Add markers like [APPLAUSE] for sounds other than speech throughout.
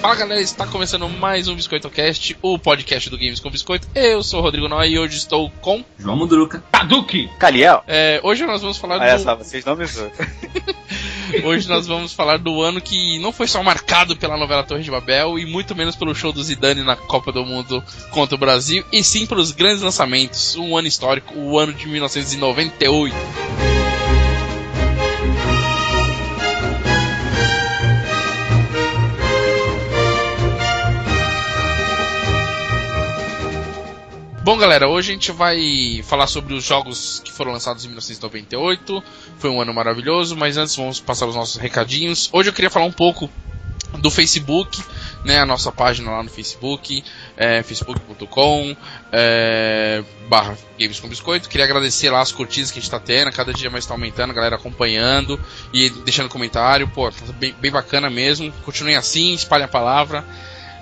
Fala galera, está começando mais um BiscoitoCast, o podcast do Games com Biscoito. Eu sou o Rodrigo Noé e hoje estou com. João Mudruca. Taduki! Caliel. É, hoje nós vamos falar Olha do. [LAUGHS] só, vocês não me zoam. Hoje nós vamos falar do ano que não foi só marcado pela novela Torre de Babel e muito menos pelo show do Zidane na Copa do Mundo contra o Brasil, e sim pelos grandes lançamentos. Um ano histórico, o ano de 1998. Bom, galera, hoje a gente vai falar sobre os jogos que foram lançados em 1998. Foi um ano maravilhoso, mas antes vamos passar os nossos recadinhos. Hoje eu queria falar um pouco do Facebook, né, a nossa página lá no Facebook, é, facebook.com é, barra Games com Biscoito. Queria agradecer lá as curtidas que a gente tá tendo, cada dia mais tá aumentando, a galera acompanhando e deixando comentário, pô, tá bem, bem bacana mesmo. Continuem assim, espalhem a palavra.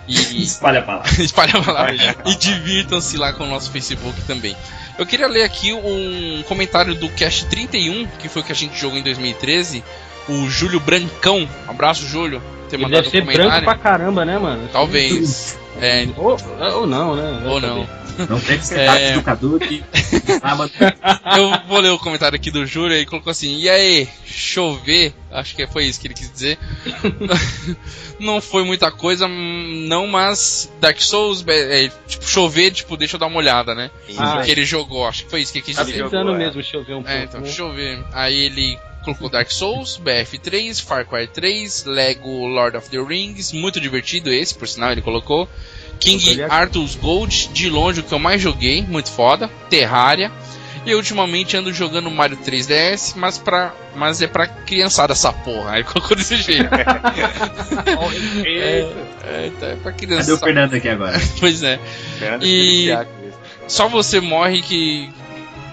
E, Espalha [LAUGHS] a [LAUGHS] palavra. espalha a palavra. E divirtam-se lá com o nosso Facebook também. Eu queria ler aqui um comentário do Cast 31, que foi o que a gente jogou em 2013. O Júlio Brancão. Um Abraço, Júlio. por Ter Ele mandado deve um ser branco comentário. pra caramba, né, mano? [LAUGHS] Talvez. É, Ou, ou não, né? Vai ou saber. não. Não tem que sentar É. com o Caduque. [LAUGHS] Sábado. Eu vou ler o comentário aqui do Júlio. Ele colocou assim: E aí, chover? Acho que foi isso que ele quis [LAUGHS] dizer. não foi muita coisa, hum, não, mas Dark Souls, é, é, tipo, chover, tipo, deixa eu dar uma olhada, né? Ah, que ele jogou, acho que foi isso que ele quis Ah, dizer. jogou, Precisando é. mesmo chover um pouco. É, então, né? [LAUGHS] deixa eu ver. Aí ele colocou Dark Souls, BF3, Far Cry 3, Lego Lord of the Rings, muito divertido esse, por sinal, ele colocou. King Olha aqui. Arthur's Gold, de longe o que eu mais joguei, muito foda. Terraria. E ultimamente ando jogando Mario 3DS, mas, pra, mas é pra criançada essa porra. Aí colocou desse jeito. é, é, então é pra Cadê o criança. Fernando aqui agora? Pois é. Fernando E- Felipe Thiago mesmo. Só você morre que.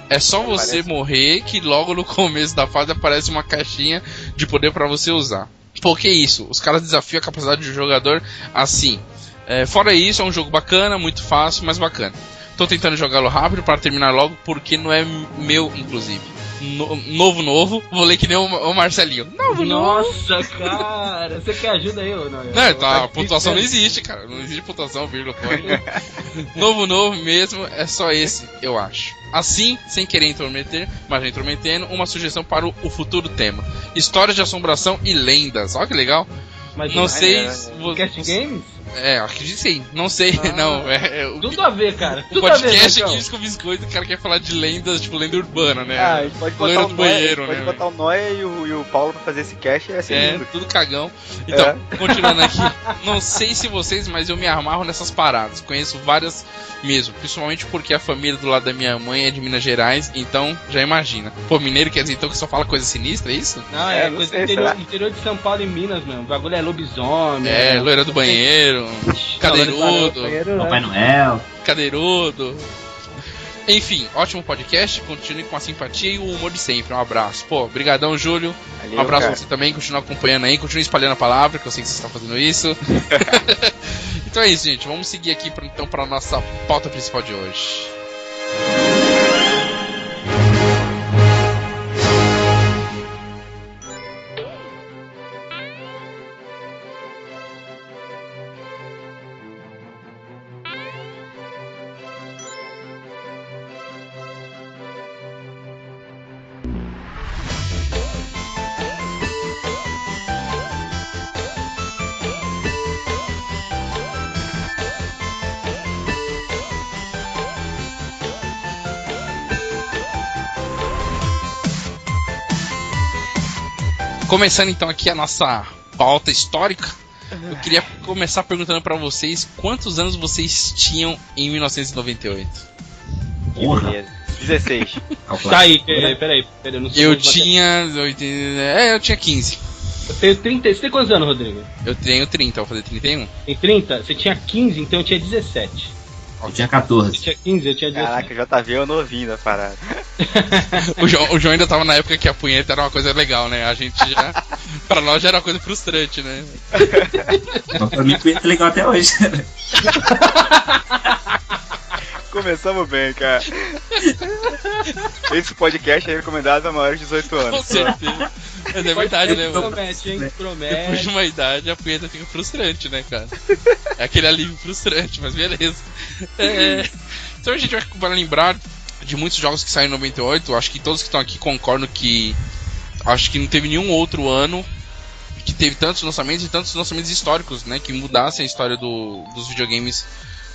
É só você Aparece. morrer que logo no [LAUGHS] começo da fase aparece uma caixinha de poder pra você usar. Por que isso? Os caras desafiam a capacidade do jogador assim. É, fora isso, é um jogo bacana, muito fácil, mas bacana. Tô tentando jogá-lo rápido pra terminar logo, porque não é meu, inclusive. No- novo, novo, vou ler que nem o, o Marcelinho. Novo, novo. Nossa, cara. Você quer ajuda aí, ô? Não, né? Não, tá, a pontuação não existe, cara. Não existe pontuação, vírgula. coisa. [LAUGHS] novo, novo mesmo, é só esse, eu acho. Assim, sem querer intrometer, mas já intrometendo, uma sugestão para o, o futuro tema: Histórias de assombração e lendas. Olha que legal. Mas não não sei. né? se vo- Casting Games? É, acredito que sim. Não sei, [LAUGHS] Ah. não. É, é o, Tudo a ver, cara. o Tudo a ver, então. podcast Marcão. aqui com biscoito, o cara quer falar de lendas, tipo lenda urbana, né? Ah, ele pode Loira botar o do Noé, banheiro, ele pode né, botar o Noé e o, e o Paulo pra fazer esse cast, é assim. É. É, lindo. tudo cagão. É. Então, continuando aqui, não sei se vocês, mas eu me amarro nessas paradas. Conheço várias mesmo, principalmente porque a família do lado da minha mãe é de Minas Gerais, então já imagina. Pô, mineiro quer dizer então que só fala coisa sinistra, é isso? Não, É, é, não coisa sei, do interior, será? interior de São Paulo e Minas, mano. O bagulho é lobisomem. É, né? loira do banheiro, Ixi, cadeirudo, Papai Noel. cadeirudo. Enfim, ótimo podcast, continue com a simpatia e o humor de sempre. Um abraço. Pô, brigadão, Júlio. Valeu, Um abraço é cara. pra você também, continua acompanhando aí, continua espalhando a palavra, que eu sei que você está fazendo isso. [LAUGHS] então é isso, gente. Vamos seguir aqui pra, então para nossa pauta principal de hoje. Começando então aqui a nossa pauta histórica, eu queria começar perguntando pra vocês quantos anos vocês tinham em 1998. Porra. Beleza. 16. Tá aí, peraí, peraí. peraí, não sou Eu bom de matemática. tinha. 80, é, eu tinha 15. Eu tenho 30. Você tem quantos anos, Rodrigo? Eu tenho 30, eu vou fazer 31. Tem 30? Você tinha 15, então eu tinha 17. Eu tinha Você 14. tinha 15, eu tinha 17. [LAUGHS] Caraca, JV é novinho na parada. O João, o João ainda tava na época que a punheta era uma coisa legal, né? A gente já. pra nós já era uma coisa frustrante, né? Mas Pra mim, punheta é legal até hoje. [LAUGHS] Começamos bem, cara. Esse podcast é recomendado a maiores de 18 Com anos. certeza. Mas é verdade, né? mano? Promete, hein? Depois de Promete. uma idade, a punheta fica frustrante, né, cara? É aquele alívio frustrante, mas beleza. É, Então a gente vai- vai lembrar de muitos jogos que saíram em 98. Acho que todos que estão aqui concordam que. Acho que não teve nenhum outro ano que teve tantos lançamentos e tantos lançamentos históricos, né? Que mudassem a história do- dos videogames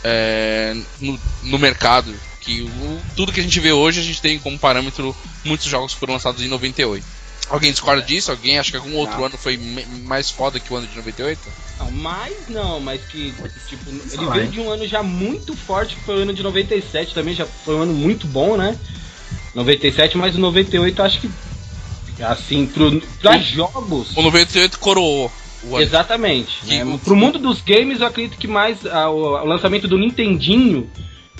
é, no, no mercado. Que o- tudo que a gente vê hoje, a gente tem como parâmetro muitos jogos que foram lançados em 98. Alguém discorda disso? Alguém acha que algum outro ano foi me- mais foda que o ano de 98? Não, mais não, mas que, tipo, ele lá, veio hein? de um ano já muito forte, que foi o ano de 97 também, já foi um ano muito bom, né? 97, mas o 98 acho que, assim, pro, pra O- jogos, O 98 coroou o ano. exatamente. Que- né? Pro mundo dos games, eu acredito que mais ah, o, o lançamento do Nintendinho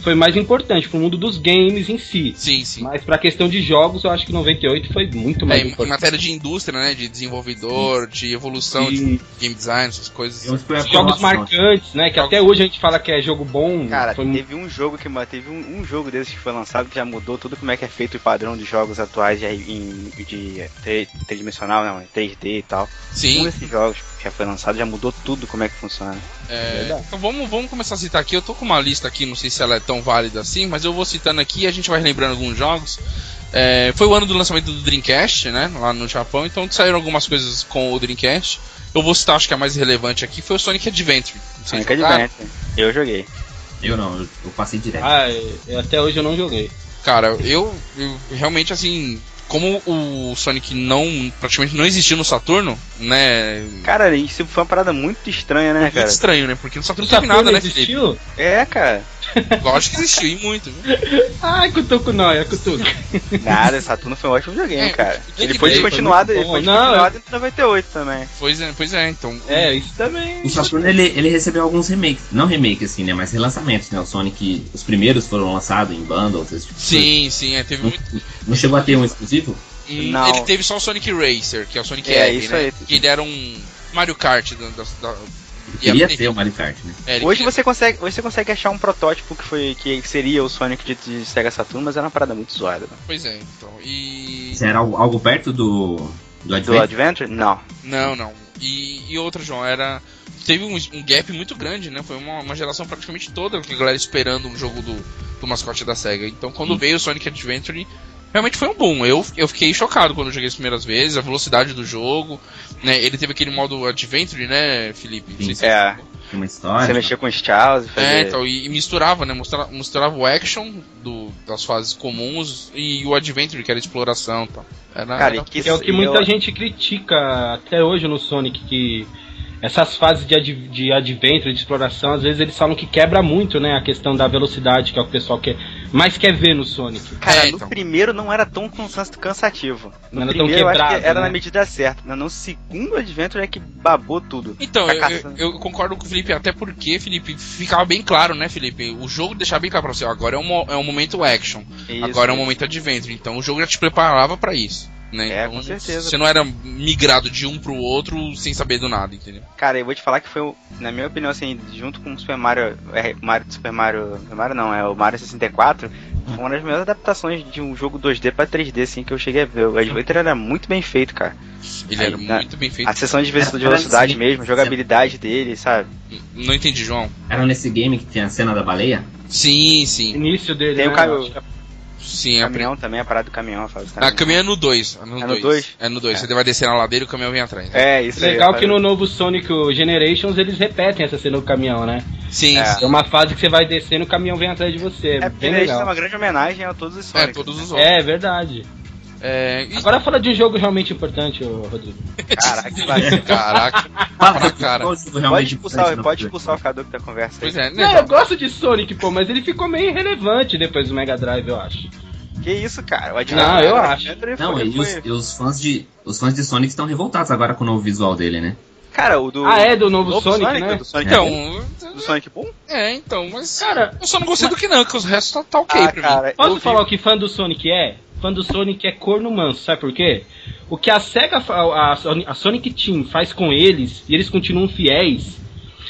foi mais importante, pro mundo dos games em si. Sim, sim. Mas pra questão de jogos, eu acho que 98 foi muito mais É, em, em importante. matéria de indústria, né? De desenvolvedor, de evolução, de E game design, essas coisas. eu fui a Jogos coroação. marcantes, né? Que até hoje a gente fala que é jogo bom. Cara, foi teve um jogo que ma- teve um, um jogo desses que foi lançado que já mudou tudo como é que é feito o padrão de jogos atuais de, em- de, é, tri- tridimensional, não, em 3D e tal. Um Sim. desses jogos que já foi lançado já mudou tudo como é que funciona. é, verdade. então vamos, vamos começar a citar aqui. Eu tô com uma lista aqui, não sei se ela é tão válida assim, mas eu vou citando aqui e a gente vai lembrando alguns jogos. É, foi o ano do lançamento do Dreamcast, né? Lá no Japão, então saíram algumas coisas com o Dreamcast. Eu vou citar, acho que a mais relevante aqui foi o Sonic Adventure. Não sei Sonic se jogaram. Adventure. Eu joguei. Eu não, eu, eu passei direto. Ah, eu- até hoje eu não joguei. Cara, eu, eu realmente assim, como o Sonic não praticamente não existiu no Saturno, né? Cara, isso foi uma parada muito estranha, né, Muito cara? estranho, né? Porque no Saturno O não teve nada, né, Felipe? existiu? É, cara. Lógico que existiu, e muito. viu? Ai, Cutuco não, é [LAUGHS] Cutuco. Nada, Saturno foi um ótimo É, joguinho, cara. o que Ele que foi veio? Foi descontinuado, muito ele foi bom. Não, descontinuado em 98 também. Pois é, pois é, então. É, isso também. O Saturno ele, ele recebeu alguns remakes, não remake assim, né? Mas relançamentos, né? O Sonic, os primeiros foram lançados em bundles. esse tipo de Sim, sim, é, teve muito. coisa. Não chegou a ter um exclusivo? Hum, Não. Ele teve só o Sonic Racer, que é o Sonic É, Egg, isso né? aí. Que ele era um Mario Kart da. da, da e Ele queria a- ser o Mario Kart, né? é, ele Hoje queria- você consegue, hoje você consegue achar um protótipo que foi que seria o Sonic de, de Sega Saturno, mas era uma parada muito zoada. Pois é, então. E. Isso era algo, algo perto do. Do Do Advent? Adventure? Não. Não, não. E, e outra, João, era. Teve um, um gap muito grande, né? Foi uma, uma geração praticamente toda que a galera esperando um jogo do, do mascote da SEGA. Então quando Sim. veio o Sonic Adventure, realmente foi um boom. Eu, eu fiquei chocado quando eu joguei as primeiras vezes, a velocidade do jogo, né? Ele teve aquele modo Adventure, né, Felipe? Não sei Sim. se- É. Tem uma Você história. mexia com os Charles e É, fazia... então, e, e misturava, né? Misturava, misturava o action do, das fases comuns e o Adventure, que era exploração e tal. Era, Cara, era- e que Que é o que eu- muita gente critica até hoje no Sonic, que essas fases de, ad- de adventure, de exploração, às vezes eles falam que quebra muito, né? A questão da velocidade, que é o que o pessoal quer, mais quer ver no Sonic. Cara, É, no então. primeiro não era tão cansa- cansativo. No Não era tão primeiro eu acho quebrado, que era né? na medida certa. No- No segundo Adventure é que babou tudo. Então, Tá eu, eu- caçando. eu concordo com o Felipe, até porque, Felipe, ficava bem claro, né, Felipe? O jogo deixava bem claro pra você, ó, agora é um, mo- é um momento action, Isso. agora é um momento adventure, então o jogo já te preparava pra isso, né? É, então, com certeza. Você não era migrado de um pro outro sem saber do nada, entendeu? Cara, eu vou te falar que foi, o- na minha opinião, assim, junto com o Super Mario. É, Mario Super Mario. Super Mario não, é o Mario [LAUGHS] 64. Foi uma das melhores adaptações de um jogo 2D pra 3D, assim, que eu cheguei a ver. O Adventure era muito bem feito, cara. Ele Aí, era tá. muito bem feito. A sessão de Era- velocidade, de era velocidade assim. mesmo, a jogabilidade dele, sabe? Não entendi, João. Era nesse game que tinha a cena da baleia? Sim, sim. Início dele, Tem um o né? Caio- Acho que é Sim, O é a caminhão também, a parada do caminhão, a fase do Ah, caminhão. caminhão é no 2. É no dois. dois? É no 2. Você vai descer na ladeira e o caminhão vem atrás. né? É, isso aí. Legal eu que no novo Sonic o Generations eles repetem essa cena do caminhão, né? Sim, É. sim. É uma fase que você vai descendo e o caminhão vem atrás de você. É, É, porque bem eles é legal. uma grande homenagem a todos os É, Sonics. todos os outros. É verdade. É, e- [LAUGHS] Agora fala de um jogo realmente importante, ô, Rodrigo. Caraca, que vacilo. Caraca, pra cara. Qual jogo Pode realmente importante expulsar, na pode vida? expulsar o Caduco da conversa aí. pois é, né? Não, eu gosto de Sonic, pô, mas ele ficou meio irrelevante depois do Mega Drive, eu acho. Que isso, cara? O Não, eu o acho. Adventure Não, é foi- e os, foi- e os fãs de os fãs de Sonic estão revoltados agora com o novo visual dele, né? Cara, o do. Ah, é do novo, novo Sonic, né? Do Sonic Boom? Então, Do Sonic Boom? É, então, mas. Cara, eu só não gostei do Knuckles, o resto tá, tá ok ah, pra cara. eu posso vi- falar o que fã do Sonic é? Fã do Sonic é corno manso, sabe por quê? O que a SEGA, fa- a, a Sonic- a Sonic Team faz com eles, e eles continuam fiéis.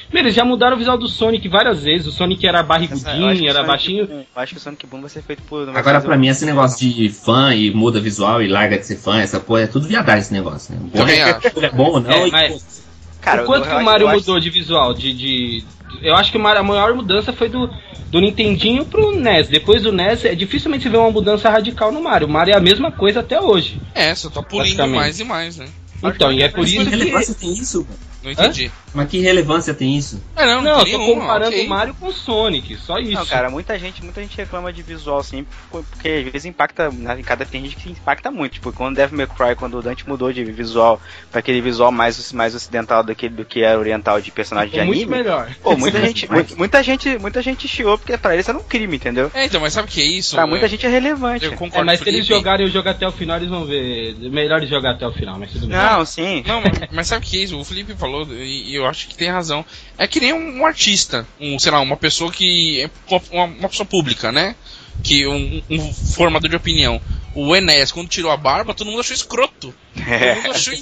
Primeiro, eles já mudaram o visual do Sonic várias vezes. O Sonic era é, Eu acho que barrigudinho, o era Sonic baixinho. Boom- eu acho que o Sonic Boom vai ser feito por. vai Agora, fazer pra um- mim, é esse negócio de fã e muda visual e larga de ser fã, essa porra é tudo viadagem esse negócio, né? O bom Também é- acho. É bom ou não? É, e, mas- pô, Cara, o quanto eu- que o eu Mario acho- mudou de visual? De, de- Eu acho que o Mario- a maior mudança foi do, do Nintendinho pro NES. Depois do NES, é dificilmente se vê uma mudança radical no Mario. O Mario é a mesma coisa até hoje. É, só tá pulindo Basicamente. mais e mais, né? Então, e é por mas que isso que. relevância tem isso? cara? Não entendi. Mas que relevância tem isso? É, não, Não, eu tem tô nenhuma, comparando ok. o Mario com o Sonic, só isso. Não, cara, muita gente, muita gente reclama de visual assim, por- porque às vezes impacta, né, em cada tem gente que impacta muito, tipo, quando Devil May Cry, quando o Dante mudou de visual pra aquele visual mais mais ocidental daquele do que era oriental de personagem de é muito anime. melhor. Pô, muita gente, mu- muita gente, muita gente chiou porque pra eles era um crime, entendeu? É, então, mas sabe o que é isso? Pra muita gente é eu, relevante. eu concordo É, mas se Felipe. eles jogarem o jogo até o final, eles vão ver. É Melhor eles jogar até o final, [LAUGHS] mas tudo bem. Não, sim. Não, mas- mas sabe o que é isso? O Felipe falou, e e eu acho que tem razão. É que nem um, um artista, um, sei lá, uma pessoa que. é Uma, uma pessoa pública, né? Que um, um formador de opinião. O Enéas, quando tirou a barba, todo mundo achou escroto. Todo mundo achou...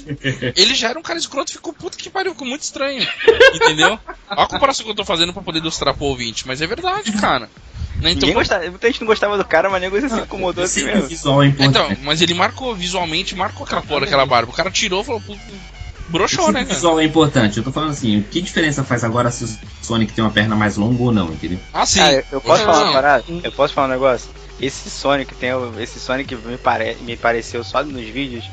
Ele já era um cara escroto, ficou puto que pariu, ficou muito estranho. Entendeu? Olha a comparação que eu tô fazendo pra poder ilustrar pro ouvinte, mas é verdade, cara. Né, então, Ninguém gostava, muita gente não gostava do cara, mas nego se incomodou assim Sempre o mesmo. visual é importante. então, mas ele marcou visualmente, marcou aquela porra, aquela barba. O cara tirou e falou, "Pô, broxou, Esse né, cara? visual é importante. Eu tô falando assim, que diferença faz agora se o Sonic tem uma perna mais longa ou não, entendeu? Ah, sim. Cara, eu Não, posso falar uma não. parada? Eu posso falar um negócio? Esse Sonic tem o- esse Sonic me, pare, me pareceu só nos vídeos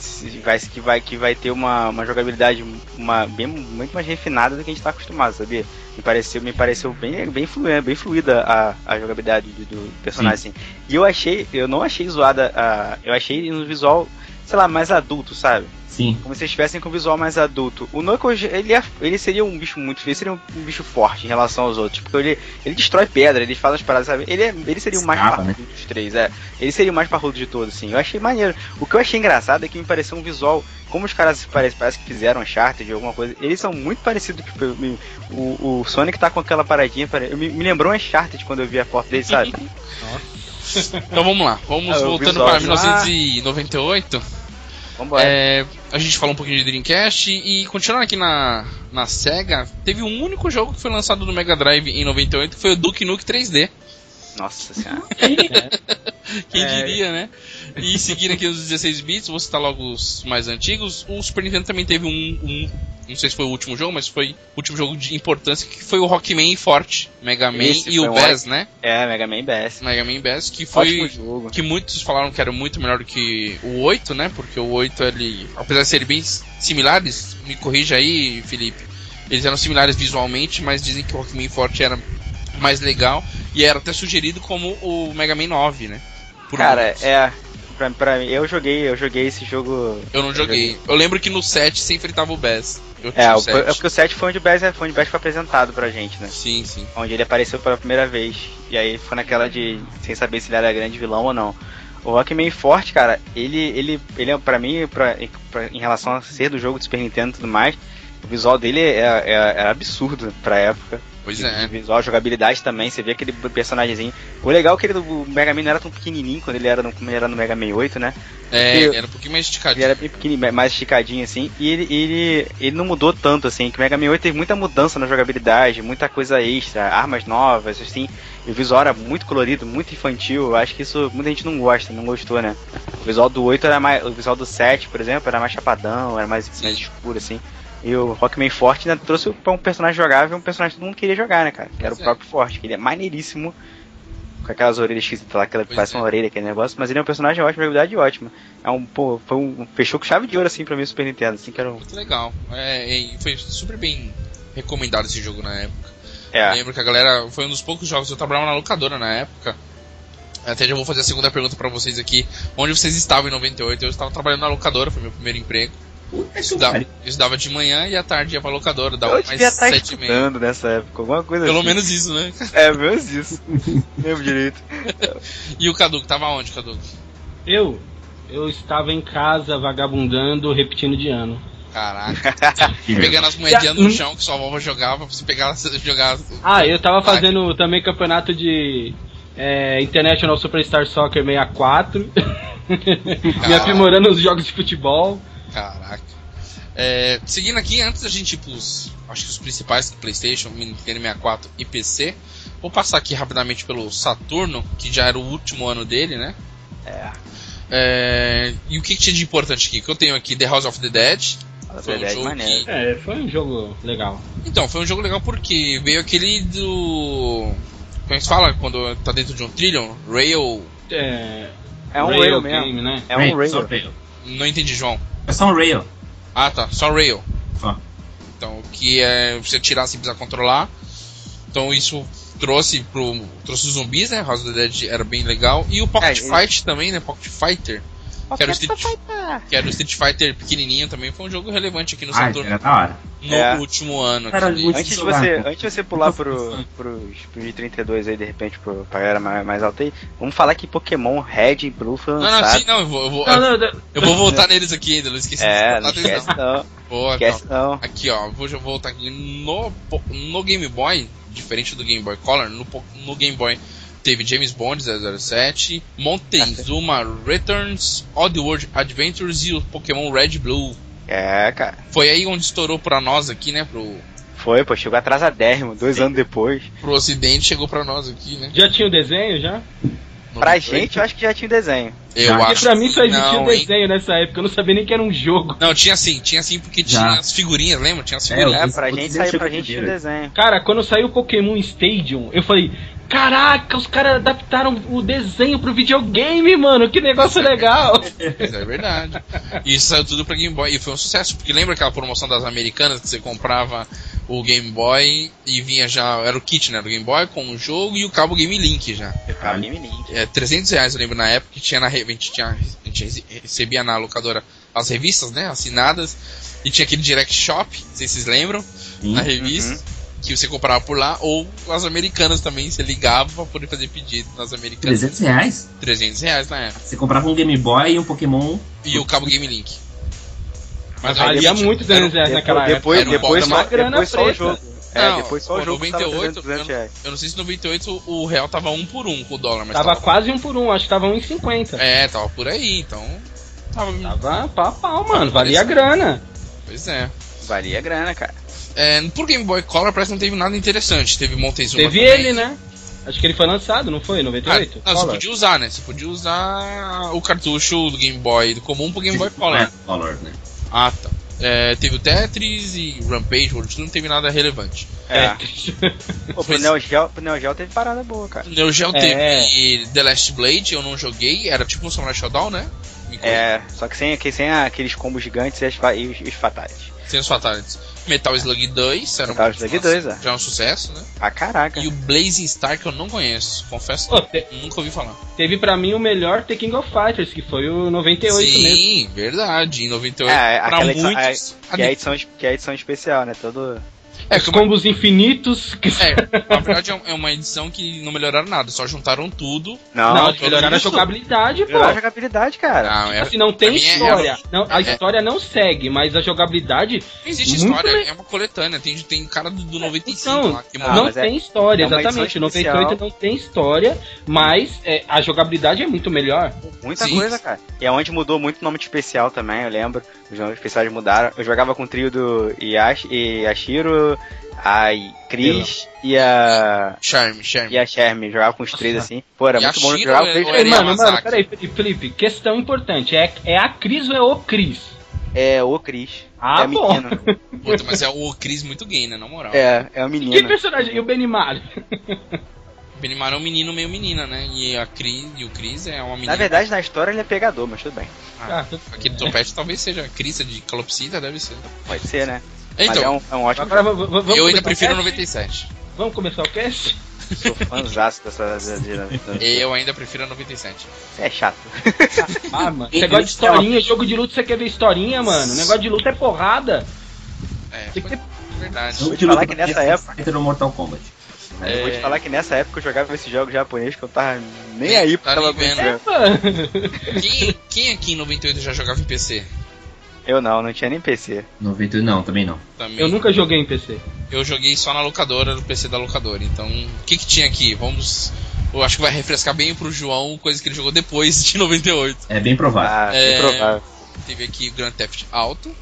se vai, que vai que vai ter uma, uma jogabilidade uma bem muito mais refinada do que a gente tá acostumado, sabia? Me pareceu me pareceu bem bem fluida, bem fluida a, a jogabilidade do, do personagem. assim. E eu achei, eu não achei zoada a, eu achei um visual, sei lá, mais adulto, sabe? Sim. Como se eles estivessem com um visual mais adulto. O Knuckles, ele, é- ele seria um bicho muito feio, seria um, um bicho forte em relação aos outros. Porque ele, ele destrói pedra, ele faz as paradas, sabe? Ele, é- ele seria o mais Escapa, parrudo dos três, é. Ele seria o mais parrudo de todos, assim. Eu achei maneiro. O que eu achei engraçado é que me pareceu um visual. Como os caras parecem, parece que fizeram Uncharted ou alguma coisa, eles são muito parecidos. Tipo, eu me- o, o Sonic tá com aquela paradinha. pare- Eu me, me lembrou um Uncharted quando eu vi a foto dele, sabe? Então vamos lá, vamos Ah, eu vi voltando os para áudios Ah, lá. 1998. Vambora. É, a gente falou um pouquinho de Dreamcast e continuando aqui na, na SEGA, teve um único jogo que foi lançado no Mega Drive em 98 que foi o Duke Nuke 3D. Nossa senhora. Quem É. diria, né? E seguindo aqui os 16 bits, vou citar logo os mais antigos. O Super Nintendo também teve um, um- não sei se foi o último jogo, mas foi o último jogo de importância que foi o Rockman e Forte, Mega Man Esse e foi o um Bass, né? É, Mega Man BS. Mega Man Bass que Ótimo foi jogo. que muitos falaram que era muito melhor do que o 8, né? Porque o 8, ele, apesar de serem bem similares, me corrija aí, Felipe. Eles eram similares visualmente, mas dizem que o Rockman Forte era mais legal e era até sugerido como o Mega Man 9, né? Por Cara, muitos. é. Pra, pra mim, eu joguei, eu joguei esse jogo. eu não joguei. Eu lembro que no 7 você enfrentava o Bass. Eu É, tinha o, o 7. é porque o 7 foi onde o Bass, foi onde o Bass foi apresentado pra gente, né? Sim, sim. Onde ele apareceu pela primeira vez. E aí foi naquela de. sem saber se ele era grande vilão ou não. O Rockman Forte, cara, ele, ele, ele é, pra mim, pra, pra- em relação a ser do jogo do Super Nintendo e tudo mais, o visual dele é, é- é absurdo pra época. Pois De é. Visual, jogabilidade também, você vê aquele personagemzinho. O legal é que ele, o Mega Man não era tão pequenininho quando ele era no, como ele era no Mega Man 8, né? É, Eu- era um pouquinho mais Ele esticadinho. era bem pequenininho, mais esticadinho assim, e ele, ele, ele não mudou tanto assim, que o Mega Man 8 teve muita mudança na jogabilidade, muita coisa extra, armas novas, assim, e o visual era muito colorido, muito infantil, eu acho que isso muita gente não gosta, não gostou, né? O visual do 8 era mais, o visual do 7, por exemplo, era mais chapadão, era mais, mais escuro assim. E o Rockman Forte ainda trouxe pra um personagem jogável, um personagem que todo mundo queria jogar, né, cara? Que era o Pois é. próprio Forte, que ele é maneiríssimo, com aquelas orelhas esquisitas lá, aquela que Pois parece é. uma orelha, aquele negócio, mas ele é um personagem ótimo, jogabilidade ótima. É um, pô, foi um. Fechou com chave de ouro assim pra mim o Super Nintendo, assim, que era um. Muito legal. É, e foi super bem recomendado esse jogo na época. Eu É. lembro que a galera foi um dos poucos jogos eu trabalhava na locadora na época. Até já vou fazer a segunda pergunta pra vocês aqui. Onde vocês estavam em 98? Eu estava trabalhando na locadora, foi meu primeiro emprego. Puta que Estudava, pariu. estudava de manhã e à tarde ia pra locadora, dava É Eu mais devia estar sete e meia. estudando nessa época, alguma coisa Pelo assim. menos isso, né? [LAUGHS] [LAUGHS] É, pelo menos isso. Lembro direito. E o Caduco, tava onde, Caduco? Eu, eu estava em casa vagabundando, repetindo de ano. [LAUGHS] Caraca. é um Pegando as moedinhas no chão que sua vovó jogava pra você pegar, [LAUGHS] jogar. Ah, eu tava fazendo também campeonato de é, International Superstar Soccer 64. me [LAUGHS] Caraca. Tá. aprimorando os jogos de futebol. Caraca. É, seguindo aqui, antes da gente ir pros, acho que os principais, Playstation, Nintendo 64 e PC, vou passar aqui rapidamente pelo Saturno, que já era o último ano dele, né? É. É, e o que, que tinha de importante aqui? Que eu tenho aqui The House of the Dead. Foi um Verdade, jogo maneiro. É, foi um jogo legal. Então, foi um jogo legal porque veio aquele do. Como é que se fala quando tá dentro de um trilhão? Rail. É, É um Rail rail mesmo. Game, né? É um Rail, só rail. rail. Não entendi, João. É só um rail. Ah, tá, só Rail. Só. Então, o que é você tirar sem precisar controlar. Então, isso trouxe pro trouxe os zumbis, né? House of the Dead era bem legal. E o Pocket É, e- Fight também, né? Pocket Fighter. Que era, o Street, Ah, que era o Street Fighter pequenininho também. Foi um jogo relevante aqui no Ah, Saturno era da hora. no É. último ano. assim. Era aqui. muito- Antes de, jogar, você, pô. antes de você pular pro, pros, pros de 32 aí, de repente, pro, pra galera mais, mais alta aí, vamos falar que Pokémon Red e Blue foi Não, não, sim, lançado. não. Eu vou, eu vou, Não, não, não, eu vou voltar neles aqui ainda, não esqueci de É, não voltar neles, esquece não, não. Boa, então. esquece não. Aqui, ó, vou já voltar aqui no, po- no Game Boy, diferente do Game Boy Color, no, po- no Game Boy teve James Bond 007, Montezuma Returns, Oddworld Adventures e o Pokémon Red Blue. É, cara. Foi aí onde estourou pra nós aqui, né, pro, Foi, pô, chegou atrasadérrimo, dois anos depois. pro ocidente, chegou pra nós aqui, né? Já tinha o desenho já? Pra gente, eu acho que já tinha desenho. Eu Porque acho pra mim só que existia não, o hein? desenho nessa época, eu não sabia nem que era um jogo. Não, tinha sim, tinha sim, porque Já. tinha as figurinhas, lembra? Tinha as É, figurinhas. É, Os- pra os gente desenhos saiu pra chegou gente tinha primeiro. desenho. Cara, quando saiu o Pokémon Stadium, eu falei: Caraca, os caras adaptaram o desenho pro videogame, mano, que negócio legal! Mas é verdade. E isso saiu tudo pra Game Boy. E foi um sucesso, porque lembra aquela promoção das americanas que você comprava o Game Boy e vinha já. Era o kit, né? Era o Game Boy com o jogo e o cabo Game Link já. Cara, Game Link. É, 300 reais, eu lembro na época que tinha na re- a gente, tinha, a gente rece- recebia na locadora as revistas, né? Assinadas. E tinha aquele Direct Shop, não sei se vocês lembram, Sim. na revista. Que você comprava por lá, ou as americanas também, você ligava pra poder fazer pedido nas americanas. 300 reais? 300 reais na época. Você comprava um Game Boy e um Pokémon. E o cabo Game Link. Mas Valia muito né? 300 reais É, naquela época. é Era é, um Depois, depois, bom, só, uma grana depois só o preta. jogo. É, Não, depois só pô, o jogo custava 98, 300 reais. Eu não sei se em 98 o real tava um por um com o dólar, mas Tava quase um por um, acho que tava 1,50. É, tava por aí, então. Tava. Tava pau a pau, mano, valia a grana. Pois é. Valia a grana, cara. é. Por Game Boy Color parece que não teve nada interessante. Teve Montezuma. Teve também. ele, né? Acho que ele foi lançado, não foi? Em Ah, 98? não, você Color. podia usar, né? Você podia usar o cartucho do Game Boy do comum pro Game Boy Color. É, Color, né? Ah, tá. É, teve o Tetris e Rampage World Tour, não teve nada relevante. É. Pô, pro Mas- Neo Geo, pro Neo Geo teve parada boa, cara. Neo Geo É. teve The Last Blade, eu não joguei, era tipo um Samurai Shodown, né? Me É, só que sem, que sem aqueles combos gigantes e, as fa- e os, os fatais. Sem os fatalities. Metal Slug 2, era Metal Slug 2, é. já é um sucesso, né? Ah, caraca. E o Blazing Star que eu não conheço, confesso que [LAUGHS] Pô, te- eu nunca ouvi falar. teve pra mim o melhor The King of Fighters, que foi o 98 mesmo. Sim, verdade, em 98 É, pra aquela edição- muitos. Que é, a edição, es- que é a edição especial, né? Todo. É, Os como é- combos infinitos. Que... é, na verdade é um- é uma edição que não melhoraram nada, só juntaram tudo. Não, Não, não, eles melhoraram a isso. jogabilidade, pô. melhor a jogabilidade, cara. Ah, é, Assim, não tem Pra mim é- história. Não, a é- história não segue, mas a jogabilidade. não existe muito história, bem. é uma coletânea, tem, tem cara do, do 95 Então, lá que Ah, mandou. não mas é- tem história, é uma exatamente. edição 98 não tem história, mas é, a jogabilidade é muito melhor. Muita sim. coisa, cara. E é onde mudou muito o nome de especial também, eu lembro. Os nomes especiais mudaram. Eu jogava com o trio do Yash, e a Shiro, a Cris e a. Charme, Charme. E a Sherm. Jogava com os três assim. Pô, era E a muito bom Shiro é- jogar com Peraí, Ei, três. mano, mano, Yamazaki. peraí, Felipe, Felipe, questão importante. É, é a Cris ou é o Cris? É, o Cris. Ah, é a bom. menina. Puta, mas é o Chris muito gay, né, na moral. É, é a menina. [LAUGHS] [LAUGHS] Que personagem? E o Benimário? Benimar é um menino meio menina, né? E a Chris, e o Chris é uma menina. Na verdade, na história ele é pegador, mas tudo bem. Ah, Aquele topete talvez seja crista de calopsita, deve ser. Pode ser, né? Mas é Então, um, é um ótimo. Agora, v- v- vamos eu começar ainda o prefiro cast? 97. Vamos começar [LAUGHS] o cast? Sou fãzaço dessa. dessa- dessa- Eu ainda prefiro 97. É chato. Ah, mano. Ih, Você gosta de isso é uma- historinha, jogo de luta, você quer ver historinha, mano? Negócio de luta é porrada. É, Tem que foi- ter- Então, verdade. te falar que nessa época- Fighter no Mortal Kombat. É, Eu vou te falar que nessa época eu jogava esse jogo japonês que eu tava nem aí Tá porque tava nem vendo. acontecendo. Mano. Quem, quem aqui em 98 já jogava em PC? Eu não, não tinha nem PC. 98 não, também não. Também. Eu nunca joguei em PC. Eu joguei só na locadora, no PC da locadora. Então, o que, que tinha aqui? Vamos. Eu acho que vai refrescar bem pro João, coisa que ele jogou depois de 98. É bem provável. Ah, É. improvável. Teve aqui o Grand Theft Auto.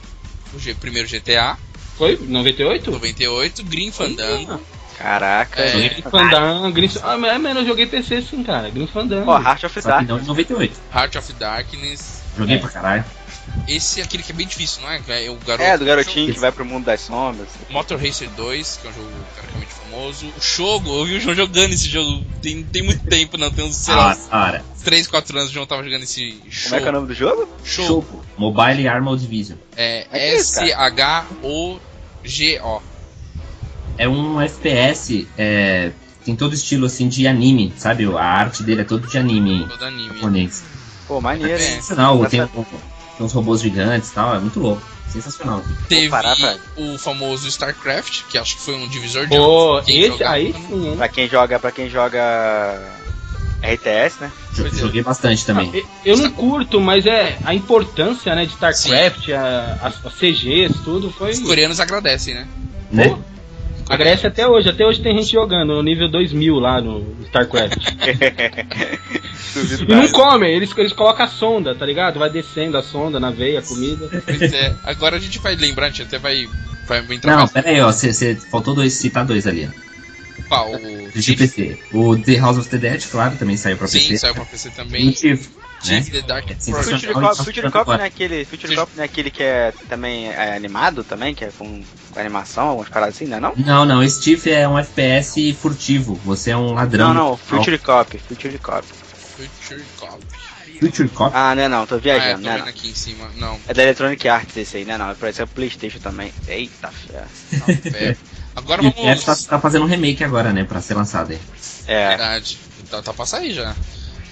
o G- primeiro GTA, Foi? 98? 98, Green Fandango. Caraca. É. Green Fandango, Green... Ah, mas- mano, eu joguei PC sim, cara. Green Fandango. Ó, Heart Só of que Dark. não de 98. Heart of Darkness. Joguei pra caralho. Esse é aquele que é bem difícil, não é? Que É o garoto. É, do garotinho que vai pro mundo das sombras. Motor Racer 2, que é um jogo caracamente famoso. O Shogo, eu vi o João jogando esse jogo tem, tem muito tempo, não. Tem uns, sei lá, Ah, cara. 3, 4 anos o João tava jogando esse Como é que é o Shogo. nome do jogo? Shogo. Choco. Mobile Armor Division. É É que é isso, cara? S-H-O-G-O. É um FPS, é, tem todo estilo assim de anime, sabe? A arte dele é todo de anime Todo anime. japonês. Pô, maneiro, hein? Sensacional, Essa- tem, um, tem uns robôs gigantes e tal, é muito louco. Sensacional. Teve parar, velho. o famoso StarCraft, que acho que foi um divisor de Pô, águas pra quem esse jogava. aí sim, hein? Pra quem joga, pra quem joga RTS, né? Jo- Pois é. Joguei bastante também. Ah, Eu não curto, mas é a importância, né, de StarCraft, a, a, a CGs, tudo, foi... Os coreanos agradecem, né? né? Pô, Agradece até hoje, até hoje tem gente jogando no nível 2000 lá no [LAUGHS] StarCraft. Duvido E não nada. comem, eles, eles colocam a sonda, tá ligado? Vai descendo a sonda na veia, a comida. Pois é. Agora a gente vai lembrar, a gente até vai, vai entrar Não, mais pera aí, ó. Você faltou dois, citar dois ali. ó. pau. De PC. O The House of the Dead, claro, também saiu pra Sim, PC. saiu pra PC E o também. Chief, né? Chief The Dark É Project. sensacional. Future Cop, Future Cop não é aquele, Future Vocês- Cop não é aquele que é também é animado também, que é com, com animação, algumas paradas assim, não é não? Não, não, esse Chief é um FPS furtivo. Você é um ladrão. Não, não, Future Cop, Future Cop. Future Cop. Future Cop. Ah, não é não, tô Ah, é, tô viajando, né? vendo aqui em cima. Não, É da Electronic Arts esse aí, né? Não, é pra esse é Playstation também. Eita, fé. [LAUGHS] é. Agora E o PS tá, vamos. tá fazendo um remake agora, né? Pra ser lançado aí. É, Verdade. Tá, tá pra sair já.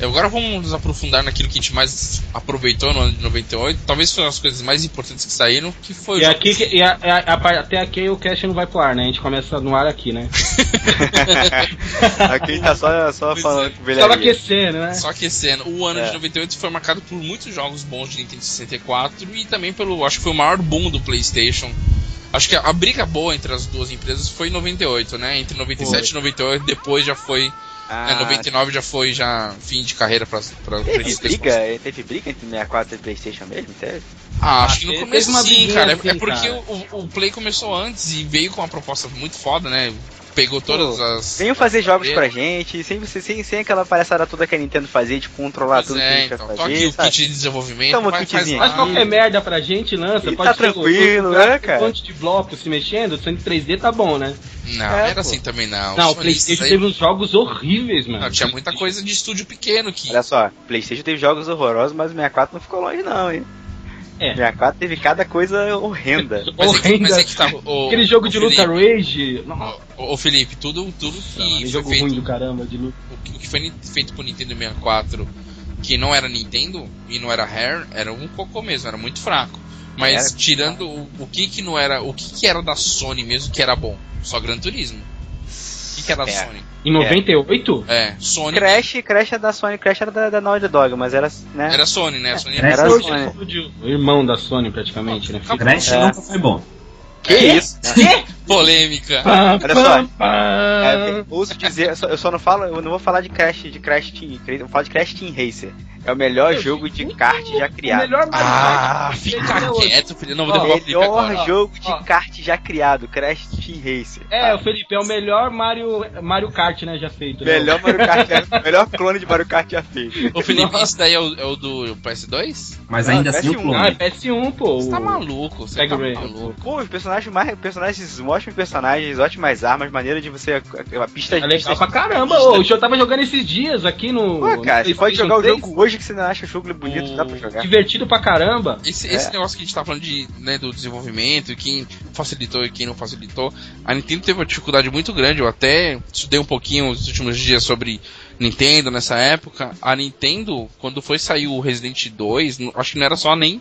É, Agora vamos nos aprofundar naquilo que a gente mais aproveitou no ano de 98. Talvez foi as coisas mais importantes que saíram, que foi o E é jogo aqui, que- e a- e a- a par- até aqui o cast não vai pro ar, né? A gente começa no ar aqui, né? [LAUGHS] aqui tá só, só Pois é. falando com Só velharia. aquecendo, né? Só aquecendo, o ano É. de 98 foi marcado por muitos jogos bons de Nintendo 64 e também pelo, acho que foi o maior boom do PlayStation. Acho que a, a briga boa entre as duas empresas foi em 98, né? Entre 97 e 98, depois já foi, Ah, né, 99 já foi já fim de carreira para para Teve briga? É, Teve briga entre 64 e Playstation mesmo? Teve? Ah, acho que no teve começo uma sim, briguinha cara. É- assim, é porque cara. O, o Play começou antes e veio com uma proposta muito foda, né? Pegou todas as Venham fazer jogos É. pra gente, sem, você- sem, sem aquela palhaçada toda que a Nintendo fazia de controlar Pois tudo que a é, gente então, vai Tô aqui fazer. o sabe? kit de desenvolvimento, Toma o vai, faz kitzinho lá. Faz qualquer merda pra gente, lança. E pode tá ser o- tranquilo, o- né, o- cara? Um monte de bloco se mexendo, sendo 3D tá bom, né? Não, É, não era pô. assim também, não. Não, o Só isso Playstation aí- teve uns jogos horríveis, mano. Não, tinha muita coisa de estúdio pequeno que. Olha só, Playstation teve jogos horrorosos, mas o 64 não ficou longe não, hein? É. 64 teve cada coisa horrenda. Mas é, que, Horrenda. mas é que tá. O, Aquele jogo de luta Felipe, Rage. Nossa, Ô, ô, Felipe, tudo, tudo mano, que foi jogo ruim feito. do caramba de luta. O que- o que foi ni- feito por Nintendo 64, que não era Nintendo e não era Rare, era um cocô mesmo, era muito fraco. Mas Era. tirando o, o que que não era. O que que era da Sony mesmo que era bom? Só Gran Turismo. O que que era da É. Sony? Em 98? É, Sony. Crash, Crash era da Sony, Crash era da, da Naughty Dog, mas era, né? Era Sony, né? Sony Crash- Era Hoje Sony. é estúdio- o irmão da Sony, praticamente, né? Acabou. Crash É. nunca foi bom. Que [LAUGHS] isso? polêmica. Olha só. É, ouço dizer, eu só, eu só não falo, eu não vou falar de Crash, de Crash Team, eu vou falar de Crash Team Racer. É o melhor Eu jogo de digo, kart já É O criado. melhor Mario Ah, Kart que tem até fica hoje. quieto, filho. Não vou Ó, derrubar o Felipe agora. Melhor jogo Ó. de kart já criado, Crash Team Tá. Racer. É, o Felipe, é o melhor Mario, Mario Kart, né, já feito. né? Melhor Mario Kart, já- melhor clone de Mario Kart já feito. Ô Felipe, esse daí é o, é o do PS2? Mas Não, ainda assim o PS1, Ah, é clone. PS1, pô. Você tá maluco, você Pega tá o Ray. maluco. Pô, os personagens mais. Personagens, ótimos personagens, ótimas armas, maneira de você. A, a pista É legal pista- pra caramba, ô. O eu tava jogando esses dias aqui no. tá- Pô, cara, você pode no PlayStation jogar o 3, jogo hoje que você não acha o jogo bonito, dá pra jogar. Divertido pra caramba. Esse, esse É. negócio que a gente tá falando de, né, do desenvolvimento, quem facilitou e quem não facilitou, a Nintendo teve uma dificuldade muito grande. Eu até estudei um pouquinho nos últimos dias sobre Nintendo nessa época. A Nintendo, quando foi sair o Resident 2, n- acho que não era só nem,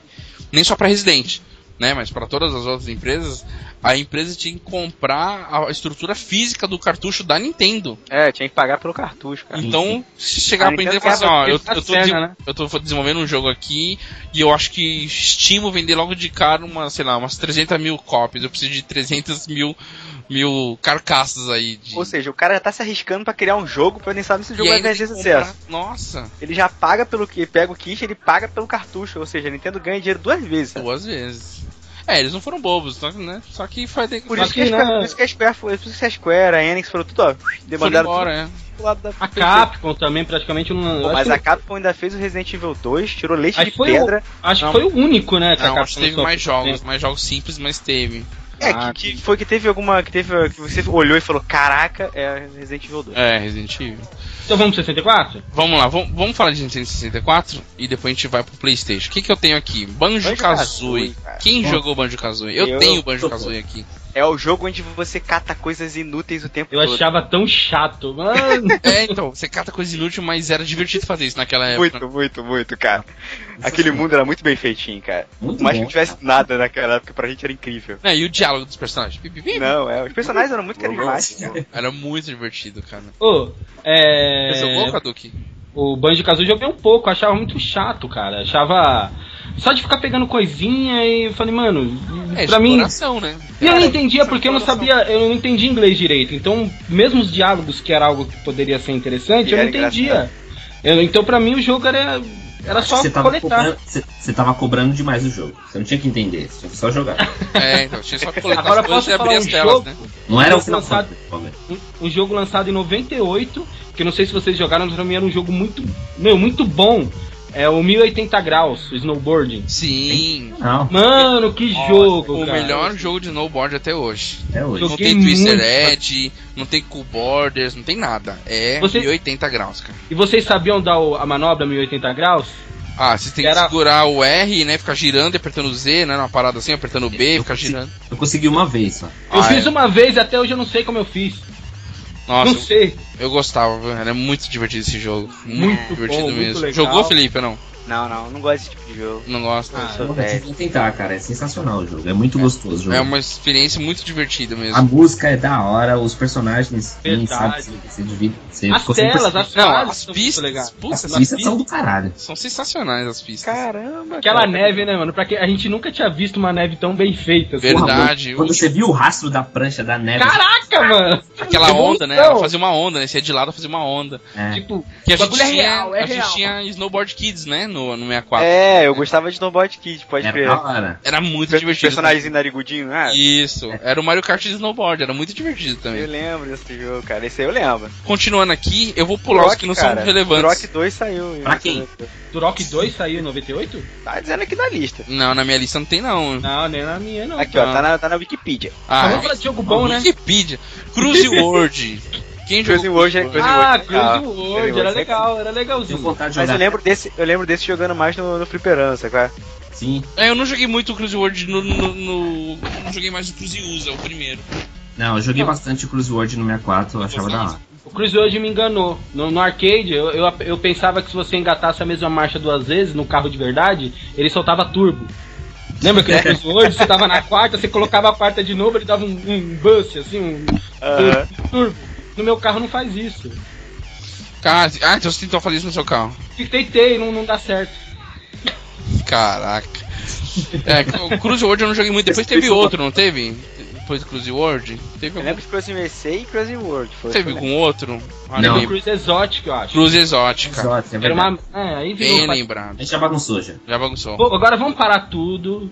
nem só pra Resident, né, mas para todas as outras empresas, a empresa tinha que comprar a estrutura física do cartucho da Nintendo. É, tinha que pagar pelo cartucho, cara. Então, se chegar Uhum. A pra entender e Nintendo falar assim, ó, quebra eu, a eu tô perna, desen- né? eu tô desenvolvendo um jogo aqui e eu acho que estimo vender logo de cara uma, sei lá, umas 300 mil cópias. Eu preciso de 300 mil, mil carcaças aí de... Ou seja, o cara já tá se arriscando pra criar um jogo pra nem saber se o jogo E vai ainda assim, ter tem que sucesso. comprar- Nossa, Ele já É. paga pelo que pega o kit, ele paga pelo cartucho, ou seja, a Nintendo ganha dinheiro duas vezes. sabe? duas vezes. É, eles não foram bobos, só que, né? Só que foi de... Por Só isso que, que a Square, na- por isso que a Square, foi- por isso que a Square, a Enix falou tudo, ó, foi demandaram tudo embora, é. pro lado da A Capcom também praticamente não. eu Pô, acho mas que- a Capcom ainda fez o Resident Evil 2, tirou leite Acho de que foi o- pedra. Acho Não. que foi o único, né? a Não, Capcom acho que teve lançou. mais jogos, mais jogos simples, mas teve. É, Ah, que, que foi que teve alguma. que teve. que você olhou e falou, caraca, é Resident Evil 2. É, Resident Evil. Então vamos pro 64? Vamos lá, vamos, vamos falar de Nintendo 64 e depois a gente vai pro Playstation. O que, que eu tenho aqui? um Banjo Kazooie. cara. Quem jogou Banjo Kazooie? Eu, Eu- tenho Banjo Kazooie aqui. É o jogo onde você cata coisas inúteis o tempo Eu todo. achava tão chato, mano. [LAUGHS] É, então, você cata coisa inútil, mas era divertido fazer isso naquela É, época. Muito, muito, muito, cara. Aquele mundo era muito bem feitinho, cara. Muito Por mais que bom. não tivesse nada naquela época, pra gente era incrível. É, e o diálogo dos personagens? Pi, pi, pi. Não, é, os personagens eram muito carismáticos. assim, né? cara. Era muito divertido, cara. Ô, é. Você jogou, Kaduki? O Banjo Kazooie joguei um pouco, achava muito chato, cara. Achava. Só de ficar pegando coisinha e falei, mano, É, pra mim. exploração, né? E eu não entendia porque eu não sabia, eu não entendia inglês direito. Então, mesmo os diálogos que era algo que poderia ser interessante, Que eu não era entendia. Eu- então, pra mim, o jogo era, era só Você tava, um coletar. cobrando, você, você tava cobrando demais o jogo. Você não tinha que entender, você tinha que só jogar. É, então, tinha só que coletar Agora as coisas posso e abrir falar as um telas, jogo? né? Não era o Jogo final né? lançado- Fantasy, Palmer. Um- um jogo lançado em 98, que eu não sei se vocês jogaram, mas pra mim era um jogo muito, meu, muito bom. É o 1080 graus, o snowboarding. Sim. Não, Mano, que Nossa, jogo, O cara. melhor jogo de snowboard até hoje. é hoje. Não Joguei tem Twister muito. Edge, não tem Cool Borders, não tem nada. É Você- 1080 graus, cara. E vocês sabiam dar o- a manobra 1080 graus? Ah, você tem que Era- segurar o R, né? Ficar girando e apertando o Z, né? Uma parada assim, apertando o B, ficar girando. Eu consegui uma vez só. Eu Ah, fiz é. uma vez, até hoje eu não sei como eu fiz. Nossa, não sei. eu, eu gostava, viu? Era muito divertido esse jogo. Muito Muito divertido bom, muito mesmo. legal. Jogou, Felipe? Não, Não, não, não gosto desse tipo de jogo. não gosta. Ah, Sou Eu velho. vou tentar, cara. É sensacional o jogo. É muito gostoso o jogo. é uma experiência muito divertida A mesmo. música é da hora, os personagens, quem sabe, Verdade. você, você divide. Você As ficou sempre telas, assim. as Não, fases as são pistas, muito legais. puta, as as pistas pistas são do caralho. são sensacionais as pistas. Caramba, Aquela cara. neve, né, mano? Pra que... A gente nunca tinha visto uma neve tão bem feita. assim. Verdade. Porra, mano, quando você viu o rastro da prancha da neve, Caraca, mano! Aquela Evolução. onda, né? Ela fazia uma onda, né? Você ia de lado, ela fazia uma onda. é, Tipo, Que a O gente bagulho é tinha, real, é a gente real. tinha Snowboard Kids, né? No, no 64. É, eu gostava de Snowboard Kid, pode era crer. da hora. É. Era muito Personagens divertido. personagemzinho narigudinho, né? né? Isso. Era o Mario Kart de Snowboard, era muito divertido Eu também. lembro desse jogo, cara. Esse aí eu lembro. Continuando aqui, eu vou pular os que não são relevantes. Rock 2 saiu. né? Pra quem? Turok 2 saiu em 98? Tá dizendo aqui na lista. Não, na minha lista não tem não. Não, nem na minha, não. Aqui, ó, Não. tá na, tá na Wikipedia. Só Ah, vamos falar de jogo bom, né? Wikipedia. [LAUGHS] Cruise World. Quem Cruising jogou? World, Cruising Ah, World. Cruise World, era Cruising legal, era Tenho legalzinho. vontade de Mas né? eu jogar. lembro desse, eu lembro desse jogando mais no, no fliperama, sabe? qual é? Sim. É, eu não joguei muito o Cruise World no, no, no- Não joguei mais o Cruise Usa, o primeiro. Não, eu joguei Não. bastante Cruise World no 64, eu achava da hora. O Cruise World me enganou. No, no arcade, eu, eu, eu pensava que se você engatasse a mesma marcha duas vezes no carro de verdade, ele soltava turbo. Lembra que no Cruise World você tava na quarta, você colocava a quarta de novo, ele dava um, um bust, assim, um Aham. Uhum. turbo. No meu carro não faz isso. Cara, ah, então você tentou fazer isso no seu carro. Tentei, não, não dá certo. Caraca. É, o Cruise World eu não joguei muito. Depois teve outro, não teve? Depois do Cruise World? Teve Eu É, algum, lembro de Cruising USA e Cruising World. Foi teve algum outro? Ah, Não. Era lembro. um Cruise exótico, eu acho. Cruise Exótica. Exótico, é Era verdade. uma. É, aí virou. Bem uma- A lembrado. gente já bagunçou já. Já bagunçou. Bom, agora vamos parar tudo.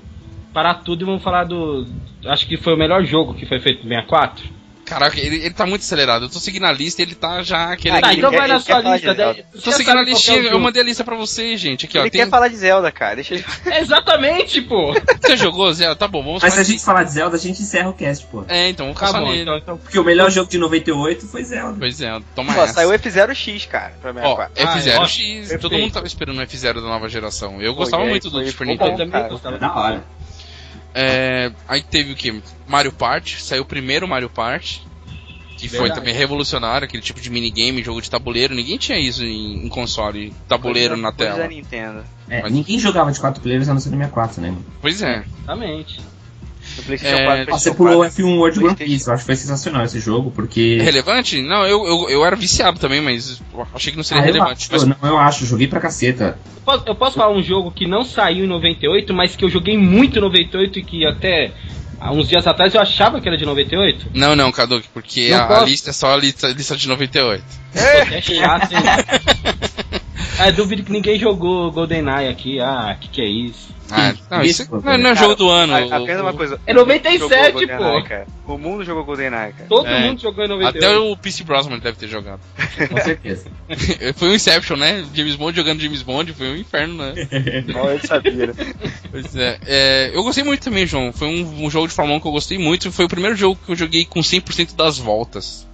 Parar tudo e vamos falar do. Acho que foi o melhor jogo que foi feito em 64. Caraca, ele, ele tá muito acelerado. Eu tô seguindo a lista e ele tá já querendo. Tá, ele então quer- vai na ele sua quer falar lista. de daí- Zelda. Tô você já seguindo a sabe qual que listinha, é o eu jogo. mandei a lista pra você, gente. Aqui, ó. Ele Tem... quer falar de Zelda, cara. Deixa ele [LAUGHS] Exatamente, pô. Você jogou, Zé? Tá bom, vamos Mas se falar a gente falar de Zelda, a gente encerra o cast, pô. de- É, então, vamos Tá caçar bom, nele. então, então. Porque o melhor jogo de 98 foi Zelda. Pois é, toma Ó, essa. saiu F0X, cara, pra Ó, 64. F0X, Ah, é, todo perfeito. mundo tava esperando o F0 da nova geração. Eu gostava Foi, é, muito do foi Super bom, Nintendo. Eu também cara. gostava. É da hora. É, aí teve o que? Mario Party, saiu o primeiro Mario Party, que foi Verdade. também revolucionário, aquele tipo de minigame, jogo de tabuleiro, ninguém tinha isso em, em console, tabuleiro na Coisa Da tela. Nintendo. É, Mas- Ninguém jogava de 4 players a não ser no 64, né? Pois é. Exatamente. Do PlayStation É, 4. ó, Ó, você PlayStation pulou o 4. F1 World Grand PlayStation. Prix, eu acho que foi sensacional esse jogo, É porque. relevante? Não, eu, eu, eu era viciado também, mas eu achei que não seria Ah, eu relevante. acho, não, eu acho, joguei [LAUGHS] pra caceta. Eu posso, eu posso falar um jogo que não saiu em 98, mas que eu joguei muito em 98 e que até há uns dias atrás eu achava que era de 98? Mas... Não, não, Kaduki, porque Não a, a posso. lista é só a lista, lista de 98. É chato, [LAUGHS] hein? É, duvido que ninguém jogou GoldenEye aqui. Ah, que que é isso? Ah, não, Isso, isso não, é- não é Cara, jogo do ano. a- apenas O- uma coisa. É o mundo 97, jogou GoldenEye, pô. cara. O mundo jogou GoldenEye, cara. [LAUGHS] Todo É. mundo jogou em 98. Até o PC Brosman deve ter jogado. [LAUGHS] Com certeza. Foi um Inception, né? James Bond jogando James Bond, foi um inferno, né? Mal eu sabia. né? Pois é. É, eu gostei muito também, João. Foi um, um jogo de Fórmula 1 que eu gostei muito. Foi o primeiro jogo que eu joguei com 100% das voltas.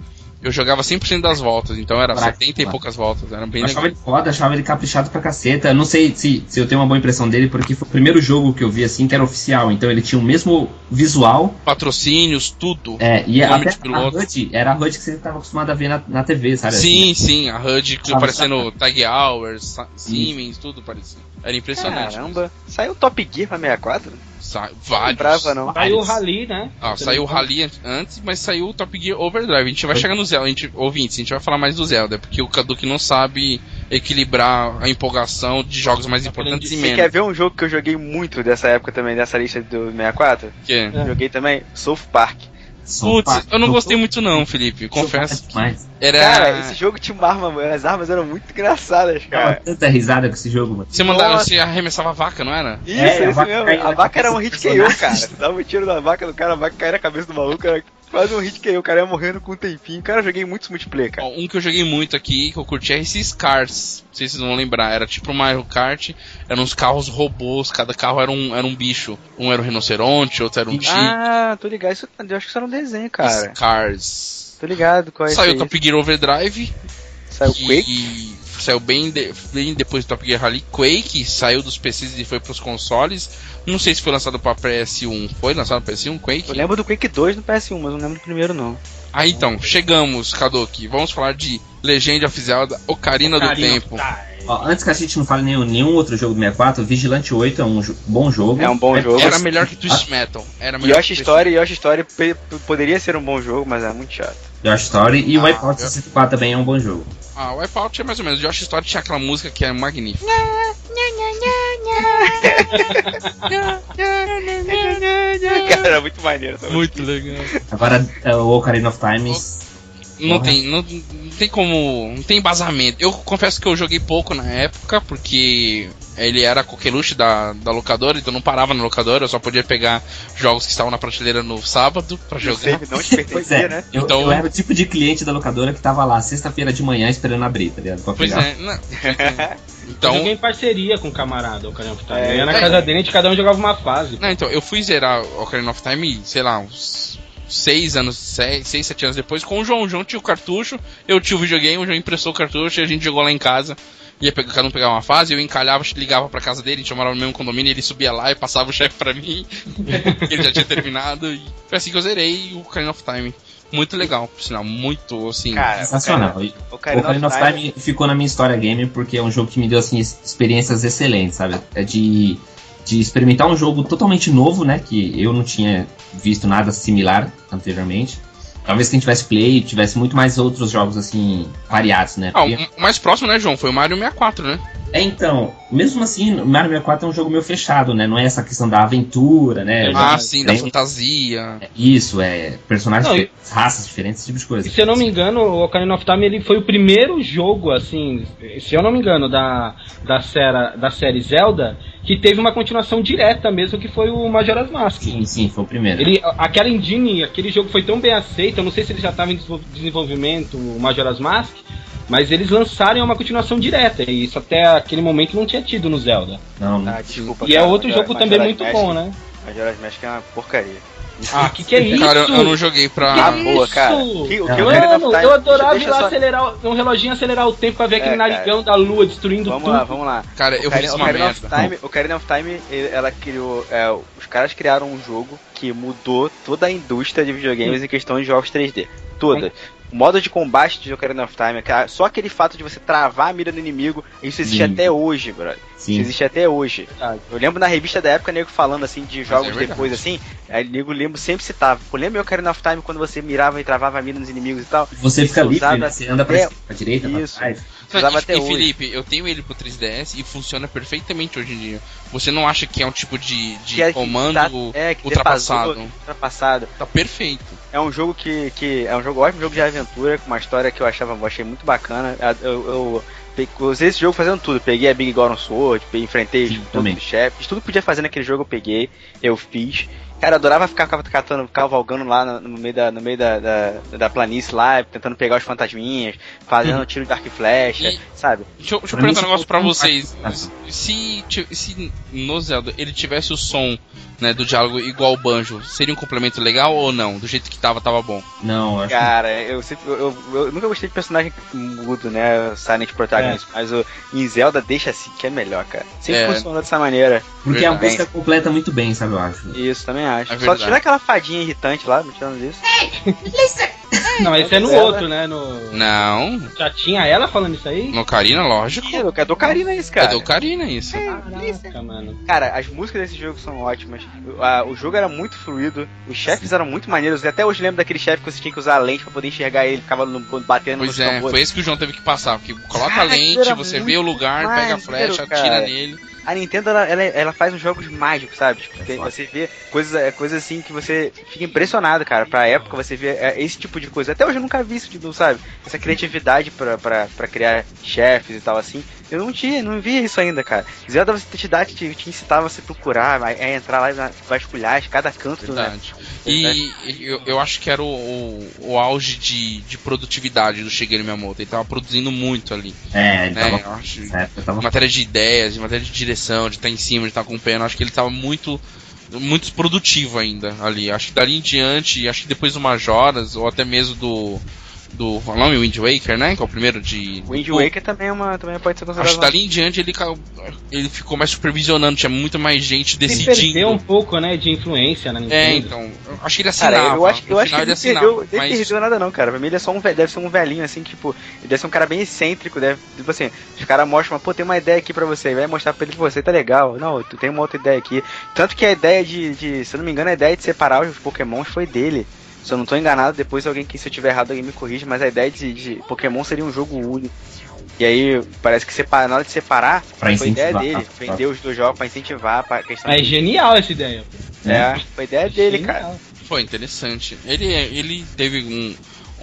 Eu jogava 100% das voltas, então era Caraca, 70 e mano. poucas voltas. Era bem Eu achava legal. ele foda, achava ele caprichado pra caceta. Não sei se, se eu tenho uma boa impressão dele, porque foi o primeiro jogo que eu vi assim que era oficial. Então ele tinha o mesmo visual. Patrocínios, tudo. É, e Nome até de a piloto. HUD era a HUD que você estava acostumado a ver na, na TV, sabe? assim? Sim, sim, a HUD Sabe, tá. parecendo Tag Hours, Sa- Siemens, tudo parecia. Era impressionante. Caramba. Saiu Top Gear pra 64? Sa Não vários. lembrava, não. Saiu o Vários. Rally, né? Ah, saiu o Rally an- antes, mas saiu o Top Gear Overdrive. A gente vai Foi. chegar no Zelda, a gente, ouvintes, a gente vai falar mais do Zelda, porque o Cadu que não sabe equilibrar a empolgação de jogos mais Tá importantes e falando Você quer menos. ver um jogo que eu joguei muito dessa época também, dessa lista do 64? Que... É. Joguei também South Park. Só pá, Putz, eu não tô- gostei muito não, Felipe, tô- tô- confesso. demais. Era... Cara, esse jogo tinha uma arma, mano. As armas eram muito engraçadas, Tava cara. tanta risada com esse jogo, mano. Você, mandava, Nossa. você arremessava a vaca, não era? Isso, É, a isso vaca mesmo. caiu A na vaca era um cabeça hit do KO, cara. personagem. Você dava um tiro na vaca do cara, a vaca caía na cabeça do maluco, era quase um hit KO, cara. Ia morrendo com um tempinho. Cara, eu joguei muitos multiplayer, cara. Ó, Um que eu joguei muito aqui, que eu curti, é esses cars. Não sei se vocês vão lembrar. Era tipo um Mario Kart, eram uns carros robôs, cada carro era um, era um bicho. Um era um rinoceronte, outro era um tigre. Ah, tô ligado. Isso, eu acho que isso era um desenho, cara. Esses cars. Tô ligado qual é Saiu o esse aí. Top Gear Overdrive, Saiu Quake. que saiu bem, de- bem depois do Top Gear Rally. Quake saiu dos PCs e foi pros consoles. Não sei se foi lançado pra PS1. Foi lançado pra PS1, Eu Quake? lembro do Quake 2 no PS1, mas não lembro do primeiro, não. Ah, então, chegamos, Kadoki. Vamos falar de Legend of Zelda Ocarina, do Carinho, Tempo. tá. Ó, antes que a gente não fale nenhum, nenhum outro jogo do 64, Vigilante 8 é um jo- bom jogo. É um bom jogo. Era melhor que Twist Metal. Era melhor Ah. Yoshi que Twist Story, Yoshi Story pe- pe- poderia ser um bom jogo, mas é muito chato. Your Story e o Ah, Wipeout eu- 64 também é um bom jogo. Ah, o Wipeout é mais ou menos. Yoshi Story tinha aquela música que é magnífica. [LAUGHS] Cara, era muito maneiro. Tá? Muito legal. Agora, é, o Ocarina of Time. Não Porra. tem, não, não tem como. Não tem embasamento. Eu confesso que eu joguei pouco na época, porque ele era coqueluche da, da locadora, então eu não parava na locadora, eu só podia pegar jogos que estavam na prateleira no sábado pra jogar. Inclusive, não te Pois pertencia, é, né? eu, Então- eu era o tipo de cliente da locadora que tava lá sexta-feira de manhã esperando abrir, tá ligado? Pra Pois pegar. é, não. Eu Então. joguei em parceria com o camarada, o Caramba Time. É, Eu ia na é. casa dele, a gente cada um jogava uma fase. Não, então, eu fui zerar Ocarina of Time, sei lá, uns 6 anos, 6, 7 anos depois, com o João. O João tinha o cartucho, eu tinha o videogame, o João emprestou o cartucho e a gente jogou lá em casa. Ia pegar, cada um pegava uma fase, eu encalhava, ligava pra casa dele, a gente morava no mesmo condomínio, ele subia lá e passava o chefe pra mim, [LAUGHS] que ele já tinha terminado. E foi assim que eu zerei o Ocarina of Time. Muito legal, por sinal, muito assim. Cara, Sensacional. E O O Ocarina Ocarina of Time ficou na minha história game porque é um jogo que me deu assim ex- experiências excelentes, sabe? É de, de experimentar um jogo totalmente novo, né? Que eu não tinha visto nada similar anteriormente. Talvez quem tivesse play tivesse muito mais outros jogos assim variados, né? Ah, o Porque- o mais próximo, né, João? Foi o Mario 64, né? É, então, mesmo assim, Mario 64 é um jogo meio fechado, né? Não é essa questão da aventura, né? Exato. Ah, sim, da Tem- fantasia. Isso, é personagens, Não, e- diferentes, raças diferentes, esse tipo de coisa. E se eu não me engano, o Ocarina of Time ele foi o primeiro jogo, assim, se eu não me engano, da, da, série, da série Zelda, que teve uma continuação direta mesmo, que foi o Majora's Mask. Sim, sim, foi o primeiro. Ele, aquela engine, aquele jogo foi tão bem aceito, eu não sei se ele já estava em desenvol- desenvolvimento, o Majora's Mask, mas eles lançaram é uma continuação direta, e isso até aquele momento não tinha tido no Zelda. Não, não. Ah, desculpa, E é cara, outro Majora- jogo também Majora's muito bom, né? Mask- Majora's Mask é uma porcaria. Ah, que que é isso? Cara, eu, eu não joguei pra. Ah, boa, cara. isso? Que- o Mano, que o Ocarina of Mano, Time- eu adorava deixa- ir lá deixa só- acelerar, um reloginho acelerar o tempo pra ver aquele É, cara. narigão da lua destruindo Vamos tudo. lá, vamos lá. Cara, eu Ocarina- fiz uma Ocarina of merda. Time, Ocarina of Time, ele- ela criou. é, os caras criaram um jogo que mudou toda a indústria de videogames em questão de jogos 3D. Toda. O modo de combate de Ocarina of Time, cara, só aquele fato de você travar a mira no inimigo, isso existe Sim. até hoje, brother. Isso Sim. existe até hoje. Verdade. Eu lembro na revista da época, nego falando assim de jogos Ah, é verdade. depois, assim. Aí nego lembro sempre citava. Pô, lembra o Ocarina of Time quando você mirava e travava a mira nos inimigos e tal? Você fica livre, Usado né? você anda pra, até- esquerda, pra direita, Isso. pra trás. Não, Usava e, até e, hoje. Felipe, eu tenho ele pro 3DS e funciona perfeitamente hoje em dia. Você não acha que é um tipo de, de Que é que comando tá- é, que ultrapassado? defasou, ultrapassado. Tá perfeito. É um jogo que, que é um jogo ótimo, um jogo de aventura, com uma história que eu achava, eu achei muito bacana. Eu, eu- eu Pe- Usei esse jogo fazendo tudo. Peguei a Big Goron Sword, pe- enfrentei Sim, os também. todos os chefes. Tudo que podia fazer naquele jogo eu peguei, eu fiz. Cara, eu adorava ficar ca- catando, cavalgando lá no, no meio, da, no meio da, da, da planície lá, tentando pegar os fantasminhas, fazendo tiro de arco e flecha, E- sabe? Deixa eu, deixa eu perguntar Pra mim, um isso negócio pra foi um vocês. impacto. Se, ti- se no Zelda ele tivesse o som né, do diálogo igual o banjo, seria um complemento legal ou não? Do jeito que tava, tava bom. Não, eu acho que Cara, eu, sempre, eu, eu- eu nunca gostei de personagem mudo, né? Silent protagonista, mas o, em Zelda deixa assim, que é melhor, cara. Sempre É. funciona dessa maneira. Porque a Verdade. música completa muito bem, sabe, eu acho. Isso, também acho. É Só verdade. É, tira aquela fadinha irritante lá, me tirando disso. Não, esse é no Ela- outro, né? No... Não, Já tinha ela falando isso aí? no Karina, lógico. Ih, é do Karina isso, É cara. do Karina isso. Caraca, mano. Cara, as músicas desse jogo são ótimas. O, a- o jogo era muito fluido, os chefes eram muito maneiros. e Até hoje lembro daquele chefe que você tinha que usar a lente pra poder enxergar ele, ficava no, batendo Pois nos é, tambores. foi esse que o João teve que passar. Porque coloca [LAUGHS] a Cara, lente, era você muito vê o lugar, pega a maneiro, flecha, cara. atira nele. A Nintendo, ela, ela, ela faz uns jogos mágicos, sabe? Tipo, tem- foda. você vê coisas, é, coisas assim que você fica impressionado, cara. Pra época, você vê é, esse tipo de coisa. Até hoje eu nunca vi isso, tipo, sabe? Essa criatividade pra, pra, pra criar chefes e tal, assim. Eu não tinha, não via isso ainda, cara. Zelda você te, dá, te, te incitava a você procurar, a, a entrar lá e na- vasculhar cada canto do né? Verdade. E eu, eu acho que era o, o, o auge de, de produtividade do Shigeru Miyamoto. Ele tava produzindo muito ali. É, ele Né? tava. Eu acho, Nessa época em tava. matéria de ideias, em matéria de direção, de estar em cima, de estar acompanhando. Acho que ele tava muito muito produtivo ainda ali. Acho que dali em diante, acho que depois do Majoras, ou até mesmo do. do qual é o nome Wind Waker, né? Que é o primeiro de. O Wind do- Waker também, é uma, também pode ser Acho que considerado. dali em diante ele, ca- ele ficou mais supervisionando, tinha muito mais gente Ele perdeu um decidindo. pouco, né, de influência na Nintendo. É, então. eu Acho que ele assinava. Cara, eu acho, eu no final acho que ele, ele não assinava. perdeu, ele mas- perdeu nada não, cara. Pra mim ele é só um velho, deve ser um velhinho, assim, que, tipo, ele deve ser um cara bem excêntrico, deve, tipo assim, os caras mostram, pô, tem uma ideia aqui pra você, e vai mostrar pra ele, pô, você tá legal, não, tu tem uma outra ideia aqui. Tanto que a ideia de, de- se eu não me engano, a ideia de separar os pokémons foi dele. Se eu não tô enganado, depois alguém que, se eu tiver errado, alguém me corrige, mas a ideia de, de Pokémon seria um jogo único. E aí, parece que separa, na hora de separar, Pra foi ideia incentivar. dele, tá? vender os dois jogos pra incentivar, pra questão É genial essa ideia. É, foi ideia dele, cara. Genial. Foi interessante. Ele, é- ele teve um,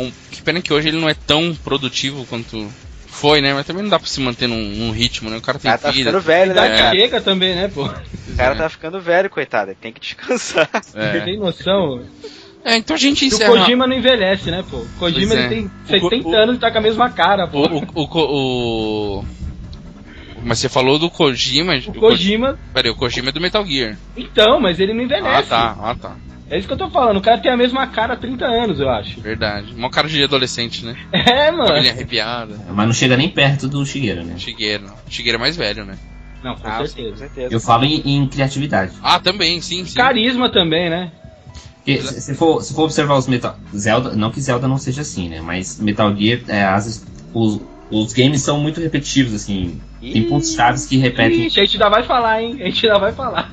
um. Que pena que hoje ele não é tão produtivo quanto foi, né? Mas também não dá pra se manter num, num ritmo, né? O cara O tem cara tá vida. ficando velho, né, É. Idade cara? chega também, né, pô? O cara tá ficando velho, coitado. Ele tem [LAUGHS] que descansar. Você É. tem noção? É, então a gente E o encerra. Kojima não envelhece, né, pô? O Kojima Pois é. ele tem O 70 Ko- o- anos e tá com a mesma cara, O, pô. o, o, Ko- o- Mas você falou do Kojima. O Kojima, Peraí, o Kojima é do Metal Gear. então, mas ele não Ah envelhece. tá, ah tá. É isso que eu tô falando, o cara tem a mesma cara há 30 anos, eu acho. Verdade. Mó cara de adolescente, né? É, mano. Família arrepiada. Mas não chega nem perto do Shigeru, né? Chigueira. Chigueira é mais velho, né? Não, com Ah, sim, com certeza. certeza. Eu falo em, em criatividade. Ah, também, sim, sim. Carisma também, né? Porque se se for, se for observar os Metal Zelda, não que Zelda não seja assim, né? Mas Metal Gear, é, as- os, os games são muito repetitivos, assim. Tem pontos chaves que repetem. Ixi, a gente ainda vai falar, hein? A gente ainda vai falar.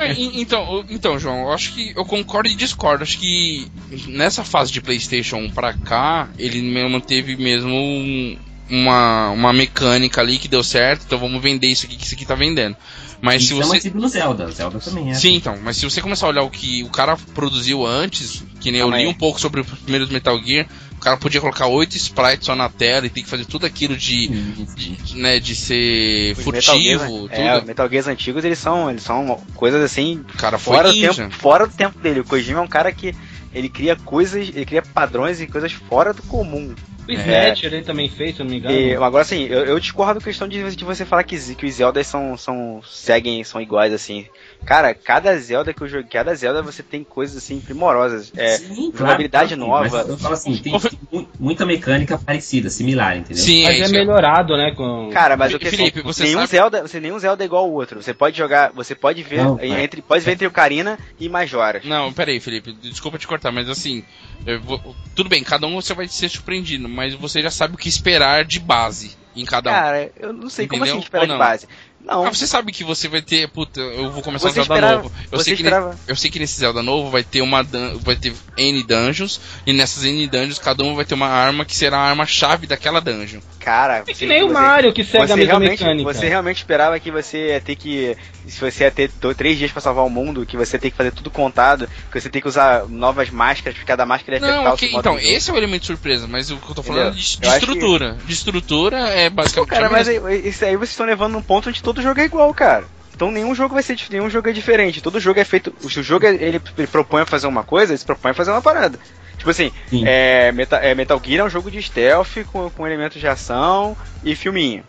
É, e- então, eu- então, João, eu acho que eu concordo e discordo. Acho que nessa fase de PlayStation 1 pra cá, ele me- manteve mesmo um- uma, uma mecânica ali que deu certo. Então vamos vender isso aqui que isso aqui tá vendendo. Mas Isso se é você. mantido no Zelda. Zelda também é. Sim, então, mas se você começar a olhar o que o cara produziu antes, que nem eu Calma li aí. um pouco sobre os primeiros Metal Gear, o cara podia colocar oito sprites só na tela e tem que fazer tudo aquilo assim, de. Sim. de- né, de ser Os Metal Gears, furtivo, tudo. É, os Metal Gears antigos, eles são, eles são coisas assim, O cara foi fora do, ninja. tempo, fora do tempo dele. O Kojima é um cara que ele cria coisas, ele cria padrões e coisas fora do comum. O Snatcher ele também fez, se eu não me engano. É. E, agora, assim, eu, eu discordo da questão de, de você falar que, Z- que os Zeldas são, são, seguem, são iguais, assim. Cara, cada Zelda que eu joguei, cada Zelda você tem coisas, assim, primorosas. É, Sim, claro, jogabilidade claro, nova. Mas eu falo assim, tem mu- muita mecânica parecida, similar, entendeu? Sim, Mas é isso que eu- melhorado, né? Com... Cara, mas o que Felipe, assim, você nenhum sabe- Zelda, você nenhum Zelda é igual ao outro. Você pode jogar, você pode ver Não, cara. entre, pode ver entre o Karina e Majora. Não, peraí, Felipe, desculpa te cortar, mas assim, eu vou- tudo bem, cada um você vai ser surpreendido, mas você já sabe o que esperar de base em cada um. Cara, eu não sei como Entendeu? assim esperar Ou de não? base. Ah, Não. Ah, você sabe que você vai ter. Puta, eu vou começar Você um Zelda esperava- novo. Eu você sei, que ne- esperava. eu sei que nesse Zelda novo vai ter uma dan- vai ter N dungeons, e nessas N dungeons cada um vai ter uma arma que será a arma-chave daquela dungeon. Cara, É que você- nem o você- Mario, que segue Você a mesma realmente, mecânica. você realmente esperava que você ia ter que. Se você ia ter do- três dias pra salvar o mundo, que você ia ter que fazer tudo contado, que você tem que usar novas máscaras, porque cada máscara ia Não, afetar ok, o seu modo então, de jogo. esse é o elemento surpresa, mas o que eu tô falando é de, de Eu acho que- estrutura. De estrutura é Pô, basicamente. cara, a mas mesma- aí, isso aí vocês estão levando num ponto onde todo jogo é igual, cara. Então nenhum jogo vai ser dif- nenhum jogo é diferente. Todo jogo é feito. Se o jogo é- ele, ele propõe a fazer uma coisa, ele se propõe a fazer uma parada. Tipo assim, Sim. é, Meta- é, Metal Gear é um jogo de stealth com, com elementos de ação e filminho.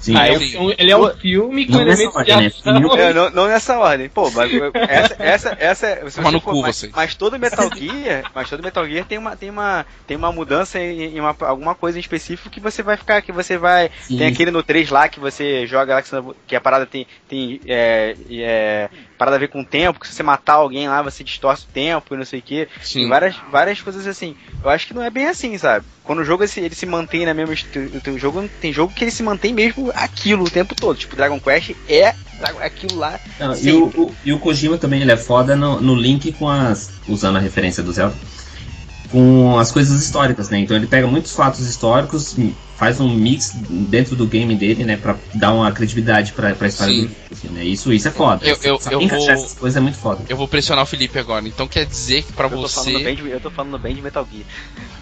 Sim. Ah, é Sim. um- ele é um filme com Não nessa elementos de ordem, né? ação. Filme- É, não, não nessa ordem. Pô, mas essa, essa, essa é- se Toma você no cu, mas, vocês. mas todo Metal Gear, mas todo Metal Gear tem uma, tem uma, tem uma mudança em, em uma- alguma coisa em específico que você vai ficar, que você vai Sim. Tem aquele no 3 lá que você joga lá que, você- que a parada tem. tem é, é, parada a ver com o tempo, que se você matar alguém lá, você distorce o tempo e não sei o que. Sim. Várias, várias coisas assim. Eu acho que não é bem assim, sabe? Quando o jogo ele se- ele se mantém na mesma. estru- Tem jogo, tem jogo que ele se mantém mesmo aquilo o tempo todo. Tipo, Dragon Quest é Dra- aquilo lá. Não, Sim. e, o, o- e o Kojima também ele é foda no, no link com as. Usando a referência do Zelda. Com as coisas históricas, né? Então ele pega muitos fatos históricos, m- faz um mix dentro do game dele, né? Pra dar uma credibilidade pra, pra história Sim. do assim, né? Isso, isso é foda. Eu- eu- Sabe eu encaixar vou- essas coisas é muito foda. Eu vou pressionar o Felipe agora. Então quer dizer que pra Eu tô, você. falando bem de, eu tô falando bem de Metal Gear.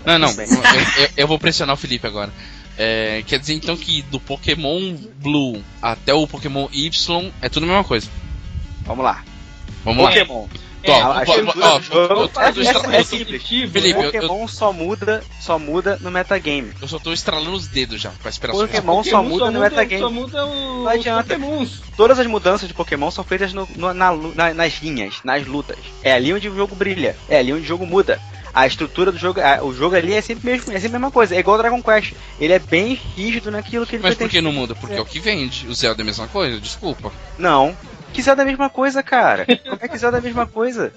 Não, não. Tudo bem. eu, eu- eu vou pressionar o Felipe agora. É, quer dizer então que do Pokémon Blue até o Pokémon Y é tudo a mesma coisa. Vamos lá. Vamos lá. Pokémon. Tó, É, a ó, estrutura ó, do jogo- eu- eu tô estra- é eu tô- simples. Felipe, né? eu- Pokémon só muda, só muda no metagame. eu só tô estralando os dedos já pra esperar sua resposta. Pokémon, só muda no metagame. Só muda o, Não adianta. os [LAUGHS] Pokémons. Todas as mudanças de Pokémon são feitas no- no- na lu- na- nas linhas, nas lutas. É ali onde o jogo brilha, é ali onde o jogo muda. A estrutura do jogo, a- o jogo ali é sempre, mesmo, é sempre a mesma coisa, é igual ao Dragon Quest. Ele é bem rígido naquilo que ele Mas por pretende. que não muda? Porque é o que vende. O Zelda é a mesma coisa, desculpa. Não. Que Zelda é a mesma coisa, cara. Como é que Zelda é a mesma coisa?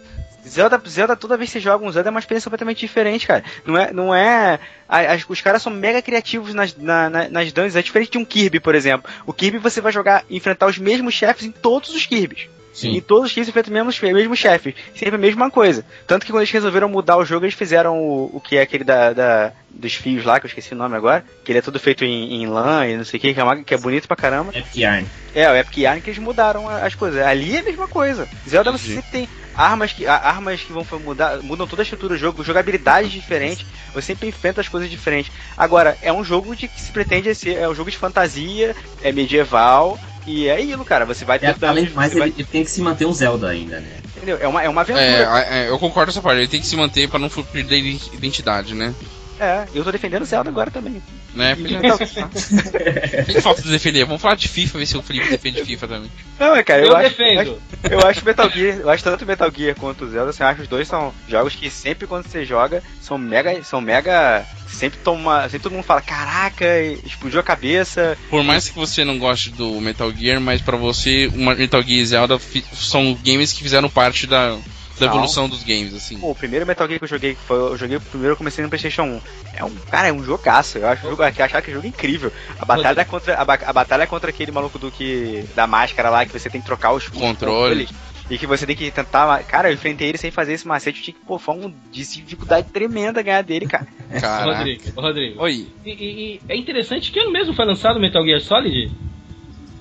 Zelda, Zelda, toda vez que você joga um Zelda é uma experiência completamente diferente, cara. Não é. Não é a- as- os caras são mega criativos nas, na- na- nas dungeons. É diferente de um Kirby, por exemplo. O Kirby você vai jogar, enfrentar os mesmos chefes em todos os Kirbys. Sim. Em todos os Kirbys enfrenta o mesmo, o mesmo chefe. Sempre a mesma coisa. Tanto que quando eles resolveram mudar o jogo, eles fizeram o, o que é aquele da, da- dos fios lá, que eu esqueci o nome agora. Que ele é todo feito em, em lã e não sei o que, que é, uma- que é bonito pra caramba. É Yarn. É, o Epic Yarn que eles mudaram a- as coisas. Ali é a mesma coisa. Zelda você Entendi. sempre tem armas que, a- armas que vão fa- mudar, mudam toda a estrutura do jogo, jogabilidade diferente, você sempre enfrenta as coisas diferentes. Agora, é um jogo de que se pretende ser, é um jogo de fantasia, é medieval, e é aquilo, cara. Você vai E, ter além do mais, você vai- ele, ele tem que se manter um Zelda ainda, né? entendeu? É uma, é uma É, aventura. a- é, eu concordo com essa parte. Ele tem que se manter pra não fu- perder a identidade, né? É, eu tô defendendo Zelda agora também. Né? E [LAUGHS] Porque- Metal- O que que falta de defender? Vamos falar de FIFA, ver se o Felipe defende FIFA também. Não, é, cara, Eu, eu, acho, eu acho- defendo. Eu acho Metal Gear, eu acho tanto Metal Gear quanto Zelda, assim, eu acho que os dois são jogos que sempre quando você joga são mega, são mega, sempre toma, sempre todo mundo fala, caraca, explodiu a cabeça. Por mais que você não goste do Metal Gear, mas pra você, uma Metal Gear e Zelda fi- são games que fizeram parte da, da Não. evolução dos games, assim. Pô, o primeiro Metal Gear que eu joguei, que foi, eu joguei primeiro, eu comecei no PlayStation 1. É um, cara, é um jogaço. Eu acho, o jogo, achar que jogo é incrível. A batalha contra, a, ba- a batalha contra aquele maluco do que da máscara lá que você tem que trocar os os Controle. controles E que você tem que tentar. Cara, eu enfrentei ele sem fazer esse macete. Eu tinha que, pô, foi uma dificuldade tremenda ganhar dele, cara. Caraca. Rodrigo, Rodrigo. Oi. E, e- e é interessante que ano mesmo foi lançado Metal Gear Solid?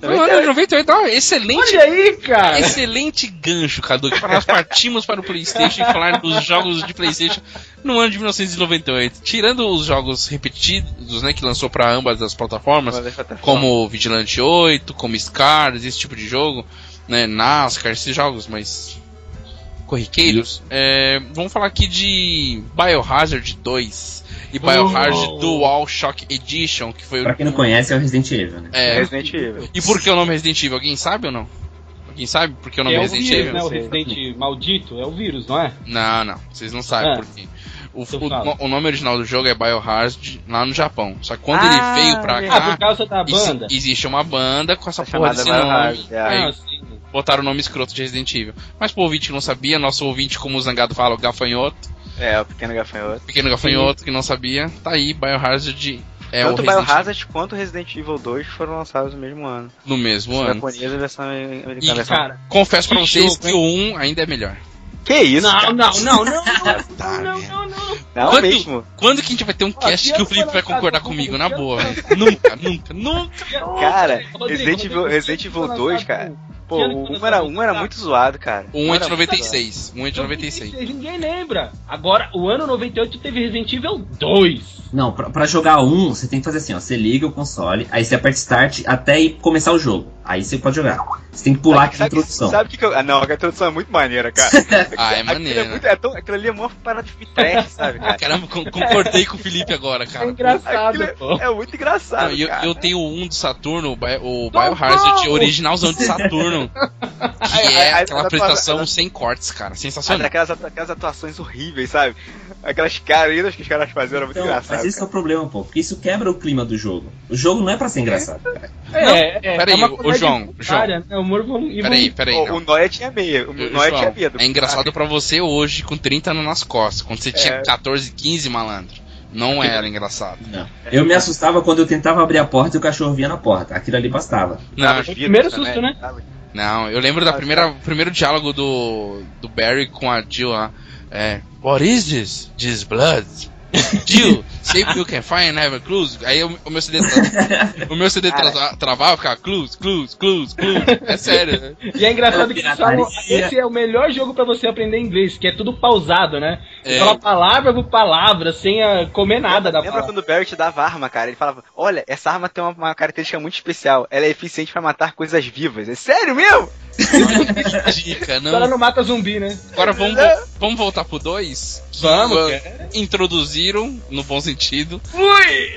Foi o ano Então, de 98, ó, excelente, Olha aí, cara! excelente gancho, Cadu, que nós partimos para o Playstation e falar dos jogos de Playstation no ano de 1998. Tirando os jogos repetidos, né, que lançou para ambas as plataformas, como Vigilante 8, como Scars, esse tipo de jogo, né, NASCAR, esses jogos mais corriqueiros. É, vamos falar aqui de Biohazard 2 e Biohazard Oh. Dual Shock Edition, que foi Pra o... quem não conhece, é o Resident Evil, né? é, Resident Evil. E por que o nome Resident Evil? Alguém sabe ou não? Alguém sabe por que o nome é o Resident vírus, Evil? né? O sei. Resident maldito é o vírus, não é? Não, não. Vocês não sabem É. por quê. O, Então o- fala. o nome original do jogo é Biohazard lá no Japão. Só que quando Ah, ele veio pra Ah, cá, por causa da exi- banda? existe uma banda com essa porra Chamada desse nome. Biohazard, é. Aí Ah, sim. botaram o nome escroto de Resident Evil. Mas pro ouvinte que não sabia, nosso ouvinte, como o Zangado fala, o gafanhoto, É, o pequeno gafanhoto. pequeno gafanhoto que não sabia, tá aí, Biohazard É Tanto o Resident Biohazard quanto Resident Evil 2 foram lançados no mesmo ano. Evil no mesmo Versão ano. japonesa e versão americana. E, versão- Cara, Confesso pra Que vocês jogo, que o 1 ainda é melhor. Que isso? não, cara? não, [LAUGHS] não, não, Tá, não, né? não, não. Não Quanto- mesmo. Quando que a gente vai ter um cast pior que o que Felipe vai foi lançado, concordar eu vou comigo, na confiar. boa, velho? Nunca, nunca, nunca. Cara, Rodrigo, Resident Evil, Rodrigo, Resident Evil 2, cara. Pô, Que ano que um lançou? era, um era muito zoado, cara. Um é de era muito zoado. 96. Um é de 96. Ninguém lembra. Agora, o ano 98 teve Resident Evil 2. Não, pra, pra jogar um, você tem que fazer assim, ó. Você liga o console, aí você aperta start até ir começar o jogo. Aí você pode jogar. Você tem que pular aqui a Sabe- introdução. Sabe o que, que eu. Ah, não, a introdução é muito [LAUGHS] maneira, cara. Ah, é Aquilo, é maneiro. muito, é tão, aquilo ali é mó parada de trash, sabe, cara? Caramba, con- concordei com o Felipe agora, É cara. engraçado, Aquilo [LAUGHS] pô. É muito Não, engraçado, e eu, cara. eu tenho um do Saturno, o Bi- o Não, Biohazard, não! originalzão de [LAUGHS] Saturno. Que é A- a- a- aquela a- apresentação sem cortes, cara. Mas Sensacional. aquelas, atu- aquelas atuações horríveis, sabe? Aquelas carinas que os caras faziam era muito Então, engraçado. mas esse que é o problema, pô. Porque isso quebra o clima do jogo. O jogo não é pra ser engraçado. É, é, peraí, é uma ô, comédia João, voluntária, né? O humor volu- e Peraí, volu- peraí. Pô, é não. o Noia tinha medo. O Eu- Noia João, tinha medo. É engraçado pra você hoje com 30 anos nas costas. Quando você tinha É. 14, 15, malandro. Não era engraçado. Não. É. Eu me assustava quando eu tentava abrir a porta e o cachorro vinha na porta. Aquilo ali bastava. Não, Ah, O primeiro susto, né? não. Eu lembro da primeira primeiro diálogo do, do Barry com a Jill lá. É, What is this? This [LAUGHS] blood? Jill, sempre you can find never clues. Aí o, o meu CD, tra- o meu CD tra- travava, ficava clues, clues, clues, clues. É sério. [LAUGHS] né? E é engraçado que eles falam, Pirataria. esse é o melhor jogo pra você aprender inglês, que é tudo pausado, né? É. Fala palavra por palavra, sem ah, comer nada da Lembra palavra. quando o Barry te dava arma, cara? Ele falava: Olha, essa arma tem uma, uma característica muito especial. Ela é eficiente pra matar coisas vivas. É sério mesmo? Dica, Só ela não. não mata zumbi, né? Agora vamos, vo- vamos voltar pro 2. Vamos, Vamos. cara. introduziram, no bom sentido,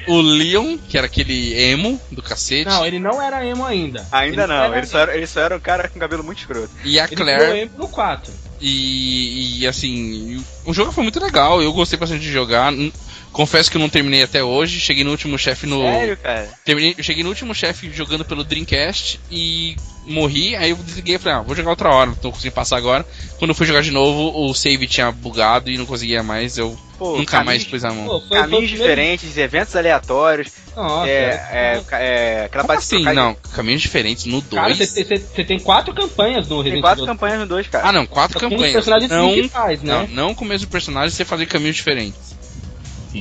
o Leon, que era aquele emo do cacete, Não, ele não era emo ainda. Ainda Ele não. era Ele só, era, ele só era um cara com cabelo muito escroto. e a Ele virou Claire. emo no 4. E, e, assim, o jogo foi muito legal, eu gostei bastante de jogar. N- Confesso que eu não terminei até hoje, cheguei no último chefe no. Sério, cara. Terminei, eu cheguei no último chefe jogando pelo Dreamcast e morri, aí eu desliguei e falei, ah, vou jogar outra hora, não tô conseguindo passar agora. Quando eu fui jogar de novo, o save tinha bugado e não conseguia mais, eu Pô, nunca mais caminhos- pus a mão. Pô, foi- foi o Caminhos primeiro- diferentes, eventos aleatórios, Nossa, é, é, ca- é, aquela né? Como base de assim? trocar- Não, caminhos diferentes, no Cara, 2. você tem- você tem quatro campanhas no Tem Resident quatro Evil. campanhas no 2, cara. Ah, não, quatro Só que um dos campanhas. personagens Não, que faz, não, né? não com o mesmo personagem você fazer caminhos diferentes.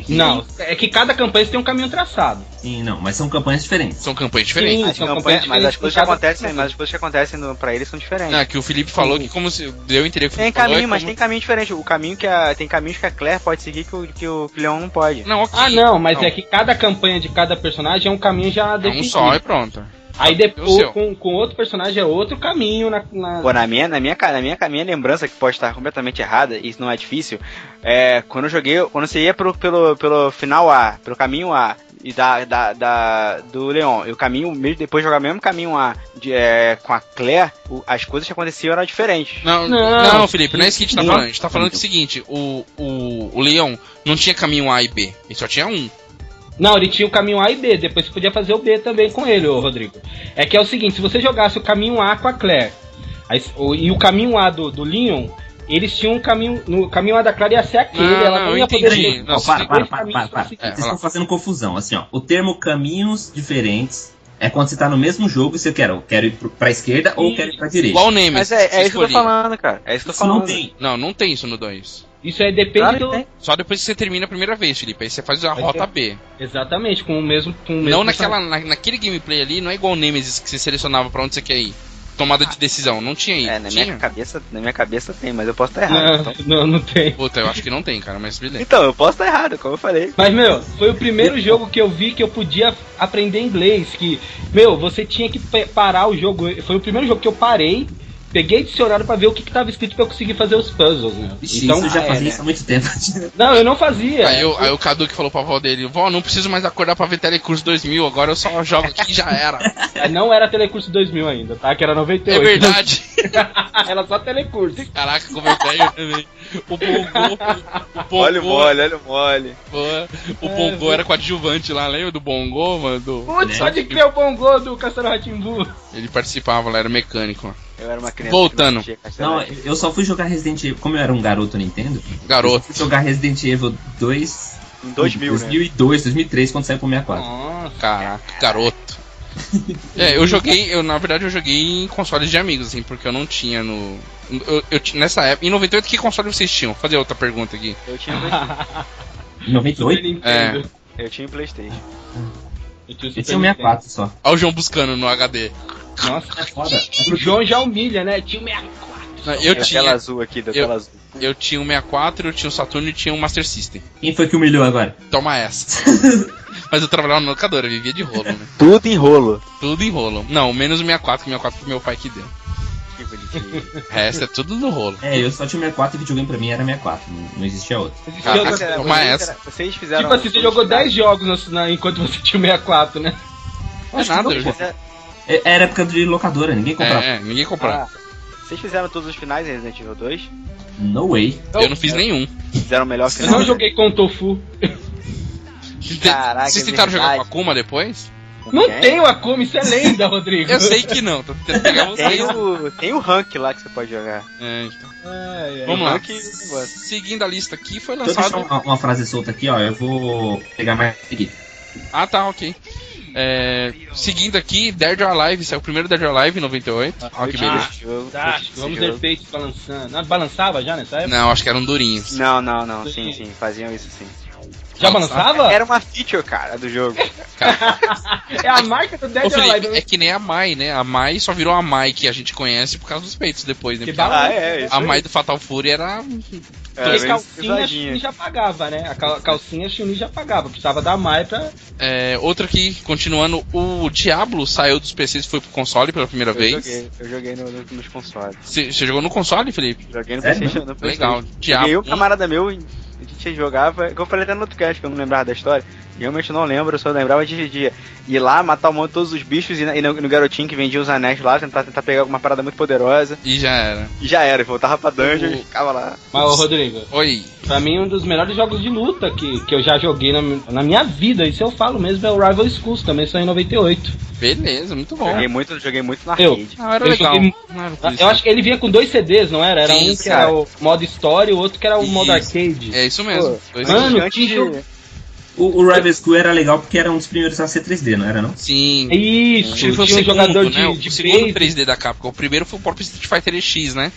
Não. é que cada campanha tem um caminho traçado. Sim, não. Mas são campanhas diferentes. São campanhas diferentes. Sim. As são campanhas- campanhas mas as diferentes coisas em que cada acontecem, campanha. mas as coisas que acontecem no, pra eles são diferentes. Ah, que o Felipe falou que como se deu entender que o Tem Felipe falou, caminho, é mas como- tem caminho diferente. O caminho que a, tem caminhos que a Claire pode seguir que o, que o Leon não pode. Não, ok. Ah, não, mas Não. é que cada campanha de cada personagem é um caminho já É um definido. só e pronto. Aí O depois, seu. com, com outro personagem, é outro caminho na. na- Pô, na minha, na minha, ca- na minha, na minha lembrança, que pode estar completamente errada, e isso não é difícil, é, quando eu joguei, quando você ia pro, pelo, pelo final A, pelo caminho A, e da, da, da- do Leon, e o caminho, mesmo depois de jogar o mesmo caminho A de, é, com a Claire, o- as coisas que aconteciam eram diferentes. Não, não, Não. Felipe, não é isso que a gente tá Não. falando. A gente tá falando que é o seguinte, o, o, o Leão não tinha caminho A e B, ele só tinha um. Não, ele tinha o caminho A e B, depois você podia fazer o B também com ele, ô Rodrigo. É que é o seguinte, se você jogasse o caminho A com a Claire aí s- o- e o caminho A do, do Leon, eles tinham um caminho. No caminho A da Claire ia ser aquele, Não, ela não, não eu ia poder entendi. ter- Não, Ó, para, sim. para, para, para, para. É, vai Vocês lá. estão fazendo confusão. Assim, ó. O termo caminhos diferentes é quando você tá no mesmo jogo e você quer, eu quero ir pro- pra esquerda ou quero ir pra direita. Igual o Nemesis. Mas é, você é isso que eu tô escolhia. falando, cara. É isso que eu tô Isso não falando. tem. Não, não tem isso no 2. Isso aí Claro depende que do. tem. Só depois que você termina a primeira vez, Felipe. Aí você faz a Vai rota B. Exatamente, com o mesmo. Com o mesmo Não naquela, na, naquele gameplay ali, não é igual o Nemesis que você selecionava pra onde você quer ir. Tomada de decisão, não tinha aí. É, na tinha? minha cabeça, na minha cabeça tem, mas eu posso estar errado. Não, Então, não, não tem. Puta, eu acho que não tem, cara, mas [LAUGHS] beleza. Então, eu posso estar errado, como eu falei. Mas, meu, foi o primeiro jogo que eu vi que eu podia aprender inglês. Que, meu, você tinha que pe- parar o jogo. Foi o primeiro jogo que eu parei, peguei dicionário pra ver o que, que tava escrito pra eu conseguir fazer os puzzles, meu. Ixi, então, isso eu já ah, é, fazia né? isso há muito tempo. Não, Ah, eu não É, fazia. Aí, eu- aí o Cadu que falou pra avó dele, vó, não preciso mais acordar pra ver Telecurso 2000, agora eu só jogo aqui e já [LAUGHS] era. É, Não era Telecurso 2000 ainda, tá? Que era é 98. verdade. [LAUGHS] era só Telecurso. Caraca, como eu tenho também. O Bongo, o Bongo, Olha o mole, olha o mole. o Bongo era coadjuvante lá, lembra do Bongo, mano? Do- Putz, só de crer o bom gol do Castelo Ratimbu. Ele participava lá, era mecânico. ó. Eu era uma criança. Voltando. que não assistia Não, Castlevania. eu só fui jogar Resident Evil. Como eu era um garoto Nintendo, eu Garoto. fui jogar Resident Evil 2 Em 2000, né? 2002, 2003, quando saiu pro 64. Nossa. Caraca, [LAUGHS] garoto. É, eu joguei, eu na verdade eu joguei em consoles de amigos, assim, porque eu não tinha no. Eu, eu ti- nessa época. Em 98, que console vocês tinham? Vou fazer outra pergunta aqui. Eu tinha, Play- Em Super 98? Nintendo. eu tinha um Playstation. Eu tinha o Super Esse é o Nintendo. 64 só. Olha o João buscando no HD. Nossa, É foda. o João já humilha, né? Tinha o 64. Não, Eu Tem a tela tinha, azul aqui, da eu- tela azul. eu tinha um 64, eu tinha um Saturno e tinha um Master System. Quem foi que humilhou agora? Toma [LAUGHS] essa. Mas eu trabalhava na locadora, eu vivia de rolo, né? Tudo em rolo. Tudo em rolo. Não, menos o 64, que o 64 foi meu pai que deu. Que bonitinho. O [LAUGHS] resto é tudo no rolo. É, eu só tinha o 64 e videogame pra mim era 64. Não, não existia outro. Existia Caraca, outra- toma vocês- Ah, essa. Vocês fizeram. um Tipo assim, você jogou 10 jogos na- na- enquanto você tinha o 64, né? É nada, eu Vocês fizeram- É- Era época de locadora, ninguém comprava. É, é, ninguém comprava. Ah, Vocês fizeram todos os finais em Resident Evil 2? No way. Ah, eu não fiz então, nenhum. Fizeram o melhor Eu final. não né? joguei com o Tofu. Caraca, Vocês é tentaram jogar com a verdade. Kuma depois? Com Não quem? tem o Akuma, isso é lenda, Rodrigo. Eu [LAUGHS] sei que não, tô tentando [LAUGHS] pegar vocês. Tem o, tem o rank lá que você pode jogar. É, então. Ai, ai. Vamos lá. ranking do negócio. Seguindo a lista aqui, foi Deixa eu deixar lançado. uma, uma frase solta aqui, ó. Eu vou pegar mais aqui. Ah, tá, ok. É, seguindo aqui, Dead or Alive, saiu o primeiro Dead or Alive em 98. Olha que Eu tive beleza. esse jogo, eu tive Fantástico, esse Tá, vamos jogo. ver efeitos balançando. Ah, balançava já nessa época? Não, acho que um eram durinhos. Não, não, não, sim, sim, faziam isso sim. Já balançava? Era uma feature, cara, do jogo. Cara, É a marca do Dead Ô, or Felipe, Alive. é que nem a Mai, né? A Mai só virou a Mai que a gente conhece por causa dos peitos depois, né? Que Porque a- Ah, é, A Mai do Fatal Fury era. Era Porque bem calcinha a pesadinha. Shuni já pagava, né? A cal- calcinha a Shuni já pagava. Precisava da Mai pra. É, outra aqui, continuando, o Diablo saiu dos PCs e foi pro console pela primeira Eu vez. joguei, eu joguei no, no, nos consoles. Você você jogou no console, Felipe? Joguei no Sério? PlayStation. no PlayStation. Legal. Joguei eu, Diablo. um camarada meu, a gente jogava. que Eu falei até no outro cast que eu não lembrava da história. e Realmente eu não lembro, eu só lembrava de dia. Ir lá, matar um monte de todos os bichos e, na- e no, no garotinho que vendia os anéis lá, tentar, tentar pegar alguma parada muito poderosa. E já era. E já era, voltava pra dungeon O- e ficava lá. Mas, ô, Rodrigo, Oi. pra mim um dos melhores jogos de luta que, que eu já joguei na, mi- na minha vida, isso eu falo mesmo, é o Rival Schools, também saiu em 98. Beleza, muito bom. Joguei muito, joguei muito na Eu. arcade. Ah, era Eu legal. joguei- Não era por isso, Eu acho que ele vinha com dois CDs, não era? Era Sim, um que cara. era o modo história e o outro que era o modo Isso. arcade. É isso mesmo. Pô, Dois- antes- Mano, antes que de- jogo- O, o Rival School era legal porque era um dos primeiros a ser 3D, não era não? Sim. É Isso, Acho que É. tinha ele foi um o segundo, jogador né? de, o de segundo base. 3D da Capcom. O primeiro foi o próprio Street Fighter EX, né?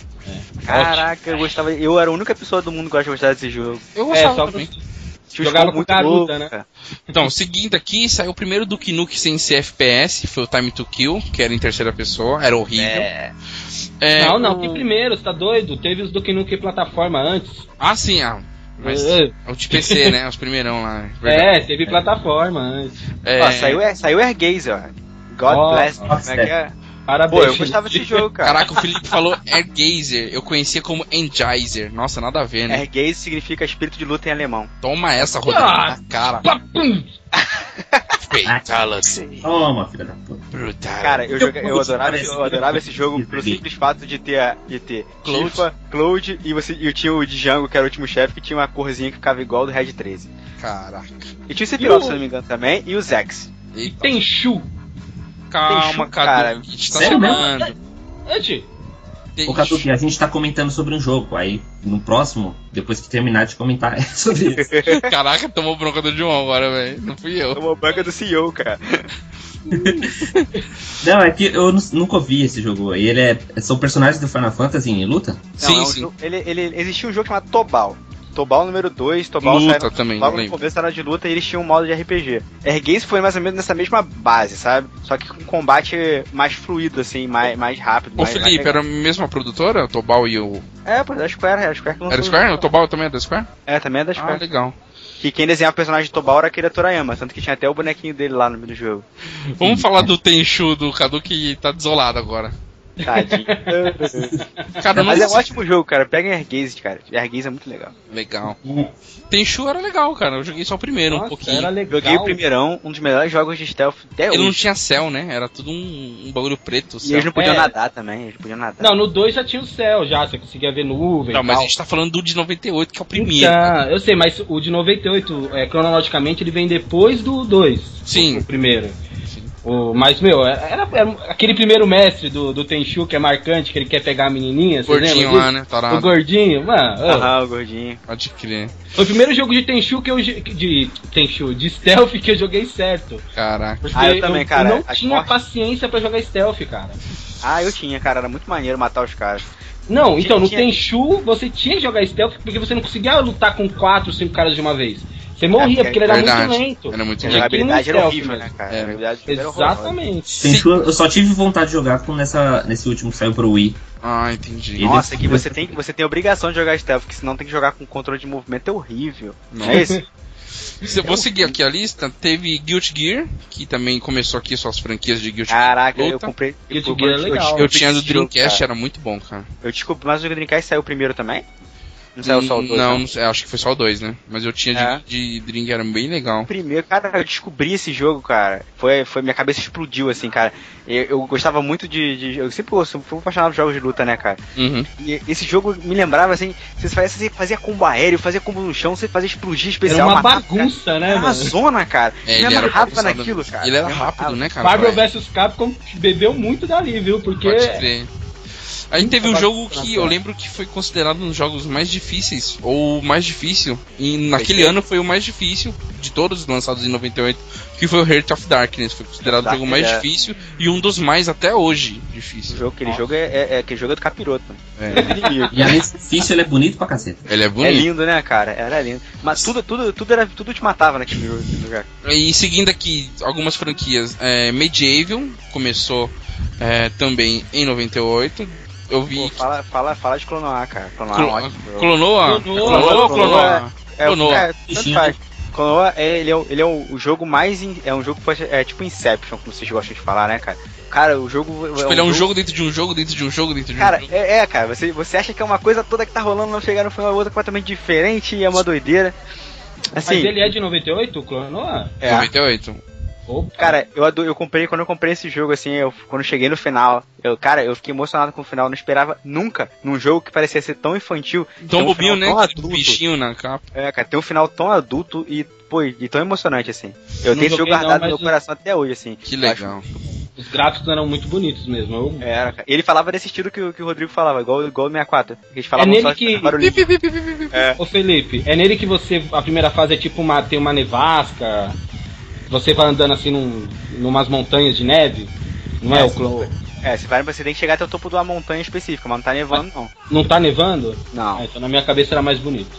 Caraca, eu gostava. Eu era a única pessoa do mundo que eu gostava desse jogo. Eu É, gostava só também. Tinha um uns Jogava combos com garuta, loucos, né? cara. Então, seguindo aqui, saiu o primeiro do Nukem sem ser FPS, foi o Time to Kill, que era em terceira pessoa, era horrível. É. É, Não, não, o- que primeiro, você tá doido? Teve os do que Nukem plataforma antes. Ah, sim, ah, mas É. o de PC, né? Os primeirão lá. É, teve plataforma antes. É, Ó, saiu, é, saiu Air Gaze, ó. God Ó, bless. ó, Como é que é? Parabéns. Pô, eu gostava desse jogo, cara. Caraca, o Felipe falou Airgazer, eu conhecia como Engizer. Nossa, nada a ver, né? Air Gaze significa espírito de luta em alemão. Toma essa, Rodrigo, Ah. na cara. [LAUGHS] Papum! Fatality. Toma, filha da puta. Brutal. Cara, eu, Eu- joga- eu adorava, parece- eu adorava esse jogo pelo Sim. simples fato de ter, a- de ter Cloud. Tifa, Cloud e você, eu tinha o Django, que era o último chefe, que tinha uma corzinha que ficava igual do Red 13. Caraca. E tinha o Sephiroth, o- se não me engano, também, e o Zex. E Eita, tem Shu. calma, Cadu, cara. A gente tá sério mesmo? chamando. Antes, Ô, Kazuki, a gente tá comentando sobre um jogo. Aí, no próximo, depois que terminar de comentar, [LAUGHS] é sobre isso. [LAUGHS] Caraca, tomou bronca do João agora, velho. Não fui eu. Tomou banca do CEO, cara. Não, é que eu nu- nunca ouvi esse jogo. E ele é. São personagens do Final Fantasy em luta? Não, é sim, um sim. jogo- ele, ele- existia um jogo chamado Tobal. Tobal número 2, Tobal Luta saiu- também, Logo no lembro. começo era de luta e eles tinham um modo de RPG. Air Gaze foi mais ou menos nessa mesma base, sabe? Só que com combate mais fluido, assim, mais, mais rápido. Ô mais, mais Felipe, era legal. a mesma produtora? O Tobal e o. É, pô, da Square, era a Square que lançou Era Square? O Tobal também é da Square? É, também é da Ah, Square. legal. Que quem desenhava o personagem do Tobal era Akira Torayama, tanto que tinha até o bonequinho dele lá no meio do jogo. Vamos falar do Tenchu do Cadu que tá desolado agora. [LAUGHS] Tadinho. Cara, eu não Mas é um sei. ótimo jogo, cara. Pega em Air Gaze, cara. Air Gaze é muito legal. Legal. Hum, Tenchu era legal, cara. Eu joguei só o primeiro um pouquinho. era legal. Joguei o primeirão, um dos melhores jogos de stealth até Ele não hoje. tinha céu, né? Era tudo um, um bagulho preto. E Céu. eles não podiam É. nadar também, eles não podiam nadar. Não, no 2 já tinha o céu, já, você conseguia ver nuvem. Não, e mas a tal. gente tá falando do de 98, que é o primeiro. Então, eu sei, mas o de 98, é, cronologicamente, ele vem depois do 2. Sim. O primeiro. O, mas, meu, é, era, era aquele primeiro mestre do, do Tenchu que é marcante, que ele quer pegar a menininha, você Gordinho lembra? lá, disso? né? Tarado. O gordinho, mano. ô, Aham, o gordinho. Pode crer. Foi o primeiro jogo de Tenchu que eu. ge- De Tenchu, de stealth que eu joguei certo. Caraca. Porque Ah, eu também, cara. Eu não As tinha mortes- paciência pra jogar stealth, cara. Ah, eu tinha, cara. Era muito maneiro matar os caras. Não, Tinha- então, no tinha- Tenchu você tinha que jogar stealth porque você não conseguia lutar com quatro, cinco caras de uma vez. Você morria É, porque ele era verdade. muito lento. Era muito A Tinha lento. que ir no jogabilidade era stealth horrível, né, mesmo. cara? É. A jogabilidade era horrorosa. Exatamente. Tenchu, eu só tive vontade de jogar com nessa, nesse último que saiu pro Wii. Ah, entendi. Ele- Nossa, que você tem, você tem obrigação de jogar stealth, porque senão tem que jogar com controle de movimento é horrível. Não é [LAUGHS] isso? Se eu vou seguir aqui a lista, teve Guilty Gear, que também começou aqui suas franquias de Guilty Gear. Caraca, eu Luta. comprei. Guilty eu- Gear é legal. Eu tinha do esse jogo, Dreamcast, cara. era muito bom, cara. Eu desculpa, mas o Dreamcast saiu primeiro também? Não saiu só o dois, Hum, Não, né? não sei, acho que foi só o 2, né? Mas eu tinha de, É. de Dream, era bem O legal. primeiro, cara, eu descobri esse jogo, cara. Foi, foi minha cabeça explodiu, assim, cara. Eu, eu gostava muito de, de- Eu sempre eu sempre fui apaixonado por jogos de luta, né, cara? Uhum. E esse jogo me lembrava, assim, você fazia, você fazia combo aéreo, fazia combo no chão, você fazia explodir Era especial. uma matava, bagunça, cara. né, Era uma mano? zona, cara. É, me ele era amarrava bagunçado naquilo, mesmo. cara. é Ele era Me amarrava. rápido, né, cara? Marvel Vai. vs Capcom bebeu muito dali, viu? Porque Pode crer. A gente teve um Muita jogo bagunça na que eu tela. lembro que foi considerado um dos jogos mais difíceis, ou o mais difícil, e naquele ano foi o mais difícil de todos os lançados em 98, que foi o Heart of Darkness. Foi considerado o Dark, jogo mais é. difícil e um dos mais até hoje Esse difícil. jogo, aquele Nossa. jogo é, é, é- aquele jogo é do capiroto, mano. É. Inimigo. E além de difícil, ele é bonito pra caceta. Ele é [LAUGHS] É bonito. lindo, né, cara? Era lindo. Mas tudo, tudo, tudo, era, tudo te matava naquele jogo, né, naquele lugar. E seguindo aqui algumas franquias, é, Medieval começou é, também em 98. Eu vi. Pô, que- fala, fala, fala de Clonoa, cara. Clonoa é um Clo- ótimo jogo. Clonoa? Clonoa. Clonoa ou Clonoa. Clonoa? É, Clonoa. É, tanto Bichinho. faz. Clonoa, é, ele é, o- ele é o, o jogo mais. in- é um jogo que pode- é tipo Inception, como vocês gostam de falar, né, cara? Cara, o jogo. Tipo, ele é um jogo dentro de um jogo, dentro de um jogo, dentro de um Cara, jogo. é, é, cara, você, você acha que é uma coisa toda que tá rolando, não chegar no final, outra completamente diferente e é uma doideira. Assim, Mas ele é de 98, o Clonoa? é. 98. Opa. Cara, eu, ado- eu comprei, quando eu comprei esse jogo, assim, eu, quando eu cheguei no final, eu, cara, eu fiquei emocionado com o final, eu não esperava nunca num jogo que parecia ser tão infantil. Tão um bobinho, final né? Tão Aquele adulto. bichinho na capa. É, cara, tem um final tão adulto e, pô, e tão emocionante, assim. Eu Não tenho esse jogo joguei não, guardado no mas meu eu- coração até hoje, assim. Que Eu [LAUGHS] acho- legal. Os gráficos eram muito bonitos mesmo. Eu- É, Era, cara. Ele falava desse estilo que, o- que o Rodrigo falava, igual, igual o 64. que Eles falavam É nele só que- barulhinho. Ô Felipe, é nele que você. A primeira fase é tipo uma. tem uma nevasca. Você vai andando assim num, numas montanhas de neve. Não é, É, o Clonoa? É, você, vai, você tem que chegar até o topo de uma montanha específica, mas não tá nevando, não. Não tá nevando? Ah, Não. então na minha cabeça era mais bonito.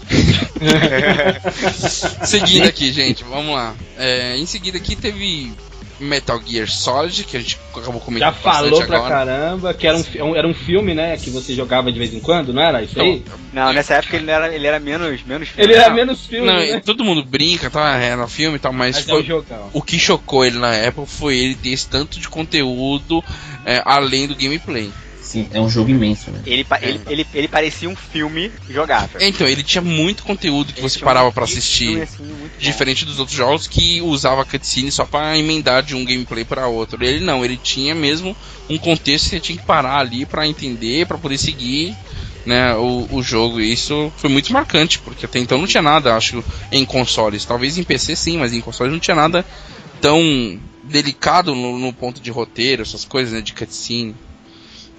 Seguindo [LAUGHS] aqui, gente, vamos lá. É, em seguida aqui teve Metal Gear Solid, que a gente acabou Já comentando falou bastante pra agora. caramba que era um, fi- é um- era um filme, né? Que você jogava de vez em quando, não era? Isso aí? Então, Não, nessa época ele era, ele era menos, menos Ele era não. menos filme, Não, né? todo mundo brinca, tá? É no filme e tal, mas, Mas é foi- um jogão. o que chocou ele na época foi ele ter esse tanto de conteúdo é, além do gameplay. Sim, é um jogo imenso, né? Ele, pa- ele, ele, ele parecia um filme jogável. Então, ele tinha muito conteúdo que Ele você é tinha parava um pra filme, assistir. assim, muito bom. Diferente dos outros jogos que usava cutscene só pra emendar de um gameplay pra outro. Ele não, ele tinha mesmo um contexto que você tinha que parar ali pra entender, pra poder seguir né, o, o jogo. E isso foi muito marcante, porque até então não tinha nada, acho, em consoles. Talvez em PC sim, mas em consoles não tinha nada tão delicado no, no ponto de roteiro, essas coisas, né, de cutscene.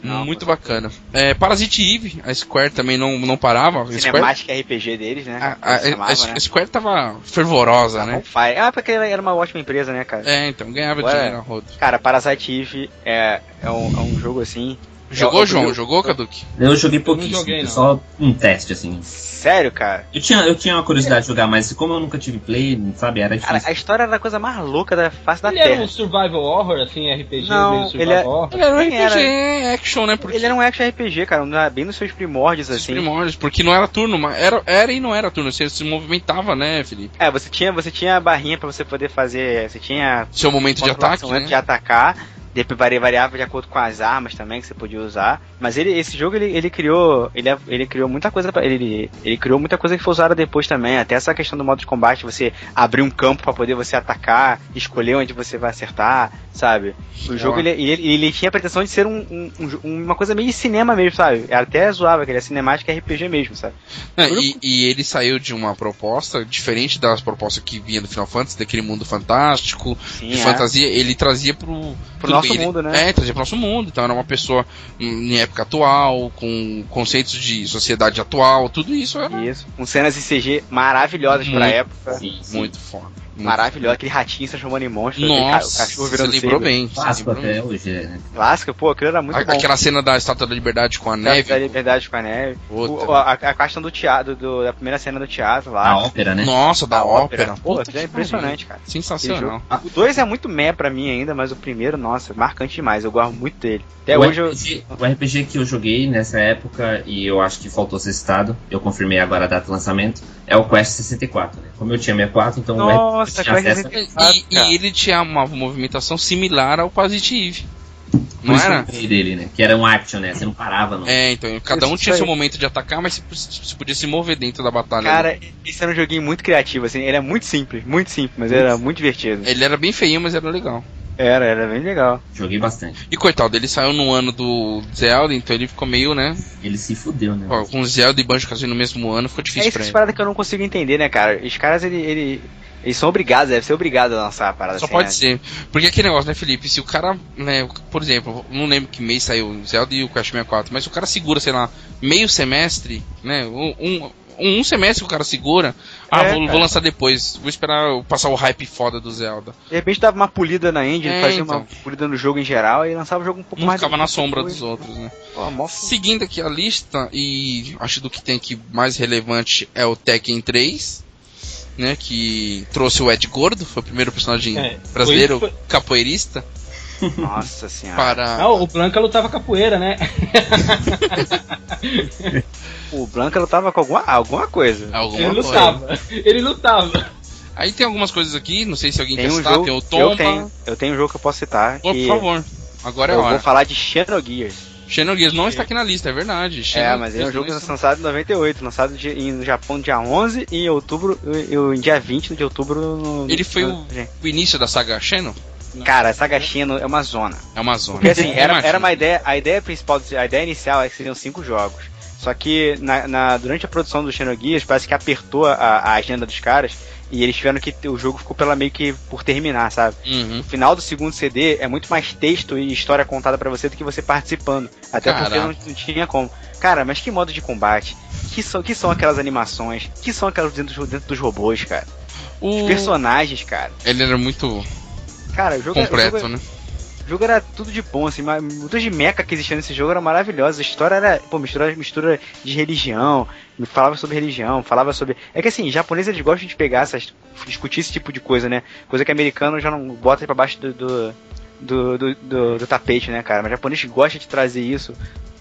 Não, muito bacana. É, Parasite Eve, a Square também não, não parava. A Square, Cinemática RPG deles, né? a, a- Eles chamavam, a- a Square tava fervorosa, né? Bonfire. Ah, porque ela era uma ótima empresa, né, cara? É, então, ganhava Ué. dinheiro a roda. Cara, Parasite Eve é, é, um, é um jogo assim. Jogou, eu- João? eu- Jogou, Caduque? Eu joguei pouquíssimo, joguei, não. só um teste, assim. Sério, cara. Eu tinha, eu tinha uma curiosidade de jogar, mas como eu nunca tive play, sabe, era Cara, difícil. a história era a coisa mais louca da face da Ele Terra. era um survival horror, assim, RPG, Não, meio survival ele é- horror. Ele era um Ele era- RPG, é action, né? Porque Ele era um action RPG, cara, um- bem nos seus primórdios, esses assim. primórdios, porque não era turno, mas era, era e não era turno, você se movimentava, né, Felipe? É, você tinha, você tinha a barrinha pra você poder fazer. Você tinha Seu momento de controlação ataque, né? antes de atacar. DP varia- variava de acordo com as armas também que você podia usar. Mas ele, esse jogo ele, ele criou, ele, é, ele criou muita coisa pra, ele, ele criou muita coisa que foi usada depois também. Até essa questão do modo de combate, você abrir um campo pra poder você atacar, escolher onde você vai acertar, sabe? O jogo ele, ele, ele tinha a pretensão de ser um- um- um jo- uma coisa meio de cinema mesmo, sabe? Eu Até zoava que ele é cinemática RPG mesmo, sabe? Não, e, e ele saiu de uma proposta diferente das propostas que vinha do Final Fantasy, daquele mundo fantástico, Sim, é. de fantasia, ele trazia pro, Pro tudo nosso bem, ele- mundo, né? É, trazia pro nosso mundo. Então era uma pessoa hum, em época atual, com conceitos de sociedade atual, tudo isso era Isso. Com cenas em CG maravilhosas pra Muito. época. Sim, sim. muito foda. Muito Maravilhosa, aquele ratinho se transformando em monstro. aquele ca- Hum. Nossa, cachorro você virando lembrou saber. bem. você Clássico lembrou bem. até hoje, é, né? Clássico, pô, aquilo era muito A- bom. Aquela cena da Estátua da Liberdade com a Da- neve. Da liberdade com a neve. puta. O- a, a questão do teatro, do- da primeira cena do teatro lá. A ópera, né? Nossa, da, ópera. Pô, Puta aquilo é que impressionante, cara. pariu. Aquele Sensacional. jogo- O 2 é muito meh pra mim ainda, mas o primeiro, nossa, é marcante demais. Eu gosto muito dele. Até o, hoje eu. RPG, o RPG que eu joguei nessa época, e eu acho que faltou ser citado, eu confirmei agora a data de lançamento, é o Quest 64. Né? Como eu tinha 64, então é o Nossa, RPG tinha Quest acesso. E, Ah, e cara. ele tinha uma movimentação similar ao Positive. Por Não isso que eu era? lembrei dele, né? Que era um action, né? Você não parava, não. É, então, cada um Isso tinha aí. seu momento de atacar, mas você você podia se mover dentro da batalha. Cara, esse era um joguinho muito criativo, assim. Ele é muito simples, muito simples, mas era muito divertido. né? Ele era bem feinho, mas era legal. Era, era bem legal. Joguei bastante. E coitado, ele saiu no ano do Zelda, então ele ficou meio, né? Ele se fudeu, né? ó, com Zelda e Banjo Kazooie no mesmo ano, ficou É difícil pra essas ele. paradas que eu não consigo entender, né, cara? Os caras, ele, ele- eles são obrigados, deve ser obrigado a lançar a parada Só assim, né? pode ser. Porque aquele negócio, né, Felipe? Se o cara, né, por exemplo, não lembro que mês saiu o Zelda e o Crash 64, mas se o cara segura, sei lá, meio semestre, né? Um, um, um semestre que o cara segura, ah, É, vou, vou cara. lançar depois, vou esperar eu passar o hype foda do Zelda. De repente dava uma polida na engine, É, fazia uma então. polida no jogo em geral e lançava o jogo um pouco Não mais. ficava na sombra dos outros, né? Pô, mó f- Seguindo aqui a lista, e acho do que tem aqui mais relevante é o Tekken 3, né? Que trouxe o Ed Gordo, foi o primeiro personagem É, brasileiro foi- capoeirista Nossa senhora. para. Ah, o Blanca lutava capoeira, né? O Blanca lutava com alguma, alguma coisa. Alguma ele coisa. lutava. [LAUGHS] Ele lutava. Aí tem algumas coisas aqui, não sei se alguém Tem quer um citar, jogo. tem é o Tomba. eu tenho. Eu tenho um jogo que eu posso citar. Pô, que por favor, agora é a eu vou hora. falar de Xenogears. Xenogears não está aqui na lista, é verdade. É, Xenogears mas ele é um jogo não está- lançado em 98, lançado de- em- no Japão dia 11 e em outubro, e- e- em dia 20 de outubro. no- Ele foi no- O início da saga Xeno Cara, essa gachina é uma zona. é uma zona. Porque assim, era, Imagina. era uma ideia, a ideia principal, a ideia inicial é que seriam cinco jogos. Só que na, na- durante a produção do Xenogears, parece que apertou a, a agenda dos caras e eles tiveram que. O jogo ficou pela meio que por terminar, sabe? Uhum. O final do segundo CD é muito mais texto e história contada pra você do que você participando. Até porque Caraca. não, não tinha como. Cara, mas que modo de combate? Que são, que são aquelas animações? Que são aquelas dentro, dos- dentro dos robôs, cara? Os O... assim, personagens, cara. Ele era muito Cara, o é- jogo, é- o jogo é- completo, né? o jogo era tudo de bom, assim, mas lutas de meca que existiam nesse jogo eram maravilhosas. A história era, pô, mistura, mistura de religião, me falava sobre religião, falava sobre. É que assim, japoneses eles gostam de pegar essas. discutir esse tipo de coisa, né? Coisa que americano já não bota pra baixo do. do, do, do- do- do tapete, né, cara? Mas japonês gosta de trazer isso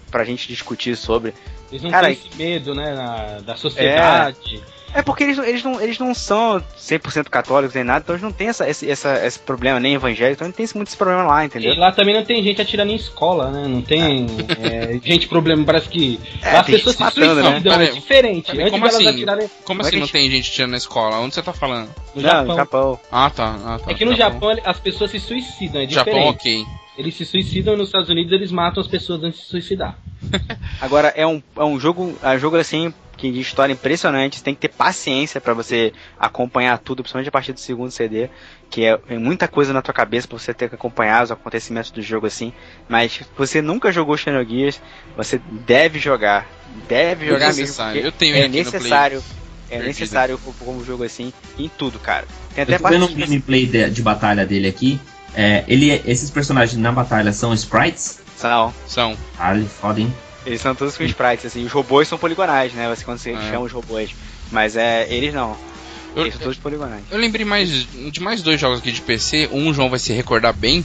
pra gente discutir sobre. Eles não Cara, têm esse medo, né? na- da sociedade. É porque eles, eles, não, eles não são 100% católicos nem nada, então eles não têm essa, esse, essa- esse problema, nem evangélico, então não tem esse- muito esse problema lá, entendeu? E lá também não tem gente atirando em escola, né? Não tem é, gente problema. Parece que. lá as É, tem pessoas gente se se matando, suicidam, né? Pera é aí, diferente. pera aí, Antes como delas assim? atirarem Como Como é assim que não a tem gente tirando na escola? Onde você tá falando? no não, no Japão. Japão. Ah, tá. Ah, tá É que no tá bom. Japão ele- as pessoas se suicidam, é diferente. Japão, ok. Eles se suicidam e nos Estados Unidos eles matam as pessoas antes de se suicidar. Agora, é um, é um jogo, é um jogo assim, que de história impressionante, você tem que ter paciência pra você acompanhar tudo, principalmente a partir do segundo CD, que é tem muita coisa na tua cabeça pra você ter que acompanhar os acontecimentos do jogo assim, mas se você nunca jogou Xenogears, você deve jogar, deve jogar mesmo, É necessário. porque Eu tenho é ele aqui no Play. necessário, é Perdido. necessário como- como jogo assim, em tudo, cara. Tem até Eu tô vendo um partes- gameplay de, de batalha dele aqui. É, ele, esses personagens na batalha são sprites? São, São. Caralho, foda, hein? eles são todos com sprites, assim, os robôs são poligonais, né, você quando você É. chama os robôs, mas é, eles não, Eu- eles são todos poligonais. Eu lembrei mais de mais dois jogos aqui de PC. Um o João vai se recordar bem.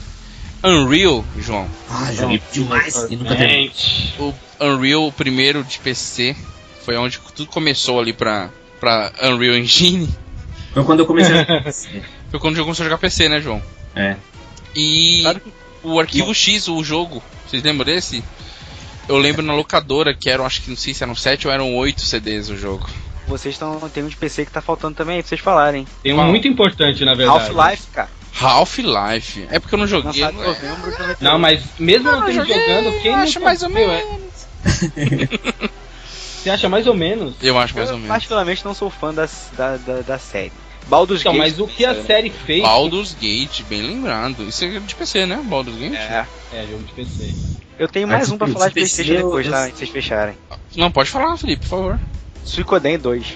Unreal, João. Ah, joguei demais e nunca terminei. Gente. O Unreal, o primeiro de PC, foi onde tudo começou ali pra, pra Unreal Engine. [LAUGHS] [LAUGHS] Foi quando eu comecei a... Foi quando eu comecei a jogar PC, né, João? É. E Claro o arquivo X, o jogo. Vocês lembram desse? Eu lembro na locadora que eram, acho que não sei se eram 7 ou eram 8 CDs o jogo. Vocês estão. Tem um de PC que tá faltando também aí pra vocês falarem. Tem um Qual? muito importante, na verdade. Half-Life, cara. Half-Life. É porque eu não joguei. Lançado em Não é? novembro então de 91. Não, mas mesmo não, eu tendo joguei, jogando, quem eu não acho mais ou curtiu, é? [LAUGHS] Você acha mais ou menos? Eu acho mais Eu, ou menos. particularmente, não sou fã das- da, da, da série. Baldur's Então, Gate. mas o que a série é fez. Baldur's Gate, bem lembrado. Isso é de PC, né? Baldur's Gate? É. É, jogo de PC. Eu tenho mais Mas, um pra tipo, falar de esse PlayStation eu- depois, eu- tá? Antes de vocês fecharem. Não, pode falar, Felipe, por favor. Suicoden 2.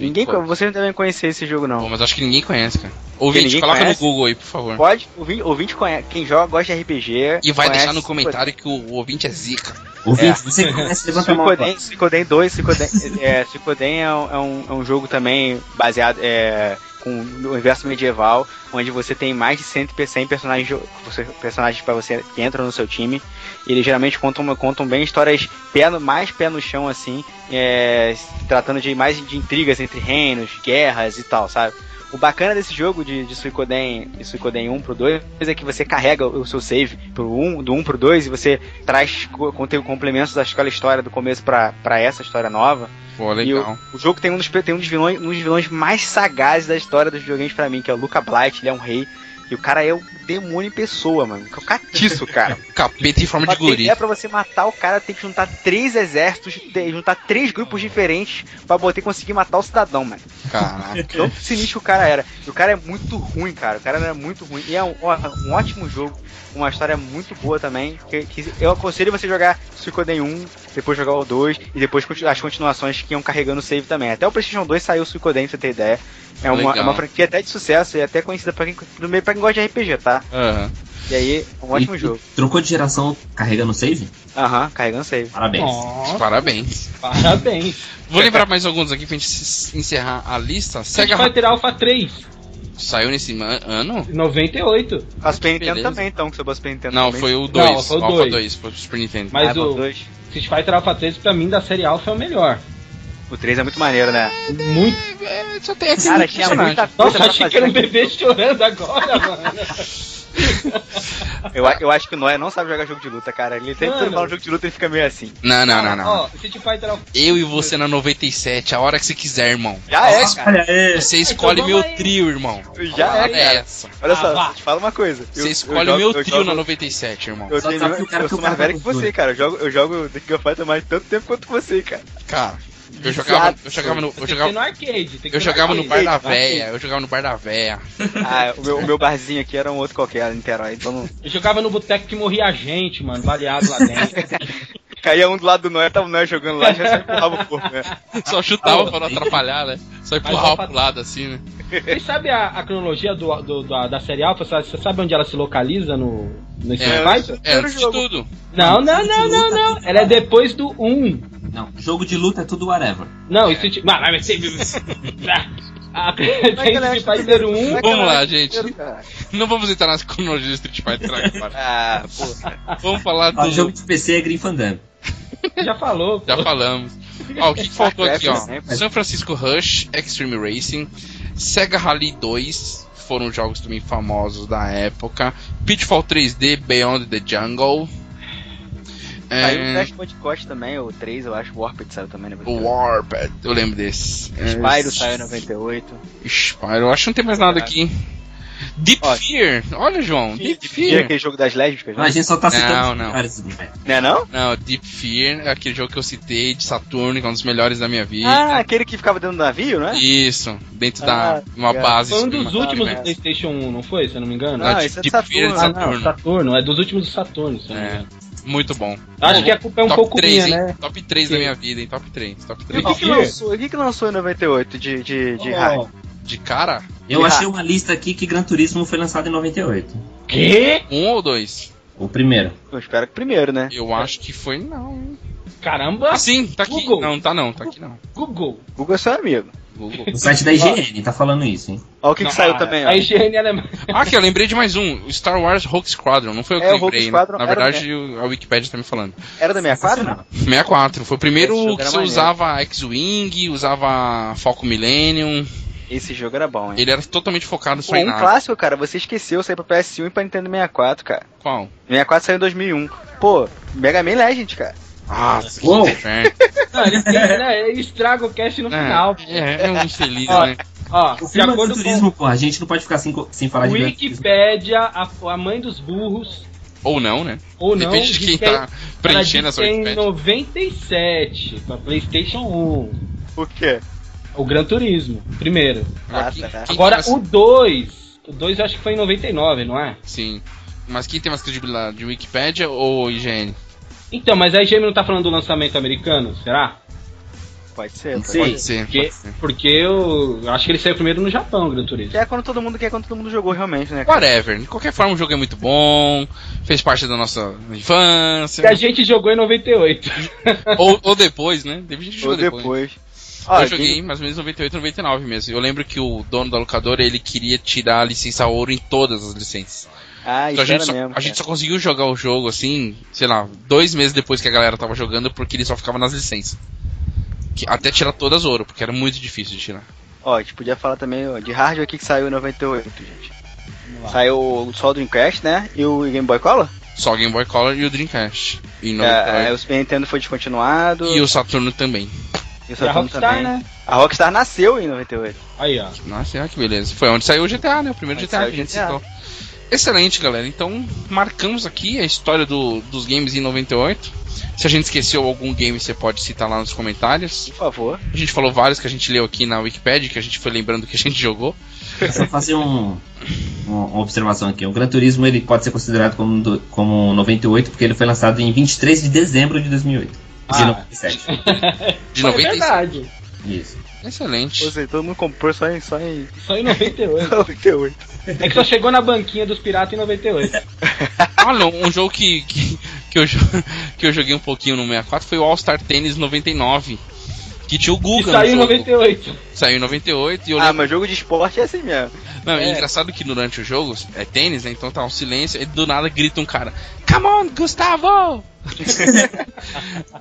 Ninguém, Pode. vocês não devem conhecer esse jogo, Bom, não. mas acho que ninguém conhece, cara. Ouvinte, ninguém coloca conhece? no Google aí, por favor. Pode, ouvinte, ouvinte conhece, quem joga gosta de RPG. E vai conhece tipo, deixar no comentário que o, o ouvinte é zica. Ouvinte, É. você que conhece, levanta a mão. agora. Suicoden, Suicoden 2, Suicoden, [LAUGHS] é, Suicoden é, um- é um, é um jogo também baseado é, com o universo medieval, onde você tem mais de 100, pe- 100 personagens, jo- você- personagens para você que entram no seu time. E eles geralmente contam, contam bem histórias pé no- mais pé no chão, assim, é, se tratando de mais de intrigas entre reinos, guerras e tal, sabe? O bacana desse jogo de, de Suicoden, de Suicoden 1 pro 2 é que você carrega o seu save pro 1, do 1 pro 2 e você traz co- conte- complementos daquela história do começo pra pra essa história nova. Pô, E legal. o, o jogo tem um dos, pe- tem um dos vilões, um dos vilões mais sagazes da história dos videogames pra mim, que é o Luca Blight, ele é um rei. E o cara é o demônio em pessoa, mano. Que é o [LAUGHS] catiço, cara. Capeta em forma Pra de ter guri. ideia, pra você matar o cara, tem que juntar três exércitos, tem- juntar três grupos diferentes pra poder conseguir matar o cidadão, mano. Caraca. Tão sinistro o cara era. E o cara é muito ruim, cara. O cara era muito ruim. E é um, ó- um ótimo jogo, uma história muito boa também. que- que eu aconselho você jogar Suicoden 1, depois jogar o 2 e depois continu- as continuações que iam carregando o save também. Até o PlayStation 2 saiu o Suicoden, pra você ter ideia. É uma, Legal. é uma franquia até de sucesso e até conhecida pra quem, primeiro pra quem gosta de RPG, tá? [LAUGHS] Aham. E aí, um ótimo E- jogo. Trocou de geração carregando save? Aham, carregando save. Parabéns. Ó, Parabéns. parabéns. Vou lembrar mais alguns aqui pra gente se- encerrar a lista. Sega Sega vai ter Alpha 3, saiu nesse ma- ano? 98. A Super Nintendo beleza. também, então, que você Super Nintendo Não, também. foi o Não, 2. foi o Alpha dois. 2 pro Super Nintendo. Mas Ah, o- o 2. Street Fighter Alpha 3, pra mim, da série Alpha é o melhor. O 3 é muito maneiro, né? Muito. É, só tem aquele Cara, tinha personagem. muita coisa Nossa, pra achei que fazer era um naquele bebê chorando agora, mano. Eu, a- eu acho que o Noé não sabe jogar jogo de luta, cara. Ele sempre Mano. quando fala um jogo de luta, ele fica meio assim. Não, [LAUGHS] não, não, não. Ó, Street Fighter Alpha Eu e você na 97, a hora que você quiser, irmão. Já é, cara. Olha, é. Você escolhe então meu vamos aí. trio, irmão. Já é, Parada é cara. essa. Olha Ah, só, vá. eu te falo uma coisa. Eu- Você eu escolhe jogo- meu eu trio jogo- na 97, irmão. Eu, Só tenho, sabe que o eu, cara que sou o mais cara velho que tá com você, cara. Eu jogo, eu jogo The King of Fighters mais tanto tempo quanto você, cara. Cara, eu jogava, eu jogava no. tem Eu que jogava, ser no arcade. tem que eu ser jogava no bar arcade. da véia, eu jogava no bar da véia. Ah, o meu, o meu barzinho aqui era um outro qualquer, Niterói. Então não... Eu jogava no boteco que morria gente, mano, baleado lá dentro. Caía um do lado do Noé, tava o Noé jogando lá, já só empurrava o corpo, né? Só chutava pra não atrapalhar, né? Só Mas, ó, empurrava pro lado assim, né? Vocês sabem a, a cronologia do- do- da, da série Alpha? Sabe- Você sabe onde ela se localiza no, no Street É. Fighter? É, Primeiro antes de jogo. tudo. Não, não, não, não, não. Ela é depois do 1. Não, jogo de luta é tudo whatever. Não, Street. Mano, mas você. Ah, [LAUGHS] ela Tem Street acha Fighter primeiro? 1. Como é que Vamos ela lá, acha gente. primeiro, cara? Não vamos entrar nas cronologias do Street Fighter [LAUGHS] agora. Ah, pô. Vamos falar Ó, jogo do. de PC é Grim Fandango. é [LAUGHS] Já falou. Já falamos. Ó, o que que faltou aqui, ó? Starcraft, né? San Francisco Rush, Extreme Racing, Sega Rally 2, foram jogos também famosos da época. Pitfall 3D, Beyond the Jungle. Saiu o É, Crash Bandicoot também, o 3, eu acho. O Warped saiu também, né? o Warped, eu lembro desse. É, Spyro saiu em 98. Spyro, acho que não tem mais nada aqui. Deep Ó. Fear, olha João, Deep E Fear. aquele jogo das lésbicas, Não, a né? gente só tá Não, citando não. os caras. né? Não é não? Não, Deep Fear é aquele jogo que eu citei de Saturno, que é um dos melhores da minha vida. Ah, aquele que ficava dentro do navio, né? Isso, dentro da Ah, uma cara. base. Foi um dos escura. últimos do merda. PlayStation 1, não foi? Se eu não me engano. Ah, Não, de, isso é de Saturno. Fear de Ah, não, Saturno. Saturno. É dos últimos do Saturno, se eu não me É, engano. muito bom. Acho que a culpa é um top pouco 3, minha, hein? né? Top 3 da Sim. minha vida, hein? Top 3, top E o 3. que, que Não, lançou, o que, que lançou em 98 de, de, Oh. de rádio? De cara? Eu Ah. achei uma lista aqui que Gran Turismo foi lançado em 98. Quê? Um ou dois? O primeiro. Eu espero que primeiro, né? Eu acho que foi não, hein? Caramba! Ah, sim, tá aqui. Google. Não, tá não, tá aqui não. Google. Google é seu amigo. Google. No site da IGN tá falando isso, hein? Olha o que, Não, que saiu a- também, ó. A higiene ela é mais. Ah, aqui, eu lembrei de mais um. o Star Wars Rogue Squadron. Não foi eu que É, o Rogue lembrei, né? Squadron Na era verdade, o- a Wikipedia tá me falando. Era da 64? Sensacional. 64. Foi o Esse primeiro jogo que era você maneiro. usava X-Wing, usava Falco Millennium. Esse jogo era bom, hein? Ele era totalmente focado só Pô, em um nave. clássico, cara, você esqueceu, saiu pra PS1 e pra Nintendo 64, cara. Qual? 64 saiu em 2001. Pô, Mega Man Legend, cara. Ah, Uou. que inferno. [LAUGHS] Não, ele, né, ele estraga o cast no final. É, é um infeliz, Ó, né? Ó, O de filme é acordo com futurismo, pô, a gente não pode ficar sem, co- sem falar de Gran Turismo. Wikipédia, a, a mãe dos burros, Ou não, né? ou não, Depende de diz quem que é- tá preenchendo a ela diz sua que é em Wikipedia. 97, pra Playstation 1. O quê? O Gran Turismo, primeiro. Agora, Ah, quem- tá. quem tem Agora mais- o 2. O 2 eu acho que foi em 99, não é? Sim. Mas quem tem mais credibilidade? De Wikipédia ou IGN? Então, mas a IGM não tá falando do lançamento americano, será? Pode ser, Não pode sei. ser. Pode ser. Porque, porque eu eu acho que ele saiu primeiro no Japão, o Gran Que Turismo. é quando todo mundo quer, quando todo mundo jogou realmente, né? cara? Whatever. De qualquer forma, o jogo é muito bom. Fez parte da nossa infância. Que [LAUGHS] a gente jogou em 98. [LAUGHS] ou, ou depois, né? Teve gente que jogou Ou depois. depois. Ah, eu joguei mais ou menos 98, 99 mesmo. Eu lembro que o dono da locadora, ele queria tirar a licença ouro em todas as licenças. Ah, isso Então a gente, era só, mesmo. a cara. gente só conseguiu jogar o jogo, assim, sei lá, dois meses depois que a galera tava jogando, porque ele só ficava nas licenças. Que- até tirar todas ouro, porque era muito difícil de tirar. Ó, a gente podia falar também ó, de hardware aqui que saiu em 98, gente. Saiu o só o Dreamcast, né? E o Game Boy Color? Só o Game Boy Color e o Dreamcast. Em É, 98. é, o Super Nintendo foi descontinuado. E o Saturno também. e o E a Saturno Rockstar, também. né? A Rockstar nasceu em 98. Aí, ó. Nossa, olha que beleza. Foi onde saiu o GTA, né? O primeiro Onde GTA que saiu a o gente GTA. citou. Excelente, galera. Então, marcamos aqui a história do- dos games em 98. Se a gente esqueceu algum game, você pode citar lá nos comentários. Por favor. A gente falou vários que a gente leu aqui na Wikipedia, que a gente foi lembrando que a gente [LAUGHS] jogou. Só fazer um, uma, uma observação aqui. O Gran Turismo ele pode ser considerado como, do- como 98 porque ele foi lançado em 23 de dezembro de 2008. De Ah. 97. De Mas 96. É verdade. Isso. Ou Excelente. seja, todo mundo comprou só em, só [LAUGHS] em Só em [LAUGHS] 98. 98. É que só chegou na banquinha dos piratas em 98. Olha, um jogo que, que, que eu, jo- [LAUGHS] que eu joguei um pouquinho no 64 foi o All Star Tennis 99. Que tinha o E Guga no saiu em jogo. 98. Saiu em 98 e eu Ah, lembro. mas jogo de esporte é assim mesmo. Não, é. É. engraçado que durante o jogo, é tênis, né? Então tá um silêncio, e do nada grita um cara, Come on, Gustavo! [LAUGHS]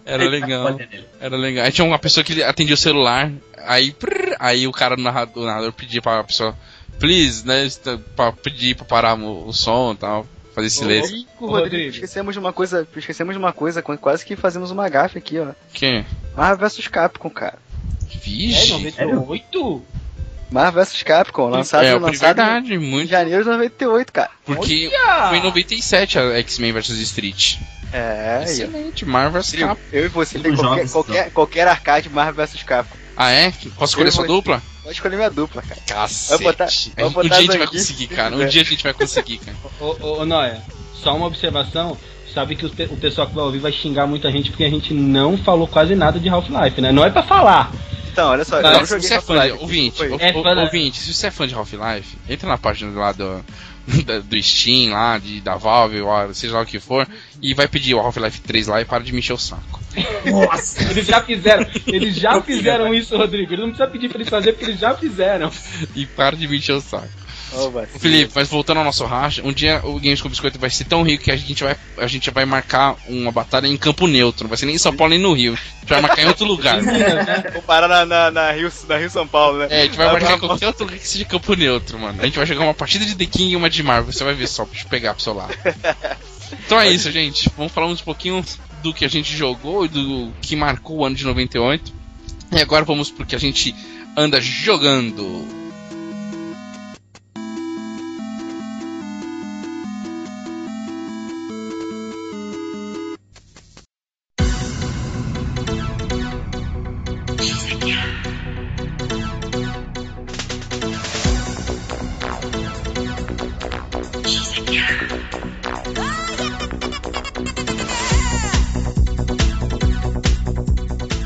era legal, Olha, né? era legal. Aí tinha uma pessoa que atendia o celular, aí, prrr, aí o cara do narrador, o narrador pedia pra pessoa, please, né? esta- Pra pedir pra parar o, o som e tal, fazer silêncio. Ih, Ô, Rodrigo, Rodrigo. esquecemos de uma coisa, esquecemos de uma coisa, qu- quase que fazemos uma gafe aqui, ó. Que? Marvel vs Capcom, cara. É, Vixe! 98? Marvel vs Capcom, lançado, É, é lançado verdade, em muito. janeiro de 98, cara. Porque Olha! foi em 97 a X-Men vs Street. É, aí, ó. Excelente, Marvel vs. Capcom. Eu e você tem Cinco qualquer, jogos, qualquer, qualquer arcade Marvel vs Capcom. Ah, é? Posso escolher Eu sua vou- dupla? Pode escolher minha dupla, cara. Cacete. Vai botar- vai um botar dia a gente vai Zangief. conseguir, cara. né? Um dia a gente vai conseguir, cara. Ô, ô, ô Noia, só uma observação. Sabe que o, pe- o pessoal que vai ouvir vai xingar muita gente porque a gente não falou quase nada de Half-Life, né? Não é pra falar. Então, olha só, Não, eu Não, não se joguei você é fã de, Half-Life. ouvinte, Foi. ou- É, ou- fala- ouvinte, se você é fã de Half-Life, entra na página lá do, [LAUGHS] da- do Steam, lá, de, da Valve, ou seja lá o que for, e vai pedir o Half-Life 3 lá e para de me encher o saco. [LAUGHS] Nossa! Eles já fizeram, eles já fizeram isso, Rodrigo. Eles não precisa pedir pra eles fazer porque eles já fizeram. E para de me encher o saco. Ô, vacilo. Felipe, mas voltando ao nosso racha, um dia o Games com Biscoito vai ser tão rico que a gente vai, a gente vai marcar uma batalha em campo neutro. Não vai ser nem em São Paulo nem no Rio. A gente vai marcar em outro [LAUGHS] lugar. Vou parar na, na, na Rio, na Rio São Paulo, né? É, a gente vai Ah, marcar tá em qualquer outro lugar que seja campo neutro, mano. A gente vai jogar uma partida de The King e uma de Marvel. Você vai ver só, pra te pegar pro seu lado. Então é isso, gente. Vamos falar uns pouquinho do que a gente jogou e do que marcou o ano de 98. E agora vamos pro que a gente anda jogando.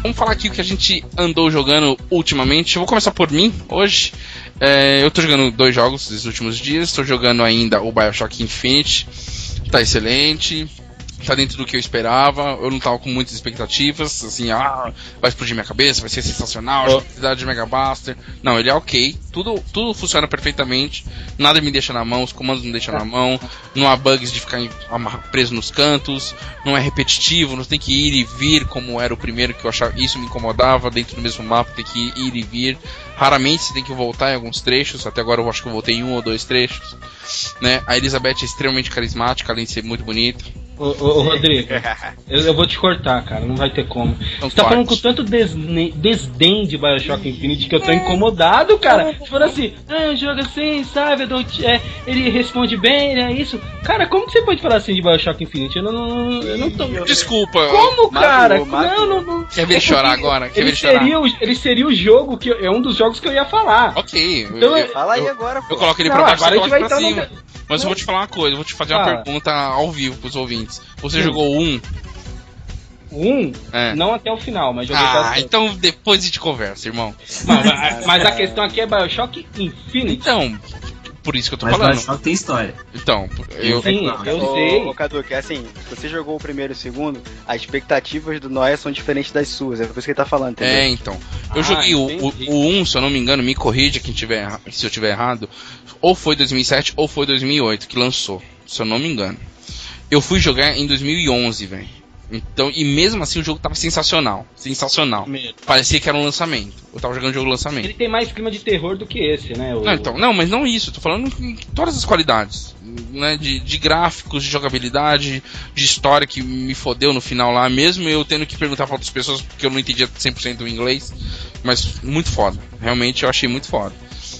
Vamos falar aqui o que a gente andou jogando ultimamente. Eu vou começar por mim hoje. É, eu tô jogando dois jogos nesses últimos dias. Tô jogando ainda o Bioshock Infinite. Tá excelente. tá dentro do que eu esperava. Eu não tava com muitas expectativas, assim, ah, vai explodir minha cabeça, vai ser sensacional, a dificuldade de Mega Buster. Não, ele é ok, tudo, tudo funciona perfeitamente, nada me deixa na mão, os comandos não deixam na mão, não há bugs de ficar em- amarra- preso nos cantos, não é repetitivo, não tem que ir e vir como era o primeiro que eu achava, isso me incomodava, dentro do mesmo mapa tem que ir e vir. Raramente você tem que voltar em alguns trechos, até agora eu acho que eu voltei em um ou dois trechos. Né? A Elizabeth é extremamente carismática, além de ser muito bonita. Ô, ô, ô, Rodrigo, eu, eu vou te cortar, cara, não vai ter como. Então, Você tá falando com forte. tanto desne- desdém de Bioshock Infinite que eu tô incomodado, cara. Você falou assim, ah, joga assim, sabe? eu dou ti- é, ele responde bem, ele é isso. Cara, como que você pode falar assim de Bioshock Infinite? Eu não, não- eu não tô. Desculpa, Como, Matou, cara? matou. Não, não, não. quer ver ele chorar agora? Quer ver Ele ele chorar? seria, o, ele seria o jogo que. eu- É um dos jogos que eu ia falar. Ok. eu- Então, eu, Fala aí agora, pô. eu coloco ele Não, pra baixo agora e a gente vai coloco pra entrar no- cima. Mas eu vou te falar uma coisa, eu vou te fazer uma Fala. pergunta ao vivo pros ouvintes. Você Hum. jogou um? Um, É. não até o final, mas joguei Ah, quase todos. então depois a gente conversa, irmão. Não, [LAUGHS] mas, mas a questão aqui é Bioshock Infinite. Então, por isso que eu tô Mas falando. Bioshock tem história. Então, eu. Sim, Não, eu Ô, sei. Ô, Cadu, que é assim, você jogou o primeiro e o segundo, as expectativas do Noé são diferentes das suas, é por isso que ele tá falando, entendeu? É, então. Eu Ah, joguei o, o, entendi. o 1, se eu não me engano, me corrija quem tiver, erra- se eu tiver errado. Ou foi 2007 ou foi 2008 que lançou, se eu não me engano. Eu fui jogar em 2011, velho. Então, e mesmo assim o jogo tava sensacional. Sensacional. Primeiro. Parecia que era um lançamento. Eu tava jogando jogo lançamento. Ele tem mais clima de terror do que esse, né? o- Não, então, não, mas não isso, eu tô falando em todas as qualidades, né, de, de gráficos, de jogabilidade, de história que me fodeu no final lá, mesmo eu tendo que perguntar pra outras pessoas porque eu não entendia 100% o inglês, mas muito foda, realmente eu achei muito foda.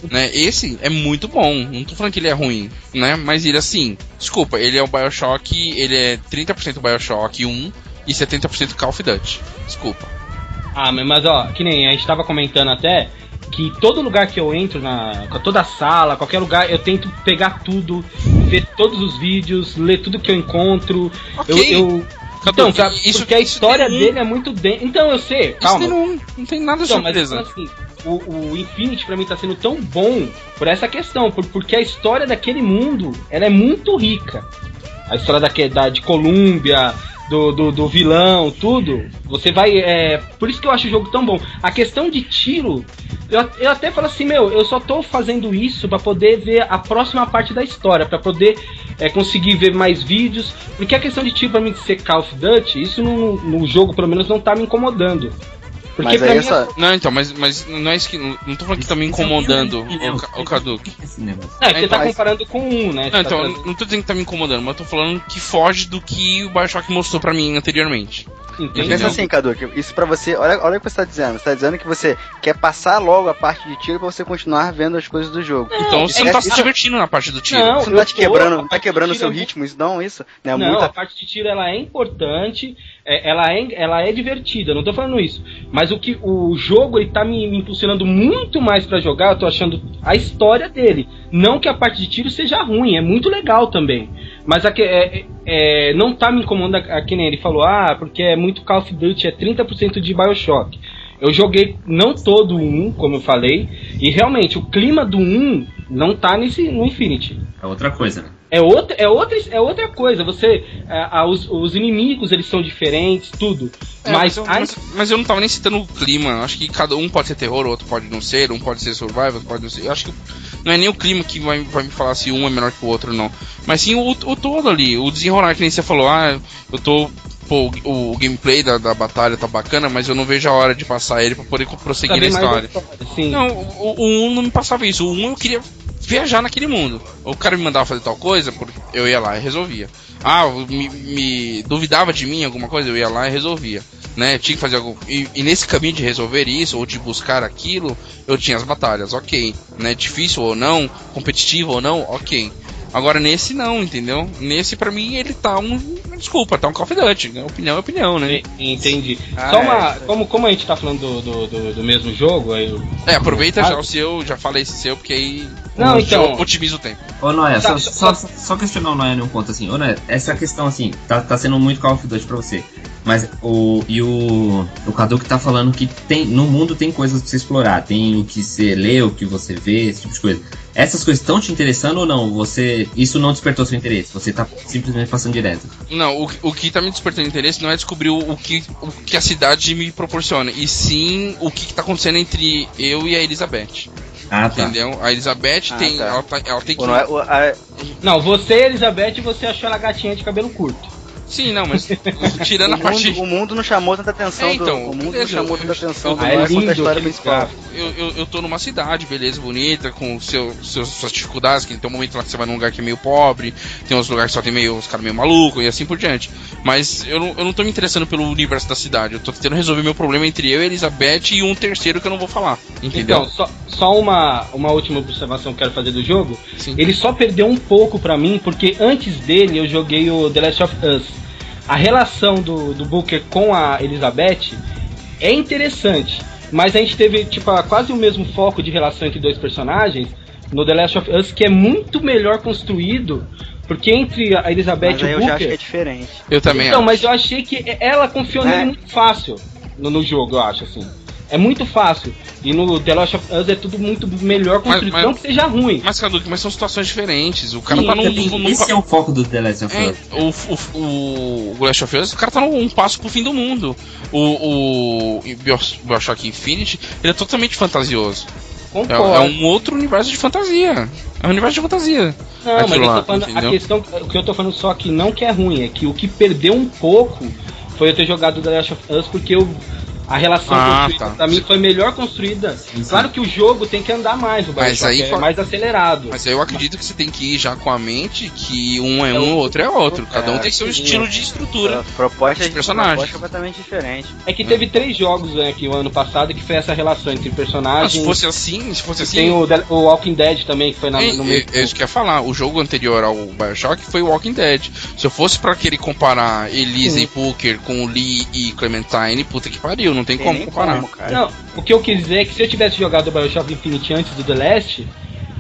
Né, esse é muito bom, não tô falando que ele é ruim, né, mas ele assim, desculpa, ele é o BioShock, ele é 30% BioShock 1 e 70% Call of Duty. Desculpa. Ah, mas- mas ó, que nem a gente tava comentando até que todo lugar que eu entro, na toda sala, qualquer lugar, eu tento pegar tudo, ver todos os vídeos, ler tudo que eu encontro. Ok. Eu, eu... Cadu, Então, cara, isso- porque a isso história tem um- dele é muito densa. Então, eu sei, calma. Isso não, não tem nada de Então, mas surpresa. assim, o, o Infinity pra mim tá sendo tão bom por essa questão, por- porque a história daquele mundo ela é muito rica. A história daque- da, de Colômbia, do, do, do vilão, tudo. Você vai. É, por isso que eu acho o jogo tão bom. A questão de tiro, eu, eu até falo assim, meu, eu só tô fazendo isso pra poder ver a próxima parte da história, pra poder é, conseguir ver mais vídeos. Porque a questão de tiro pra mim de ser Call of Duty, isso no, no jogo pelo menos não tá me incomodando. Porque Mas pra aí mim é essa, Não, então, mas, mas não é isso que. Não tô falando que tá me é um um incomodando o, Ca- o Caduque. né? Esse negócio. É, você Então, tá mas- comparando com um, né? Você Não, tá então, trazendo- não tô dizendo que tá me incomodando, mas eu tô falando que foge do que o Bioshock mostrou pra mim anteriormente. Entendeu? Pensa assim, Cadu, que isso pra você, olha, olha o que você tá dizendo. Você tá dizendo que você quer passar logo a parte de tiro pra você continuar vendo as coisas do jogo. então você não tá isso- se divertindo na parte do tiro. Não, Isso não tá eu é te tô, quebrando, a não tá parte quebrando de o seu tiro é ritmo, isso não, isso? Não, é não, a muita. parte de tiro ela é importante, é, ela, é, ela é divertida, não tô falando isso. Mas o que o jogo ele tá me, me impulsionando muito mais pra jogar, eu tô achando a história dele. Não que a parte de tiro seja ruim, é muito legal também. Mas a que- é- é- não tá me incomodando, a, a que nem ele falou, ah, porque é muito Call of Duty, é 30% de Bioshock. Eu joguei não todo o 1, como eu falei, e realmente o clima do 1 não tá nesse, no Infinity. É outra coisa, né? É outra, é outra, é outra coisa. Você, é, a- a- os, os inimigos eles são diferentes, tudo. É, mas, eu, a- mas, mas eu não tava nem citando o clima. Acho que cada um pode ser terror, outro pode não ser, um pode ser survival, outro pode não ser. Eu acho que não é nem o clima que vai, vai me falar se um é melhor que o outro, não. Mas sim o, o todo ali, o desenrolar, que nem você falou, ah, eu tô. Pô, o, o gameplay da, da batalha tá bacana, mas eu não vejo a hora de passar ele pra poder prosseguir na saber é mais da história. história, sim. Não, o, o 1 não me passava isso. O 1 eu queria viajar naquele mundo. O cara me mandava fazer tal coisa, por- eu ia lá e resolvia. Ah, me, me duvidava de mim alguma coisa, eu ia lá e resolvia. Né? Tinha que fazer algum. E, e nesse caminho de resolver isso, ou de buscar aquilo, eu tinha as batalhas, ok. Né? Difícil ou não, competitivo ou não, ok. Agora nesse não, entendeu? Nesse pra mim ele tá um. Desculpa, tá um Call of Duty. né? Opinião é opinião, né? Entendi. Ah, Só é, uma, isso aí. como, como a gente tá falando do, do, do- do mesmo jogo, aí eu- É, aproveita Ah. já o seu, já falei esse seu, porque aí. Não, então. eu otimizo o tempo. Ô, Noé, Tá, um só, só, só questionar o Noé num ponto assim. Ô, Noé, essa questão assim, tá, tá sendo muito Call of Duty pra você. Mas o. E o. O Cadu que tá falando que tem. No mundo tem coisas pra você explorar. Tem o que você lê, o que você vê, esse tipo de coisa. Essas coisas estão te interessando ou não? Você. Isso não despertou seu interesse. Você tá simplesmente passando direto. Não, o, o que tá me despertando interesse não é descobrir o, o que, o que a cidade me proporciona, e sim o que, que tá acontecendo entre eu e a Elizabeth. Ah, tá. Entendeu? A Elizabeth Ah, tem. tá. Ela, tá- ela tem que. Pô, não é- o- a- Não, você, Elizabeth, você achou ela gatinha de cabelo curto. Sim, não, mas tirando o, [LAUGHS] a parte. Um mundo, o mundo não chamou tanta atenção É, então, do. O mundo não beleza, chamou eu- tanta atenção eu- do Ah, é Mario quanto lindo a história aquele principal. gráfico. Eu, eu, eu tô numa cidade, beleza, bonita, com seu, seus, suas dificuldades, que tem um momento lá que você vai num lugar que é meio pobre, tem uns lugares que só tem meio, os caras meio malucos e assim por diante. Mas eu não, eu não tô me interessando pelo universo da cidade, eu tô tentando resolver meu problema entre eu e a Elizabeth e um terceiro que eu não vou falar. Entendeu? Então, só, só uma, uma última observação que eu quero fazer do jogo. Sim. Ele só perdeu um pouco pra mim, porque antes dele eu joguei o The Last of Us. A relação do, do Booker com a Elizabeth é interessante, mas a gente teve tipo, a- quase o mesmo foco de relação entre dois personagens no The Last of Us, que é muito melhor construído, porque entre a Elizabeth Mas e aí o eu Booker... já acho que é diferente. Eu também Então, acho. mas eu achei que ela confiou Né? nele muito fácil no, no jogo, eu acho, assim. É muito fácil. E no The Last of Us é tudo muito melhor Mas- construído. mas- Não que seja ruim. Mas, Caduque, mas são situações diferentes. O cara tá num. Também, num- num- esse é o foco do The Last of Us. É, o, o, o, o Last of Us, o cara tá num um passo pro fim do mundo. O, o Bio- Bioshock Infinity, ele é totalmente fantasioso. É, Concordo. é um outro universo de fantasia. É um universo de fantasia. Não, mas aquilo eu lá, tô falando, entendeu? a questão, o que eu tô falando só que não que é ruim, é que o que perdeu um pouco foi eu ter jogado The Last of Us, porque eu, a relação Ah, construída tá. pra mim foi melhor construída. É, sim. Claro que o jogo tem que andar mais, o Mas Bioshock aí é fa- mais acelerado. Mas eu acredito que você tem que ir já com a mente que um é um, outro é outro. Cada um tem seu estilo de estrutura. A proposta de de personagem. proposta é completamente diferente. É que teve três jogos né, aqui o ano passado que foi essa relação entre Ah, se personagens. fosse assim, se fosse E assim. Tem o, The- o Walking Dead também, que foi na, É, no é- meio. é isso que eu ia falar. O jogo anterior ao Bioshock foi Walking Dead. Se eu fosse pra querer comparar Elisa Sim. e Booker com Lee e Clementine, puta que pariu, não tem, Tem como nem comparar. como, cara. Não, o que eu quis dizer é que se eu tivesse jogado o Bioshock Infinite antes do The Last,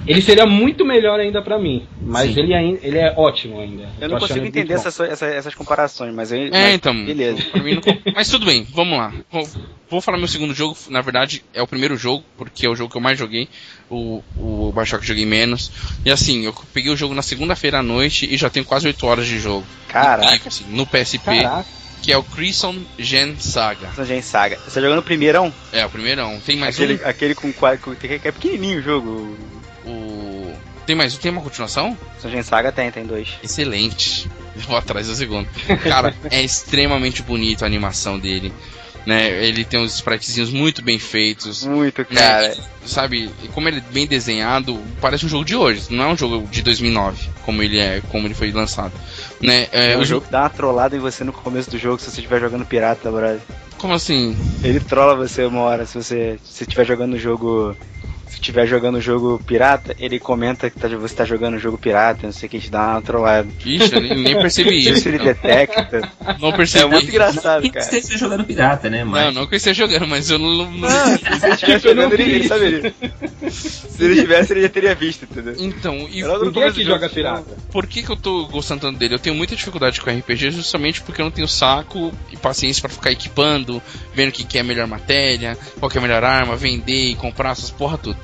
ele seria muito melhor ainda pra mim. Mas Sim. ele, ainda, ele é ótimo ainda. Eu não Tô achando consigo ele entender muito bom. essas, essa- essas comparações, mas eu. É, mas- então. Beleza. pra mim não [LAUGHS] comp- Mas tudo bem, vamos lá. Vou- Vou falar meu segundo jogo, na verdade é o primeiro jogo, porque é o jogo que eu mais joguei. O, o Bioshock eu joguei menos. E assim, eu peguei o jogo na segunda-feira à noite e já tenho quase 8 horas de jogo. Caraca, Incrível, assim, no PSP, Caraca. que é o Crimson Gen Saga. São Jane Saga. Você tá jogando o primeirão? É, o primeirão. Tem mais Aquele, aquele com quatro. Que que é pequenininho o jogo. um. O... Tem mais um? Tem uma continuação? São Jane Saga tem, tem dois. excelente. [LAUGHS] Eu vou atrás da segunda. Cara, é extremamente bonito a animação dele. Né? Ele tem uns spritezinhos muito bem feitos. Muito, né? cara. Sabe, e como ele é bem desenhado, parece um jogo de hoje, não é um jogo de 2009, como ele é, como ele foi lançado, né? É, É o jogo, um jogo que dá uma trollada em você no começo do jogo se você estiver jogando pirata, brother. como assim? Ele trola você uma hora se você se você estiver jogando o jogo. Se estiver jogando o jogo pirata, ele comenta que tá- você tá jogando o jogo pirata, não sei o que, te dá uma trollada. Ixi, eu nem, nem percebi [LAUGHS] Não sei se isso. ele Não, [LAUGHS] detecta. não É percebi. muito engraçado, Quem cara. que esteja jogando pirata, né? Não, Mas não que eu esteja jogando, mas eu não. não- Não, se ele estivesse Eu não jogando, ele, vi ele saberia. [LAUGHS] Se ele tivesse, ele já teria visto, entendeu? Então, e Ela- Ninguém aqui joga pirata. por que, que eu tô gostando tanto dele? Eu tenho muita dificuldade com RPG justamente porque eu não tenho saco e paciência pra ficar equipando, vendo o que, que é a melhor matéria, qual que é a melhor arma, vender e comprar essas porra tudo.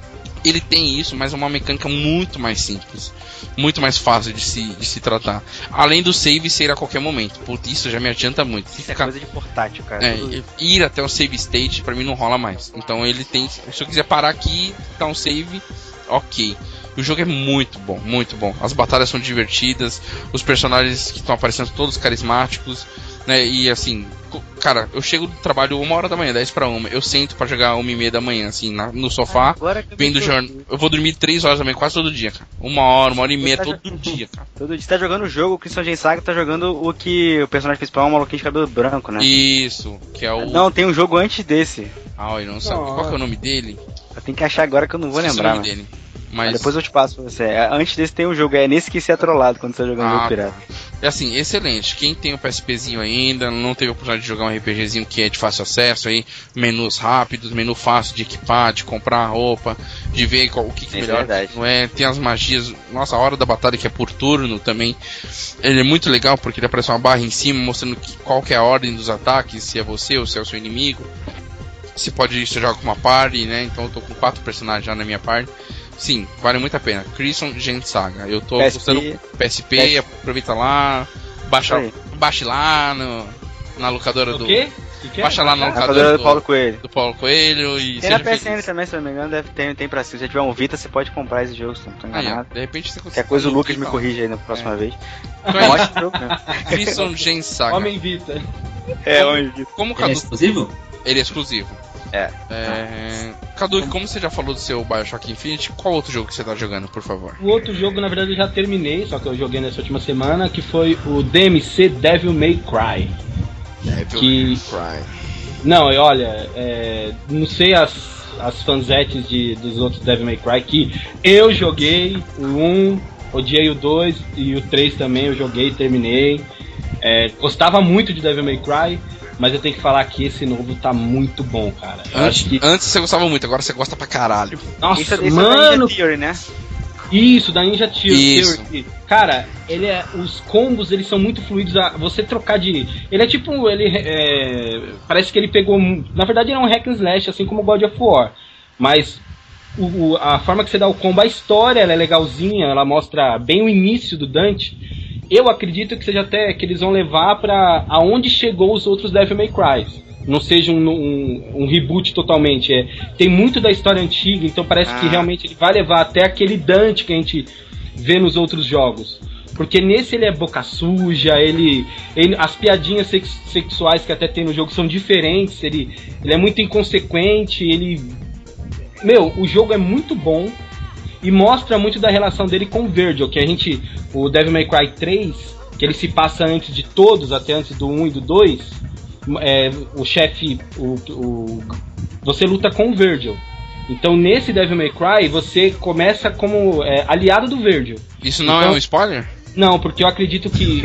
Ele tem isso, mas é uma mecânica muito mais simples, muito mais fácil de se, de se tratar. Além do save ser a qualquer momento. Putz, isso já me adianta muito. Isso é Ficar- coisa de portátil, cara. tá é, e- ir até o save state pra mim não rola mais. Então ele tem. Se eu quiser parar aqui, dar um save, ok. O jogo é muito bom, muito bom. As batalhas são divertidas, os personagens que estão aparecendo todos carismáticos, né? E assim, co- cara, eu chego do trabalho uma hora da manhã, 10 pra uma, eu sento pra jogar uma e meia da manhã, assim, na- no sofá, Agora que Ah, eu vendo tô- jornal. Eu vou dormir 3 horas da manhã, quase todo dia, cara. Uma hora, uma hora e meia, Você tá todo dia, cara. Todo dia. Você tá jogando o jogo, o Christian J. Saga tá jogando o que o personagem principal é um maluquinho de cabelo branco, né? Isso, que é o. Não, tem um jogo antes desse. Ah, eu não sabe. Qual que é o nome dele? Eu tenho que achar agora que eu não vou Esqueci lembrar. né? Ah, o nome mano. dele. Mas Mas. Depois eu te passo pra você. É, Antes desse tem um jogo, é nesse que você é trollado quando você tá jogando Ah, jogo pirata. É assim, excelente. Quem tem o PSPzinho ainda, não teve a oportunidade de jogar um RPGzinho que é de fácil acesso aí, menus rápidos, menu fácil de equipar, de comprar roupa, de ver qual, o que, que É melhor verdade. não é, tem as magias. Nossa, a hora da batalha que é por turno também. Ele é muito legal porque ele aparece uma barra em cima mostrando que- qual que é a ordem dos ataques, se é você ou se é o seu inimigo. Você pode você joga com uma party, né? Então eu tô com quatro personagens já na minha party. Sim, vale muito a pena. Crimson Gente Saga. Eu tô PSP. gostando PSP, PSP. aproveita lá, baixa, Isso baixe lá no, na locadora O do. quê? O quê? Baixa lá na A locadora locadora do, do Paulo Coelho. do Paulo Coelho e Tem na seja PSN feliz. também, se eu não me engano, deve ter, tem pra si. Se você tiver um Vita, você pode comprar esse jogo, se eu não tô Aí, ó, enganado. de repente você consegue. Qualquer coisa o fazer um Lucas me clipão. corrige aí na próxima vez. Então É um é ótimo jogo, né? isso, Crimson Gen Saga. Homem Vita. [LAUGHS] É, homem Vita. Como o Ele é Cadu. exclusivo? Ele é exclusivo. É. É, Cadu, como você já falou do seu Bioshock Infinite, qual outro jogo que você tá jogando, por favor? O outro jogo, na verdade, eu já terminei, só que eu joguei nessa última semana, que foi o DMC Devil May Cry. Que- Cry. Não, e olha, é, não sei as, as fanzetes de, dos outros Devil May Cry, que eu joguei o 1, odiei o 2 e o 3 também eu joguei, terminei. É, gostava muito de Devil May Cry, mas eu tenho que falar que esse novo tá muito bom, cara. Eu acho que... Antes, antes você gostava muito, agora você gosta pra caralho. Nossa, Isso, isso é da mano, Ninja Theory, né? Isso, da Ninja Tio. Isso. Cara, ele é, os combos eles são muito fluidos. A, você trocar de. Ele é tipo. Ele é, parece que ele pegou. um- Na verdade, ele é um hack and slash, assim como o God of War. Mas o- o- a forma que você dá o combo, a história ela é legalzinha, ela mostra bem o início do Dante. Eu acredito que seja até que eles vão levar pra aonde chegou os outros Devil May Cry. Não seja um, um- um reboot totalmente. É, tem muito da história antiga, então parece que Ah. realmente ele vai levar até aquele Dante que a gente vê nos outros jogos. Porque nesse ele é boca suja, ele, ele- as piadinhas sex- sexuais que até tem no jogo são diferentes, ele, ele é muito inconsequente, ele meu, o jogo é muito bom e mostra muito da relação dele com o Virgil, que a gente o Devil May Cry 3, que ele se passa antes de todos, até antes do 1 e do 2, é, o chefe o, o- você luta com o Virgil. Então nesse Devil May Cry você começa como é, aliado do Virgil. Isso não Então- é um spoiler? Não, porque eu acredito [LAUGHS] que.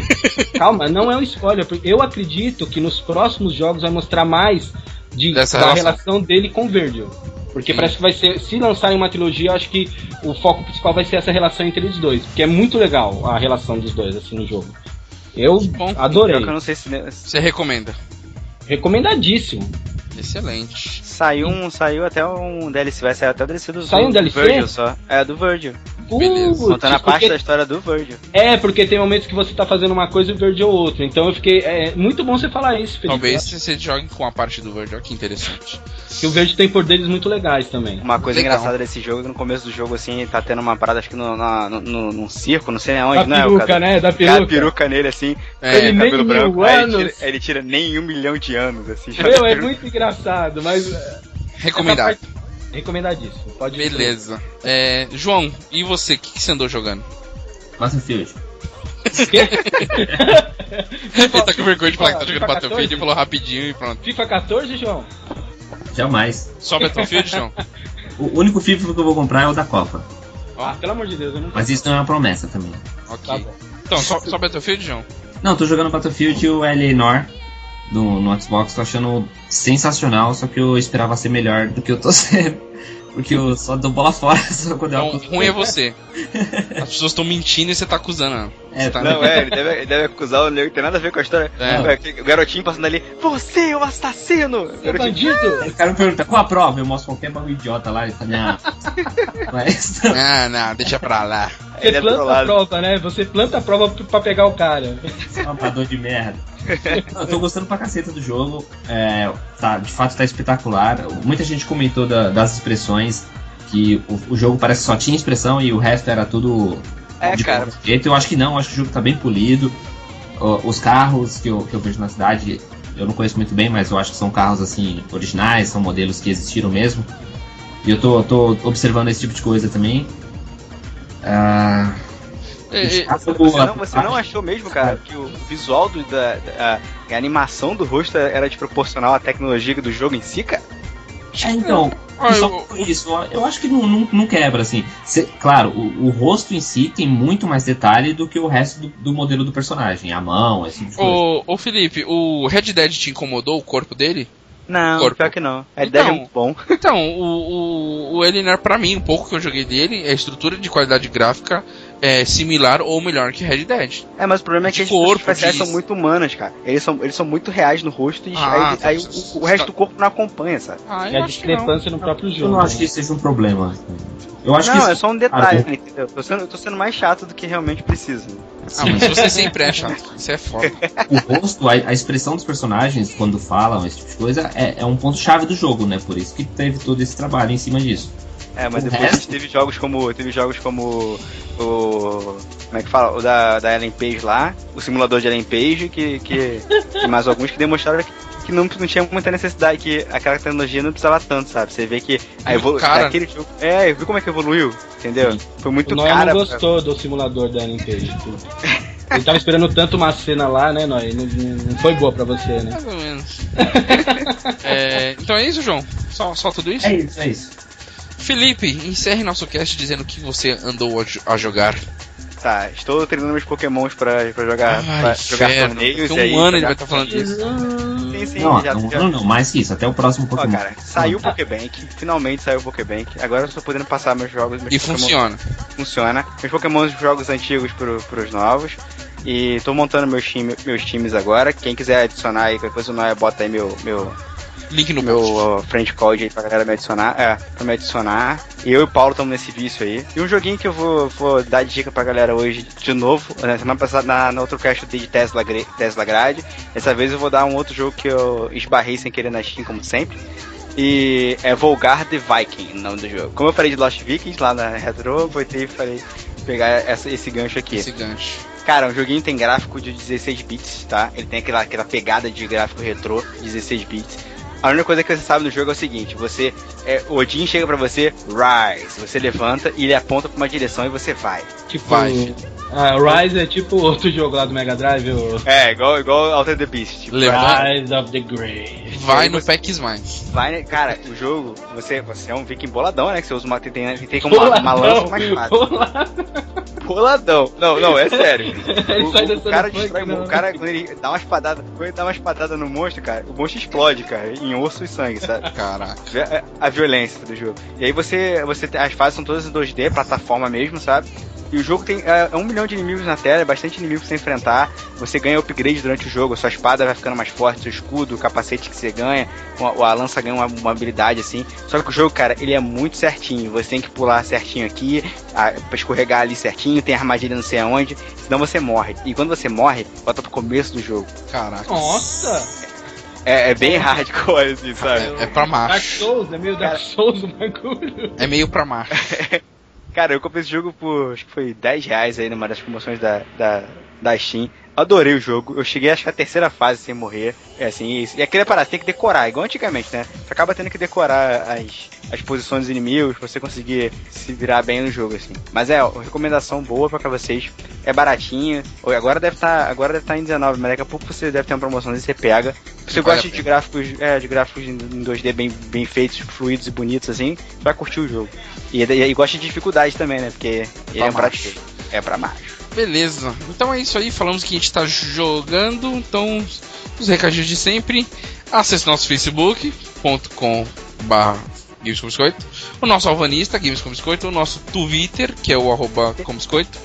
Calma, não é um spoiler. porque Eu acredito que nos próximos jogos vai mostrar mais de, Dessa da relação. relação. dele com o Virgil. Porque Sim. parece que vai ser. Se lançarem uma trilogia, eu acho que o foco principal vai ser essa relação entre eles dois. Porque é muito legal a relação dos dois, assim, no jogo. Eu Bom, adorei. Pior que eu não sei se... Você recomenda? Recomendadíssimo. Excelente. Saiu um, saiu até um DLC, vai sair até o DLC do Saiu um DLC? Virgil só. É, do Virgil. Uh, Beleza. Putz, Contando a parte da porque- história do Virgil. É, porque tem momentos que você tá fazendo uma coisa e o Virgil outra. Então eu fiquei. É muito bom você falar isso, Felipe. Talvez você jogue com a parte do Verde, olha que interessante. Que o Virgil tem poderes muito legais também. Uma coisa Legal. engraçada desse jogo, é que no começo do jogo, assim, tá tendo uma parada, acho que no, na, no, no- num circo, não sei aonde, Da não é? o peruca, cara- né? Da o cara peruca. peruca nele, assim, É, Ele nem cabelo mil branco, aí ele, anos. tira, aí ele tira nem um milhão de anos, assim. já Meu, é peruca. muito engraçado, mas. é, recomendado. essa parte- Recomendadíssimo. Pode ir. Beleza. É, João, e você? O que, que você andou jogando? Battlefield. Ele tá com vergonha de falar que tá jogando FIFA Battlefield 14? e falou rapidinho e pronto. FIFA 14, João? Jamais. Só Battlefield, João? O único FIFA que eu vou comprar é o da Copa. Ah, pelo amor de Deus, eu não. Mas isso não é uma promessa também. Ok. Tá bom. Então, só, só Battlefield, João? Não, tô jogando Battlefield e o LA Noir no, no Xbox, tô achando sensacional, só que eu esperava ser melhor do que eu tô [LAUGHS] sendo. Porque eu só dou bola fora [LAUGHS] só quando Então, eu ruim é você. As pessoas estão mentindo e você tá acusando. ela. É, Você tá- Não, é, ele deve, ele deve acusar o nego, tem nada a ver com a história. É. Ué, que- O garotinho passando ali, você é o assassino! O Seu garotinho, bandido! O cara me pergunta qual a prova? Eu mostro qualquer bagulho idiota lá tá e [LAUGHS] fala, não. Mas não. Ah, não, deixa pra lá. ele é Você planta a trollado. prova, né? Você planta a prova p- pra pegar o cara. [LAUGHS] É Amador de merda. Não, eu tô gostando pra caceta do jogo. é, tá, de fato tá espetacular. Muita gente comentou da- das expressões. Que o, o jogo parece que só tinha expressão e o resto era tudo. É, de cara. qualquer jeito. Eu acho que não, eu acho que o jogo tá bem polido. Ó, os carros que eu, que eu vejo na cidade, eu não conheço muito bem, mas eu acho que são carros assim, originais, são modelos que existiram mesmo. E eu tô, tô observando esse tipo de coisa também. Ah, É, é, Você não, você não achou mesmo, cara, que o visual do- da, da- a, a animação do rosto era desproporcional à tecnologia do jogo em si, cara? É, então, Ah, só eu- por isso, eu- eu acho que não, não, não quebra, assim. Cê- claro, o, o rosto em si tem muito mais detalhe do que o resto do, do modelo do personagem. A mão, esse tipo de coisa. Ô, ô Felipe, o Red Dead te incomodou o corpo dele? Não, Corpo. pior que não. É Então. então, é muito bom. Então, o, o, o Elinar, pra mim, um pouco que eu joguei dele, é a estrutura de qualidade gráfica é similar ou melhor que Red Dead. É, mas o problema é que De as pessoas corpo, especiais são diz. muito humanas, cara. Eles são, eles são muito reais no rosto e Ah, aí, aí tá. o, o resto do corpo não acompanha, sabe? Ah, eu É a acho que não. discrepância no próprio Eu jogo. não acho né? que isso seja um problema. Eu acho não, que isso é só um detalhe, Ah, bom. entendeu? Tô sendo, eu tô sendo mais chato do que realmente preciso. é Ah, mas você sempre é chato. Isso é foda. o rosto, a, a expressão dos personagens quando falam, esse tipo de coisa, é, é um ponto-chave do jogo, né? Por isso que teve todo esse trabalho em cima disso. É, mas O depois resto? teve jogos como. Teve jogos como o. Como é que fala? O da, da Ellen Page lá, o simulador de Ellen Page, que. que e mais alguns que demonstraram que, que não, não tinha muita necessidade, que aquela tecnologia não precisava tanto, sabe? Você vê que a Muito evolu- Hum, cara. daquele jogo. É, viu como é que evoluiu? Entendeu? Foi muito O Noé cara. não gostou do simulador da Limpage. Ele tava esperando tanto uma cena lá, né, Noé? Não, não- não foi boa pra você, [LAUGHS] né? Mais ou menos. [LAUGHS] É, então é isso, João? Só, só tudo isso? É isso, é isso. Felipe, encerre nosso cast dizendo que você andou a, jo- a jogar. Tá, estou treinando meus pokémons pra, pra Ah, jogar, pra jogar inferno. torneios. Daqui e a aí, um ano pra ele vai jogar- estar falando isso. Sim, sim, Não, já, não, já- não, não, mais que isso. Até o próximo Ó, Pokémon. cara, saiu o Pokébank, finalmente saiu o Pokébank. Agora eu tô podendo passar meus jogos, meus E Pokémon- funciona. funciona. Meus Pokémon dos jogos antigos pro, pros novos. E tô montando meus, time, meus times agora. Quem quiser adicionar aí, depois o Noé bota aí meu, meu, Link no meu post. ó, friend code aí pra galera me adicionar. É, pra me adicionar. E eu e o Paulo estamos nesse vício aí. E um joguinho que eu vou, vou dar dica pra galera hoje de novo. Na semana passada, na, na outro cast eu dei de Tesla, Gre- Tesla Grade. Dessa vez eu vou dar um outro jogo que eu esbarrei sem querer na Steam, como sempre. E é Volgar the Viking, o nome do jogo. Como eu falei de Lost Vikings lá na Retro, eu voltei e falei pegar essa- esse gancho aqui. Esse gancho. Cara, o joguinho tem gráfico de 16 bits, tá? Ele tem aquela, aquela pegada de gráfico retrô, 16 bits. A única coisa que você sabe no jogo é o seguinte, você. É, o Odin chega pra você, Rise. Você levanta e ele aponta pra uma direção e você vai. Tipo, Vai, ah, Rise é tipo outro jogo lá do Mega Drive, o É, igual, igual Alter the Beast. Tipo, Levanta. Rise of the Grey. Vai no PEX Mais. vai, né? Cara, o jogo, você, você é um viking boladão, né? Que você usa uma. Tem, tem, tem como uma, uma lança e uma espada. [LAUGHS] Boladão. Não, não, é sério. Ele O, sai o dançando cara funk, né? destrói, não. o cara, quando ele dá uma espadada, quando ele dá uma espadada no monstro, cara, o monstro explode, cara, em osso e sangue, sabe? Caraca. Vi- a- é, a violência do jogo. E aí você, você tem- as fases são todas em 2D, plataforma mesmo, sabe? E o jogo tem é, é um milhão de inimigos na tela, é bastante inimigo pra você enfrentar. Você ganha upgrade durante o jogo, a sua espada vai ficando mais forte, seu escudo, o capacete que você ganha, a, a lança ganha uma, uma habilidade assim. Só que o jogo, cara, ele é muito certinho. Você tem que pular certinho aqui, a, pra escorregar ali certinho, tem armadilha não sei aonde, senão você morre. E quando você morre, volta pro começo do jogo. Caraca. Nossa! É, é bem [LAUGHS] hardcore, assim, sabe? É, é pra Dark macho. Souls, é meio Dark Souls o bagulho. É meio pra macho. Cara, eu comprei esse jogo por, acho que foi 10 reais aí numa das promoções da, da, da Steam. Adorei o jogo. Eu cheguei, acho que a terceira fase sem morrer. É assim, isso. E aquele parada, você tem que decorar, igual antigamente, né? Você acaba tendo que decorar as, as posições dos inimigos pra você conseguir se virar bem no jogo, assim. Mas é, ó, recomendação boa pra vocês. É baratinho. Ou Agora deve estar agora deve tá em 19, mas daqui a pouco você deve ter uma promoção e você pega. Se você Vale a gosta de pena. gráficos, é, de gráficos em 2D bem, bem feitos, fluidos e bonitos, assim, vai curtir o jogo. E, e, e gosta de dificuldade também, né? Porque ele é um macho. prato. É pra macho. [LAUGHS] Beleza. Então é isso aí. Falamos que a gente tá jogando. Então, os recadinhos de sempre. Acesse nosso facebook.com barra Games com Biscoito. O nosso alvanista, Games com Biscoito. O nosso Twitter, que é o arroba com Biscoito.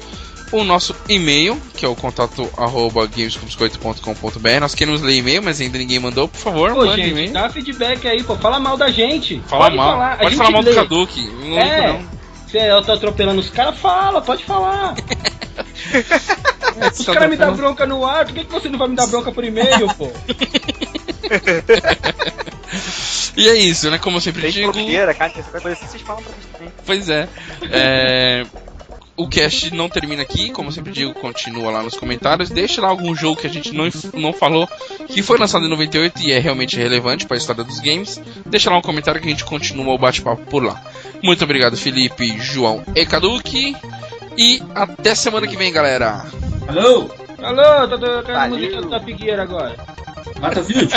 O nosso e-mail, que é o contato arroba gamescombiscoito.com.br. Nós queremos ler e-mail, mas ainda ninguém mandou. Por favor, Pô, mande gente, e-mail. dá feedback aí, pô. Fala mal da gente. Fala pode mal. falar. A pode gente falar mal do lê. Kaduki. Não É. ligo, não. Se eu tô atropelando os caras, fala, pode falar. Os caras me dão bronca no ar, por que, que você não vai me dar bronca por e-mail, pô? E é isso, né? Como eu sempre Tem digo. blogueira, cara, essa coisa assim, vocês falam pra gente também. Pois é. É, O cast não termina aqui, como eu sempre digo, continua lá nos comentários. Deixa lá algum jogo que a gente não, inf- não falou, que foi lançado em 98 e é realmente relevante para a história dos games. Deixa lá um comentário que a gente continua o bate-papo por lá. Muito obrigado, Felipe, João e Caduque. E até semana que vem, galera. Alô? Alô, tá tocando a Valeu. música da Figueira agora. Mata o vídeo?